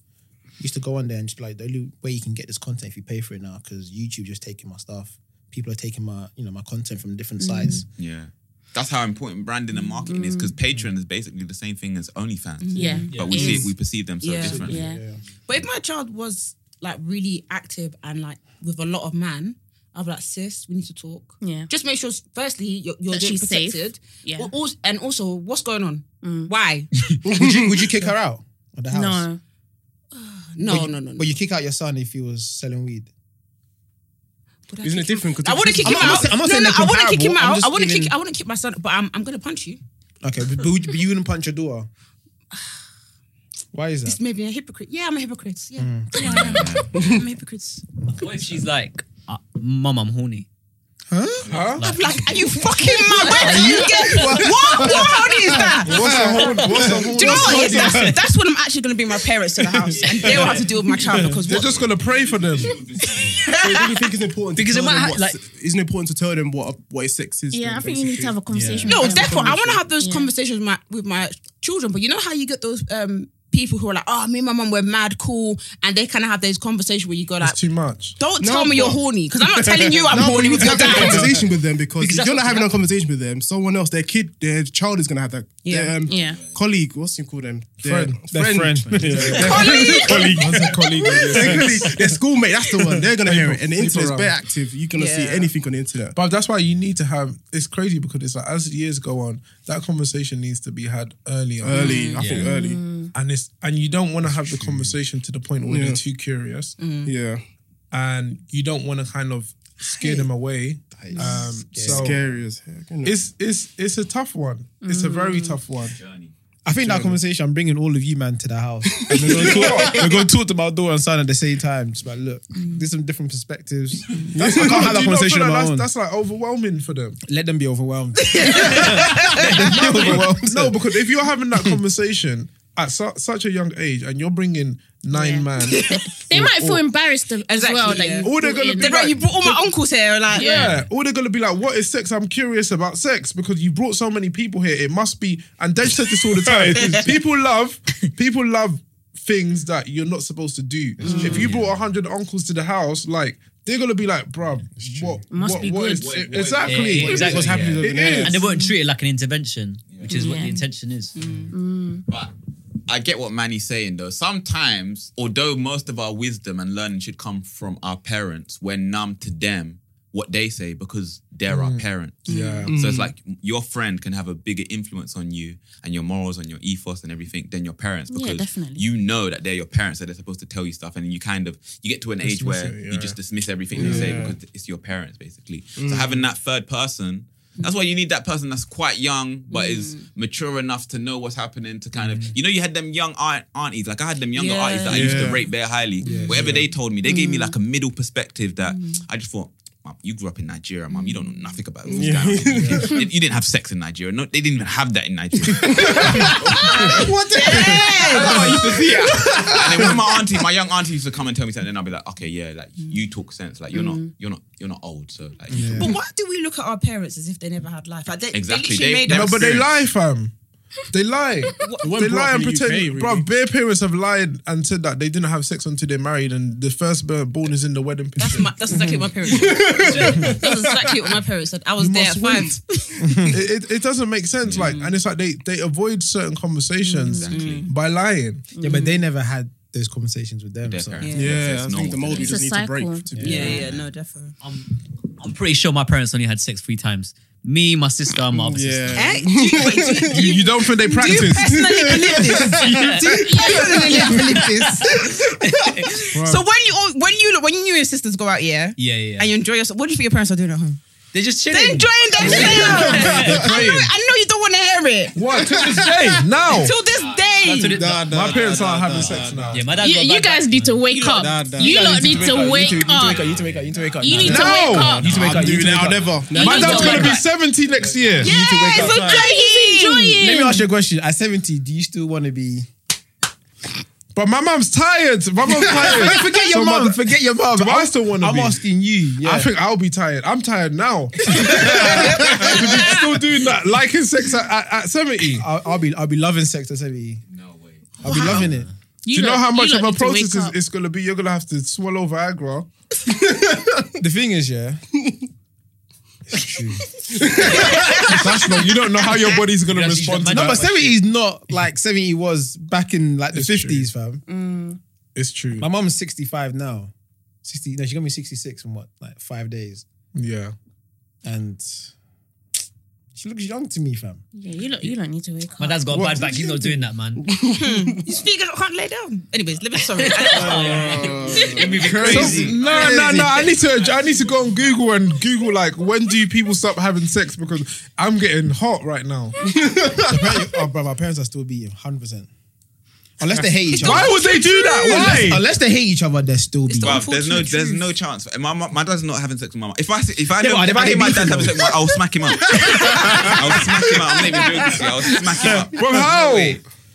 S5: Used to go on there and just be like the only way you can get this content if you pay for it now because YouTube just taking my stuff. People are taking my you know my content from
S1: Mm-hmm.
S5: different
S9: Mm-hmm.
S5: sites.
S7: yeah. That's how important branding and marketing is because Patreon is basically the same thing as OnlyFans.
S1: Mm. Yeah.
S7: but
S1: Yeah.
S7: we
S1: It
S7: see
S1: is.
S7: it, we perceive them so
S9: Yeah.
S7: differently.
S1: Yeah.
S9: But if my child was like really active and like with a lot of man, I'd be like, sis, we need to talk.
S1: Yeah.
S9: Just make sure, firstly, you're, you're
S1: That
S9: getting
S1: she's safe.
S9: protected.
S1: Yeah. Mm.
S9: Al- al- and also, what's going on? Why?
S5: would you would you kick her out of the house?
S1: No,
S9: No,
S5: But you-
S9: no, no, no.
S5: But you kick out your son if he was selling weed.
S9: Would I
S8: Isn't it
S9: kick him-
S8: different? 'Cause
S9: I want to
S8: different-
S9: kick him
S5: I'm not
S9: out.
S5: saying- I'm not
S9: no,
S5: saying
S9: no,
S5: they're
S9: I want to kick him
S5: comparable. I'm
S9: out. I
S5: just
S9: want to
S5: giving-
S9: kick. I want to kick my son, but I'm, I'm gonna punch you.
S5: Okay, but, but, would- but you wouldn't punch your daughter. Why is
S9: This
S5: that? Mm.
S9: made me a hypocrite. Yeah, I'm a hypocrite. Yeah, yeah, I am. I'm a hypocrite.
S6: What if she's like, uh, Mum, I'm horny?
S3: Huh?
S9: I'm like, are you fucking mad? Where did you get what? What horny is that?
S3: What's a whole? What's a whole?
S9: Do you know what? Yes, that's, that's when I'm actually going to bring my parents to the house, and they will have to deal with my child because
S3: They're
S9: what,
S3: just gonna pray for them.
S8: So do you think it's important?
S6: Because
S8: to
S6: it
S8: tell
S6: might
S8: them
S6: ha-
S8: what
S6: like-
S8: se- isn't it important to tell them what what is sex is?
S1: yeah,
S8: then,
S1: I think you need to have a conversation.
S9: No,
S1: with them
S9: therefore,
S1: before
S9: I
S1: you
S9: want to
S1: shoot.
S9: have those
S1: Yeah.
S9: conversations with my, with my children. But you know how you get those um, people who are like, oh, me and my mum were mad cool, and they kind of have those conversations where you go like,
S3: It's too much.
S9: don't
S8: No,
S9: tell me you're
S8: but-
S9: horny because I'm not telling you I'm
S8: No, but
S9: horny
S8: you
S9: with
S8: need
S9: your
S8: to have that
S9: dad.
S8: conversation with them because,
S9: Because
S8: if
S9: that's
S8: you're not
S9: what-
S8: having a conversation with them, someone else, their kid, their child is gonna have that.
S9: Yeah.
S8: Their, um,
S9: Yeah.
S8: Colleague, what's um, you call them?
S3: Friend. Their friend. Yeah.
S8: Their
S3: Colleague. Colleague.
S8: Their
S3: That's a colleague, yeah.
S8: Their schoolmate. That's the one. They're gonna hear it. And the
S3: People
S8: internet's
S3: around.
S8: very active. You're gonna see
S3: Yeah.
S8: anything on the internet.
S3: But that's why you need to have. It's crazy because it's like as years go on, that conversation needs to be had early. on.
S8: Early, I think Yeah. early.
S3: And it's and you don't want to have the conversation to the point where
S8: Yeah.
S3: they're too curious.
S8: Mm. Yeah.
S3: and you don't want to kind of scare them away.
S8: is
S3: Um,
S8: scary.
S3: so
S8: Scary as heck, isn't it?
S3: It's it's it's a tough one. It's
S8: Mm.
S3: a very tough one.
S10: I think that conversation, I'm bringing all of you, man, to the house. And we're going to talk, we're going to, talk to my door and son at the same time. Just like, look, there's some different perspectives. I can't have that
S3: Do you not feel
S10: conversation on
S3: like
S10: my
S3: that's,
S10: own.
S3: that's like overwhelming for them.
S10: Let them be overwhelmed.
S3: no, because if you're having that conversation at su- such a young age and you're bringing nine man,
S1: They
S3: or-
S1: might feel
S3: or-
S1: embarrassed as well. Like, you
S3: all they're
S1: brought
S3: gonna
S1: in-
S3: be like, the- yeah.
S1: yeah.
S3: All they're gonna be like, what is sex? I'm curious about sex because you brought so many people here. It must be. And Dej says this all the time. people love, people love things that you're not supposed to do. If you brought hundred uncles to the house, like. They're gonna be like, bruv, what?
S6: Must
S3: what,
S6: be
S3: what
S6: good.
S3: is-
S6: What- what-
S3: exactly.
S6: Yeah, exactly.
S3: What's happening?
S6: yeah.
S3: It is.
S6: And they won't treat it like an intervention, which is what
S7: Yeah.
S6: the intention is.
S7: But I get what Manny's saying though. Sometimes, although most of our wisdom and learning should come from our parents, we're numb to them, what they say, because they're our
S3: Mm.
S7: parents.
S3: Yeah.
S7: So
S3: Mm.
S7: it's like your friend can have a bigger influence on you and your morals and your ethos and everything than your parents
S1: Yeah,
S7: because
S1: definitely.
S7: you know that they're your parents, that they're supposed to tell you stuff, and you kind of you get to an age
S3: Dismiss
S7: where
S3: it,
S7: you
S3: yeah.
S7: just dismiss everything they say
S3: Yeah.
S7: because it's your parents, basically. So
S3: Mm.
S7: having that third person that's why you need that person that's quite young but is mature enough to know what's happening to kind of you know you had them young aunt, aunties like I had them younger
S3: Yeah.
S7: aunties that I used to
S3: Yeah.
S7: rate very highly. Whatever they told me, they gave me like a middle perspective that I just thought. "Mum, You grew up in Nigeria, mum. You don't know nothing about what's
S8: Yeah.
S7: going on. You you didn't have sex in Nigeria. No, they didn't even have that in Nigeria.
S9: "Ah,
S8: what the
S7: That's how I used to see it. And then when
S8: heck?
S7: my auntie, my young auntie used to come and tell me something, and I'd be like, okay, yeah, like you talk sense. Like you're not, you're not, you're not old. So like, you talk
S9: But why do we look at our parents as if they never had life? Like they,
S7: Exactly,
S9: they literally
S7: they-
S9: made
S3: No,
S9: us.
S3: but they lie, fam. They lie.
S9: weren't
S3: they
S9: brought
S3: lie
S9: up in
S3: and
S9: the
S3: pretend.
S9: UK, really.
S3: Bro, bare parents have lied and said that they didn't have sex until they're married, and the first born is in the wedding picture.
S9: That's, my, that's exactly what my parents said. That's exactly what my parents said. I was there at five.
S3: it, it, it doesn't make sense. Like, and it's like they they avoid certain conversations by lying.
S10: Yeah, but they never had those conversations with them. so.
S3: parents. Yeah, Yeah, I think normal. the mold we It's just a need to cycle. break to be-
S9: Yeah, yeah,
S3: Yeah.
S9: no, definitely.
S6: Um, I'm pretty sure my parents only had sex three times. Me, my sister, and my other
S9: Eh?
S6: sister.
S9: Do you- wait, do you-
S3: you don't think they
S9: Do you personally believe this? Do you personally believe this? so when you all, when you when you and your sisters go out, yeah,
S6: Yeah, yeah, yeah.
S9: and you enjoy yourself, what do you think your parents are doing at home?
S6: They're just chilling.
S9: They're enjoying themselves.
S6: They're
S9: I,
S6: praying.
S9: know, I know you don't want to hear it.
S3: What? Till this day? Now?
S9: Till this day.
S3: my parents aren't having sex now. Yeah,
S6: my
S1: You, you guys need to wake up. You lot need to wake up.
S10: You need to wake up. You need to wake up.
S1: You need to
S10: No.
S1: wake up.
S10: You need to wake
S3: I'm
S10: up. you need to wake
S3: doing it now,
S10: up.
S3: never.
S10: No,
S3: My
S10: you need
S3: dad's
S10: to
S3: gonna
S10: wake
S3: be
S10: up.
S3: 70 next year.
S10: You need to wake up.
S1: He's enjoying.
S10: Let me ask you a question. At 70, do you still want to be.
S3: But my mum's tired. My mum's tired.
S10: Forget your
S3: my
S10: mum,
S3: dad-
S10: forget your mum.
S3: Do I
S10: I'm-
S3: still want to
S10: I'm
S3: be?
S10: asking you, yeah.
S3: I think I'll be tired. I'm tired now. still doing that, liking sex at, at, at 70.
S10: I'll, I'll be I'll be loving sex at 70. No way. I'll be loving it.
S3: Do you know how much of a process is, it's going to be? You're going to have to swallow Viagra.
S10: the thing is, yeah.
S3: That's not, you don't know how your body's going to respond to
S10: No,
S3: that.
S10: but 70 is not like 70 was back in like the 50s, fam.
S7: Mm.
S3: It's true.
S10: My mom's 65 now. 60, no, she got me 66 in what, like five days.
S3: Yeah.
S10: And she looks young to me, fam.
S1: Yeah, you lot, you lot need to wake up.
S6: My dad's got a bad back. He's not doing that, man.
S9: You speak, I can't lay down. Anyways, let me sorry.
S3: So- no, no, no. I need to. I need to go on Google and Google like when do people stop having sex because I'm getting hot right now.
S10: oh, bro, my parents are still beating 100%. Unless they hate each other.
S3: Why would they do that?
S10: Unless,
S3: Why?
S10: unless they hate each other, they're still beating.
S7: Bruv, there's no, there's no chance. My, mum- my dad's not having sex with my mum. If I, if I,
S10: Yeah,
S7: know,
S10: but
S7: if I
S10: they
S7: hear my
S10: beef
S7: dad's having
S10: though.
S7: sex, with my- I'll smack him up. I'll smack him up. I'm not even joking. with you. I'll smack him up.
S3: Bro, how?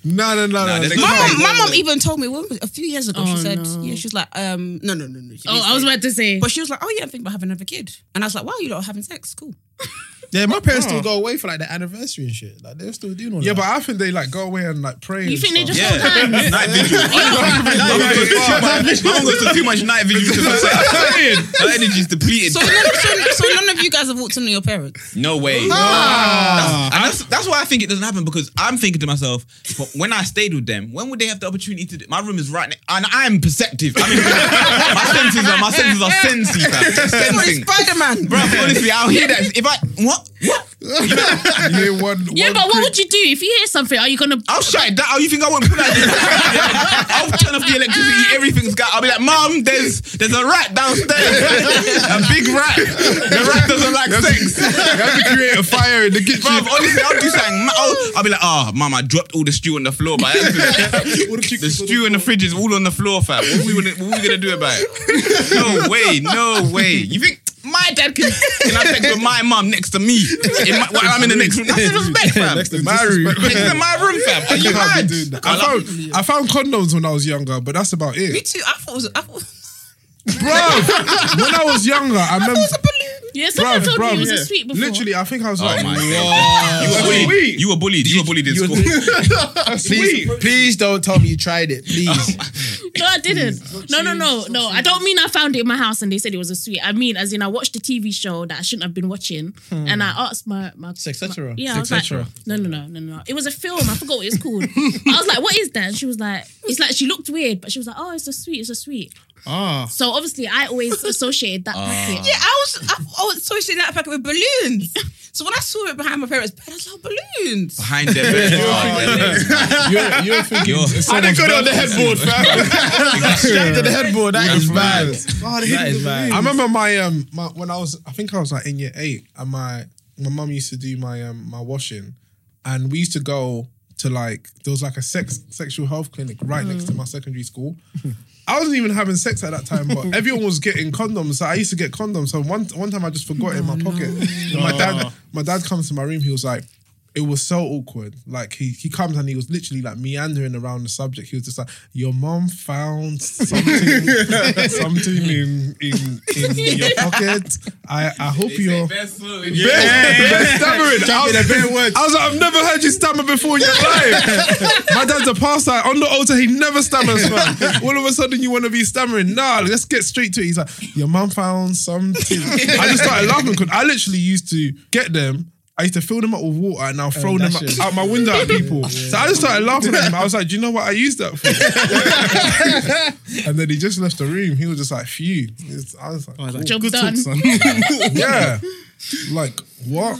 S3: No, no, no, no.
S7: there's no
S3: no.
S9: My
S7: way.
S9: mom, my mom even told me when was, a few years ago.
S1: Oh,
S9: she said,
S1: no.
S9: "Yeah, she was like, um, no, no, no, no." She
S1: Oh,
S9: didn't
S1: I was
S9: say it.
S1: about to say.
S9: But she was like, "Oh yeah, I'm thinking about having another kid," and I was like, "Wow, you lot are having sex, cool."
S10: Yeah, my
S5: parents
S3: Nah.
S5: still go away for like the anniversary and shit. Like they're still doing all
S3: Yeah,
S5: that.
S3: but I think they like go away and like pray.
S5: You
S3: and
S5: think they
S3: stuff.
S5: just hold Yeah. hands?
S7: Night vigil. Night vigil. My mum goes to too much night vigil because her energy's depleted.
S9: So, none, so, so none of you guys have walked in on your parents.
S7: No way.
S9: Ah.
S7: That's, and that's, that's why I think it doesn't happen because I'm thinking to myself, but when I stayed with them, when would they have the opportunity to? Do, my room is right, ne- and I'm perceptive. I mean, my senses are my senses are sensy. fam. Sensing.
S9: Spider Man,
S7: Bro, honestly, I'll hear that if I what what.
S1: Yeah, but what would you do if you hear something? Are you gonna?
S7: I'll shut it down. Oh, you think I won't put that? I'll turn off the electricity. Everything's got. I'll be like, Mom, there's there's a rat downstairs. a big rat. The rat doesn't like sex.
S3: have to create a fire in the kitchen.
S7: Bruv, honestly, I'll do something. ma- I'll, I'll be like, oh, Mom, I dropped all the stew on the floor. But the stew in the fridge is all on the floor, fam. What we gonna, what we gonna do about it? No way, no way. You think? My dad can, can I text with my mom next to me in my, while I'm in the next room. That's respect, fam.
S3: Next to my room.
S7: Next to my room, fam. Are you
S3: I can't be
S7: mad?
S3: doing that. I found I found condoms when I was younger, but that's about
S9: Me
S3: it.
S9: too. I thought it was. I thought,
S3: Bro, when I was younger, I remember.
S1: Yeah, someone
S3: Bruv,
S1: told me
S3: bruv,
S1: it was
S3: yeah.
S1: a sweet before.
S3: Literally, I think I was
S7: Oh
S3: like,
S7: my
S3: "Wow."
S7: god. You were bullied. You were bullied. You were bullied in school.
S5: please, please don't tell me you tried it. Please.
S1: No, I didn't. No, no, no, no. I don't mean I found it in my house and they said it was a sweet. I mean, as in, I watched a TV show that I shouldn't have been watching,
S5: Hmm.
S1: and I asked my my
S5: Sexcetera.
S1: my- Yeah, I was like,
S5: Sexcetera.
S1: no, no, no, no, no. It was a film. I forgot what it's called. I was like, what is that? And she was like, it's like she looked weird, but she was like, oh, it's a sweet, it's a sweet.
S9: Ah.
S1: So obviously, I always associated that
S6: Ah.
S1: packet.
S9: Yeah, I was. I, I was associating that packet with balloons. So when I saw it behind my parents' bed, I was like, balloons.
S7: Behind their bed.
S9: You're- you're
S7: thinking. You're,
S9: I didn't go on the headboard,
S3: fam. Straight to the headboard. That is bad.
S5: God, That is bad.
S3: I remember my um my, when I was I think I was like in year eight and my my mum used to do my um my washing and we used to go to like there was like a sex sexual health clinic right next to my secondary school. I wasn't even having sex at that time, but everyone was getting condoms. So I used to get condoms. So one one time I just forgot it in my pocket. And My dad my dad comes to my room. He was like, it was so awkward. Like he he comes and he was literally like meandering around the subject. He was just like, "Your mom found something, something in in in your pocket. I I hope you're."
S7: Yeah,
S3: Best-
S7: yeah,
S3: best
S7: yeah.
S3: stammering. I was, I was like, I've never heard you stammer before in your life. My dad's a pastor. On the altar, he never stammers, man. All of a sudden, you want to be stammering. Nah, let's get straight to it. He's like, your mum found something. I just started laughing because I literally used to get them. I used to fill them up with water and I'll throw them
S10: dash it.
S3: out my window at people. So I just started laughing at him. I was like, do you know what I used that for? and then he just left the room. He was just like, phew. It's- I was like, cool.
S1: Job Good talk, done. son.
S3: yeah. Like, what?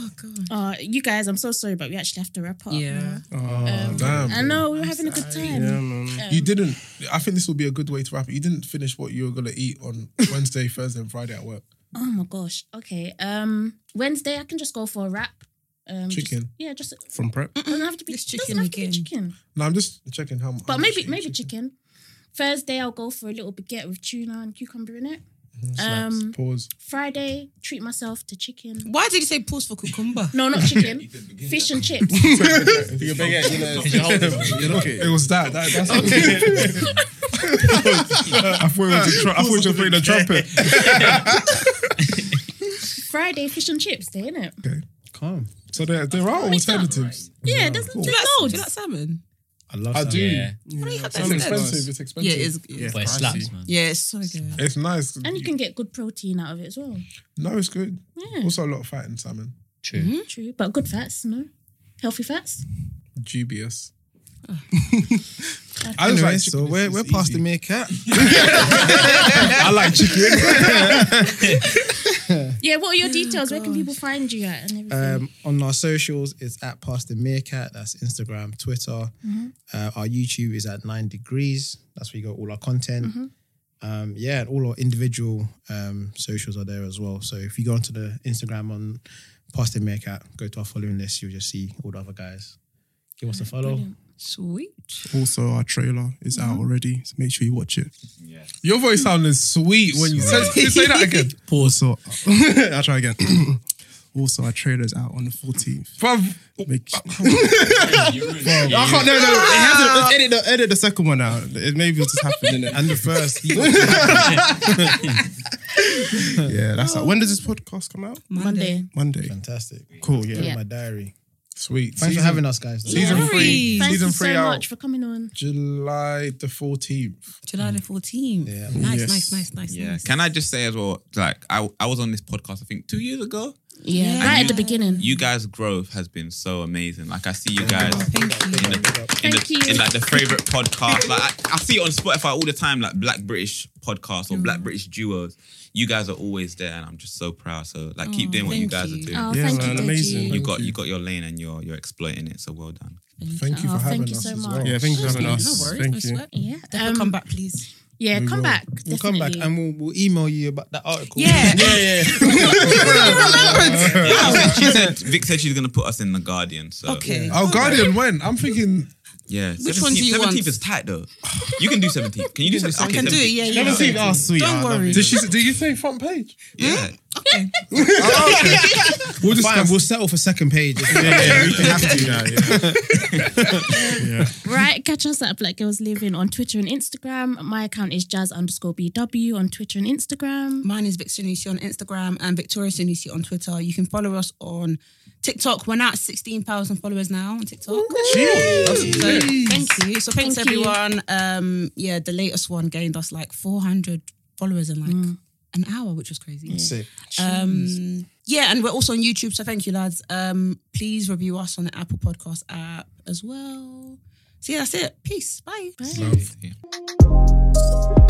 S1: Uh, you guys, I'm so sorry, but we actually have to wrap up. Yeah.
S3: Oh, damn.
S1: Um, I Um, know we were having a good time.
S3: You didn't. I think this will be a good way to wrap it. You didn't finish what you were gonna eat on Wednesday, Thursday, and Friday at work.
S1: Oh my gosh. Okay. Um, Wednesday I can just go for a wrap. Um, just-
S3: Chicken.
S1: yeah, just
S3: From prep?
S1: doesn't have to be chicken. Doesn't have to be chicken.
S3: No, I'm just checking how. much.
S1: But maybe maybe chicken. Thursday I'll go for a little baguette with tuna and cucumber in it. Um,
S3: pause.
S1: Friday treat myself to chicken.
S9: Why did you say pause for cucumber?
S1: No, not chicken. Fish and chips.
S3: It was that. that that's I thought it was a tru- I thought you were playing the trumpet.
S1: Friday fish and chips day, innit?
S3: Calm. So there, there are alternatives.
S1: Yeah, it doesn't
S9: Do you
S1: there's
S9: like,
S1: loads.
S9: do you like salmon?
S3: I love.
S9: salmon.
S3: do.
S9: Yeah. Why don't you
S3: Yeah.
S9: have
S3: It's
S9: that
S3: expensive.
S9: salmon?
S3: It's expensive.
S9: Yeah, it is-
S3: Yeah,
S9: But
S6: it's slaps, man.
S9: Yeah, it's so good.
S3: It's nice.
S1: And you can get good protein out of it as well.
S3: No, it's good. Also, a lot of fat in salmon. True.
S1: Mm-hmm. True. But good fats, no? Healthy fats?
S3: Dubious.
S1: I
S3: just
S5: anyway,
S3: like
S5: so we're, we're past the mere cat.
S3: I like chicken.
S1: Yeah, what are
S9: Oh,
S1: your details? Where can people find you at and
S3: Uh,
S1: everything?
S5: um, on our socials, it's at past the meerkat. That's Instagram, Twitter.
S1: Mhm.
S5: Uh, our YouTube is at nine degrees. That's where you got all our content.
S1: Mhm.
S5: Um, yeah, and all our individual um, socials are there as well. So if you go onto the Instagram on Past the Meerkat, go to our following list, you'll just see all the other guys. Give us a follow.
S9: Sweet.
S8: Also, our trailer is
S9: Uh-huh.
S8: out already, so make sure you watch it.
S3: Your voice sounded sweet when you said say that again.
S8: Pause. So, I'll try again. Also, our trailer's out on the 14th. Make-
S10: Oh,
S3: it.
S8: I can't, no, no. It has to, edit, the, edit the second one out. It maybe it'll just happen, innit? And the first. yeah, that's out. When does this podcast come out?
S1: Monday.
S8: Monday.
S10: Fantastic.
S8: Cool, yeah.
S10: Put it
S1: Yeah.
S10: in my diary.
S3: Sweet.
S10: Thanks
S3: Season-
S10: for having us, guys.
S3: Season
S1: Yeah.
S3: three.
S1: Thank
S3: season
S1: you
S3: three
S1: so
S3: out.
S1: much for coming on.
S3: July the 14th.
S9: July the 14th.
S3: Yeah.
S9: Nice,
S3: Yes.
S9: nice, nice, nice,
S7: Yeah.
S9: nice.
S7: Can I just say as well, like I, I was on this podcast I think two years ago.
S1: Yeah.
S7: And
S1: Right
S7: you-
S1: at the beginning.
S7: You guys' growth has been so amazing. Like I see you guys in the, in,
S1: Thank you.
S7: the, in like the favorite podcast. Like I, I see it on Spotify all the time, like Black British podcasts or
S1: Mm.
S7: Black British duos. You guys are always there, and I'm just so proud. So like, keep
S1: Oh,
S7: doing what you
S1: thank
S7: guys
S1: you.
S7: are doing.
S1: Oh, Yeah, thank you, man, Deji. amazing.
S7: You
S1: Thank
S7: got you got your lane, and you're you're exploiting it. So well done.
S3: Thank you for
S1: Oh,
S3: having
S1: thank you
S3: us.
S1: so
S3: as
S1: much.
S3: well.
S7: Yeah, thank you for having us.
S3: Absolutely. No worries.
S7: Thank you.
S1: Yeah. um,
S9: Definitely come back, please.
S1: Yeah,
S3: We
S1: come
S3: will.
S1: back.
S10: We'll come back
S1: definitely.
S10: and we'll, we'll email you about that article.
S9: Yeah.
S10: yeah,
S3: Uh,
S7: Yeah, she said- she said Vic said she's gonna put us in the Guardian. So
S3: Okay. Oh, Guardian, when? I'm thinking.
S7: Yeah,
S3: Which one do you want?
S7: Seventeenth is tight though. You can do seventeenth. Can you do seventeenth?
S9: can do it, yeah, yeah. Seventeenth, oh, sweet, Don't I love worry. it.
S3: Did, she, did you say front page?
S7: Yeah.
S10: We'll just Fine, we'll settle for second page.
S3: yeah, we can have to do
S1: Right, catch us at Black Girls Living on Twitter and Instagram. My account is jazz underscore BW on Twitter and Instagram.
S9: Mine is Vic Sunusi on Instagram and Victoria Sunusi on Twitter. You can follow us on TikTok. We're now at 16,000 followers now on TikTok.
S3: Jeez.
S9: So,
S3: That's
S9: thank you. So thanks
S1: Thank you.
S9: everyone. Um, yeah, the latest one gained us like 400 followers in like
S1: Mm.
S9: an hour, which was crazy.
S10: Sick.
S9: Um, yeah, and we're also on YouTube. So thank you, lads. Um, please review us on the Apple Podcast app as well. So yeah, that's it. Peace. Bye.
S3: Love.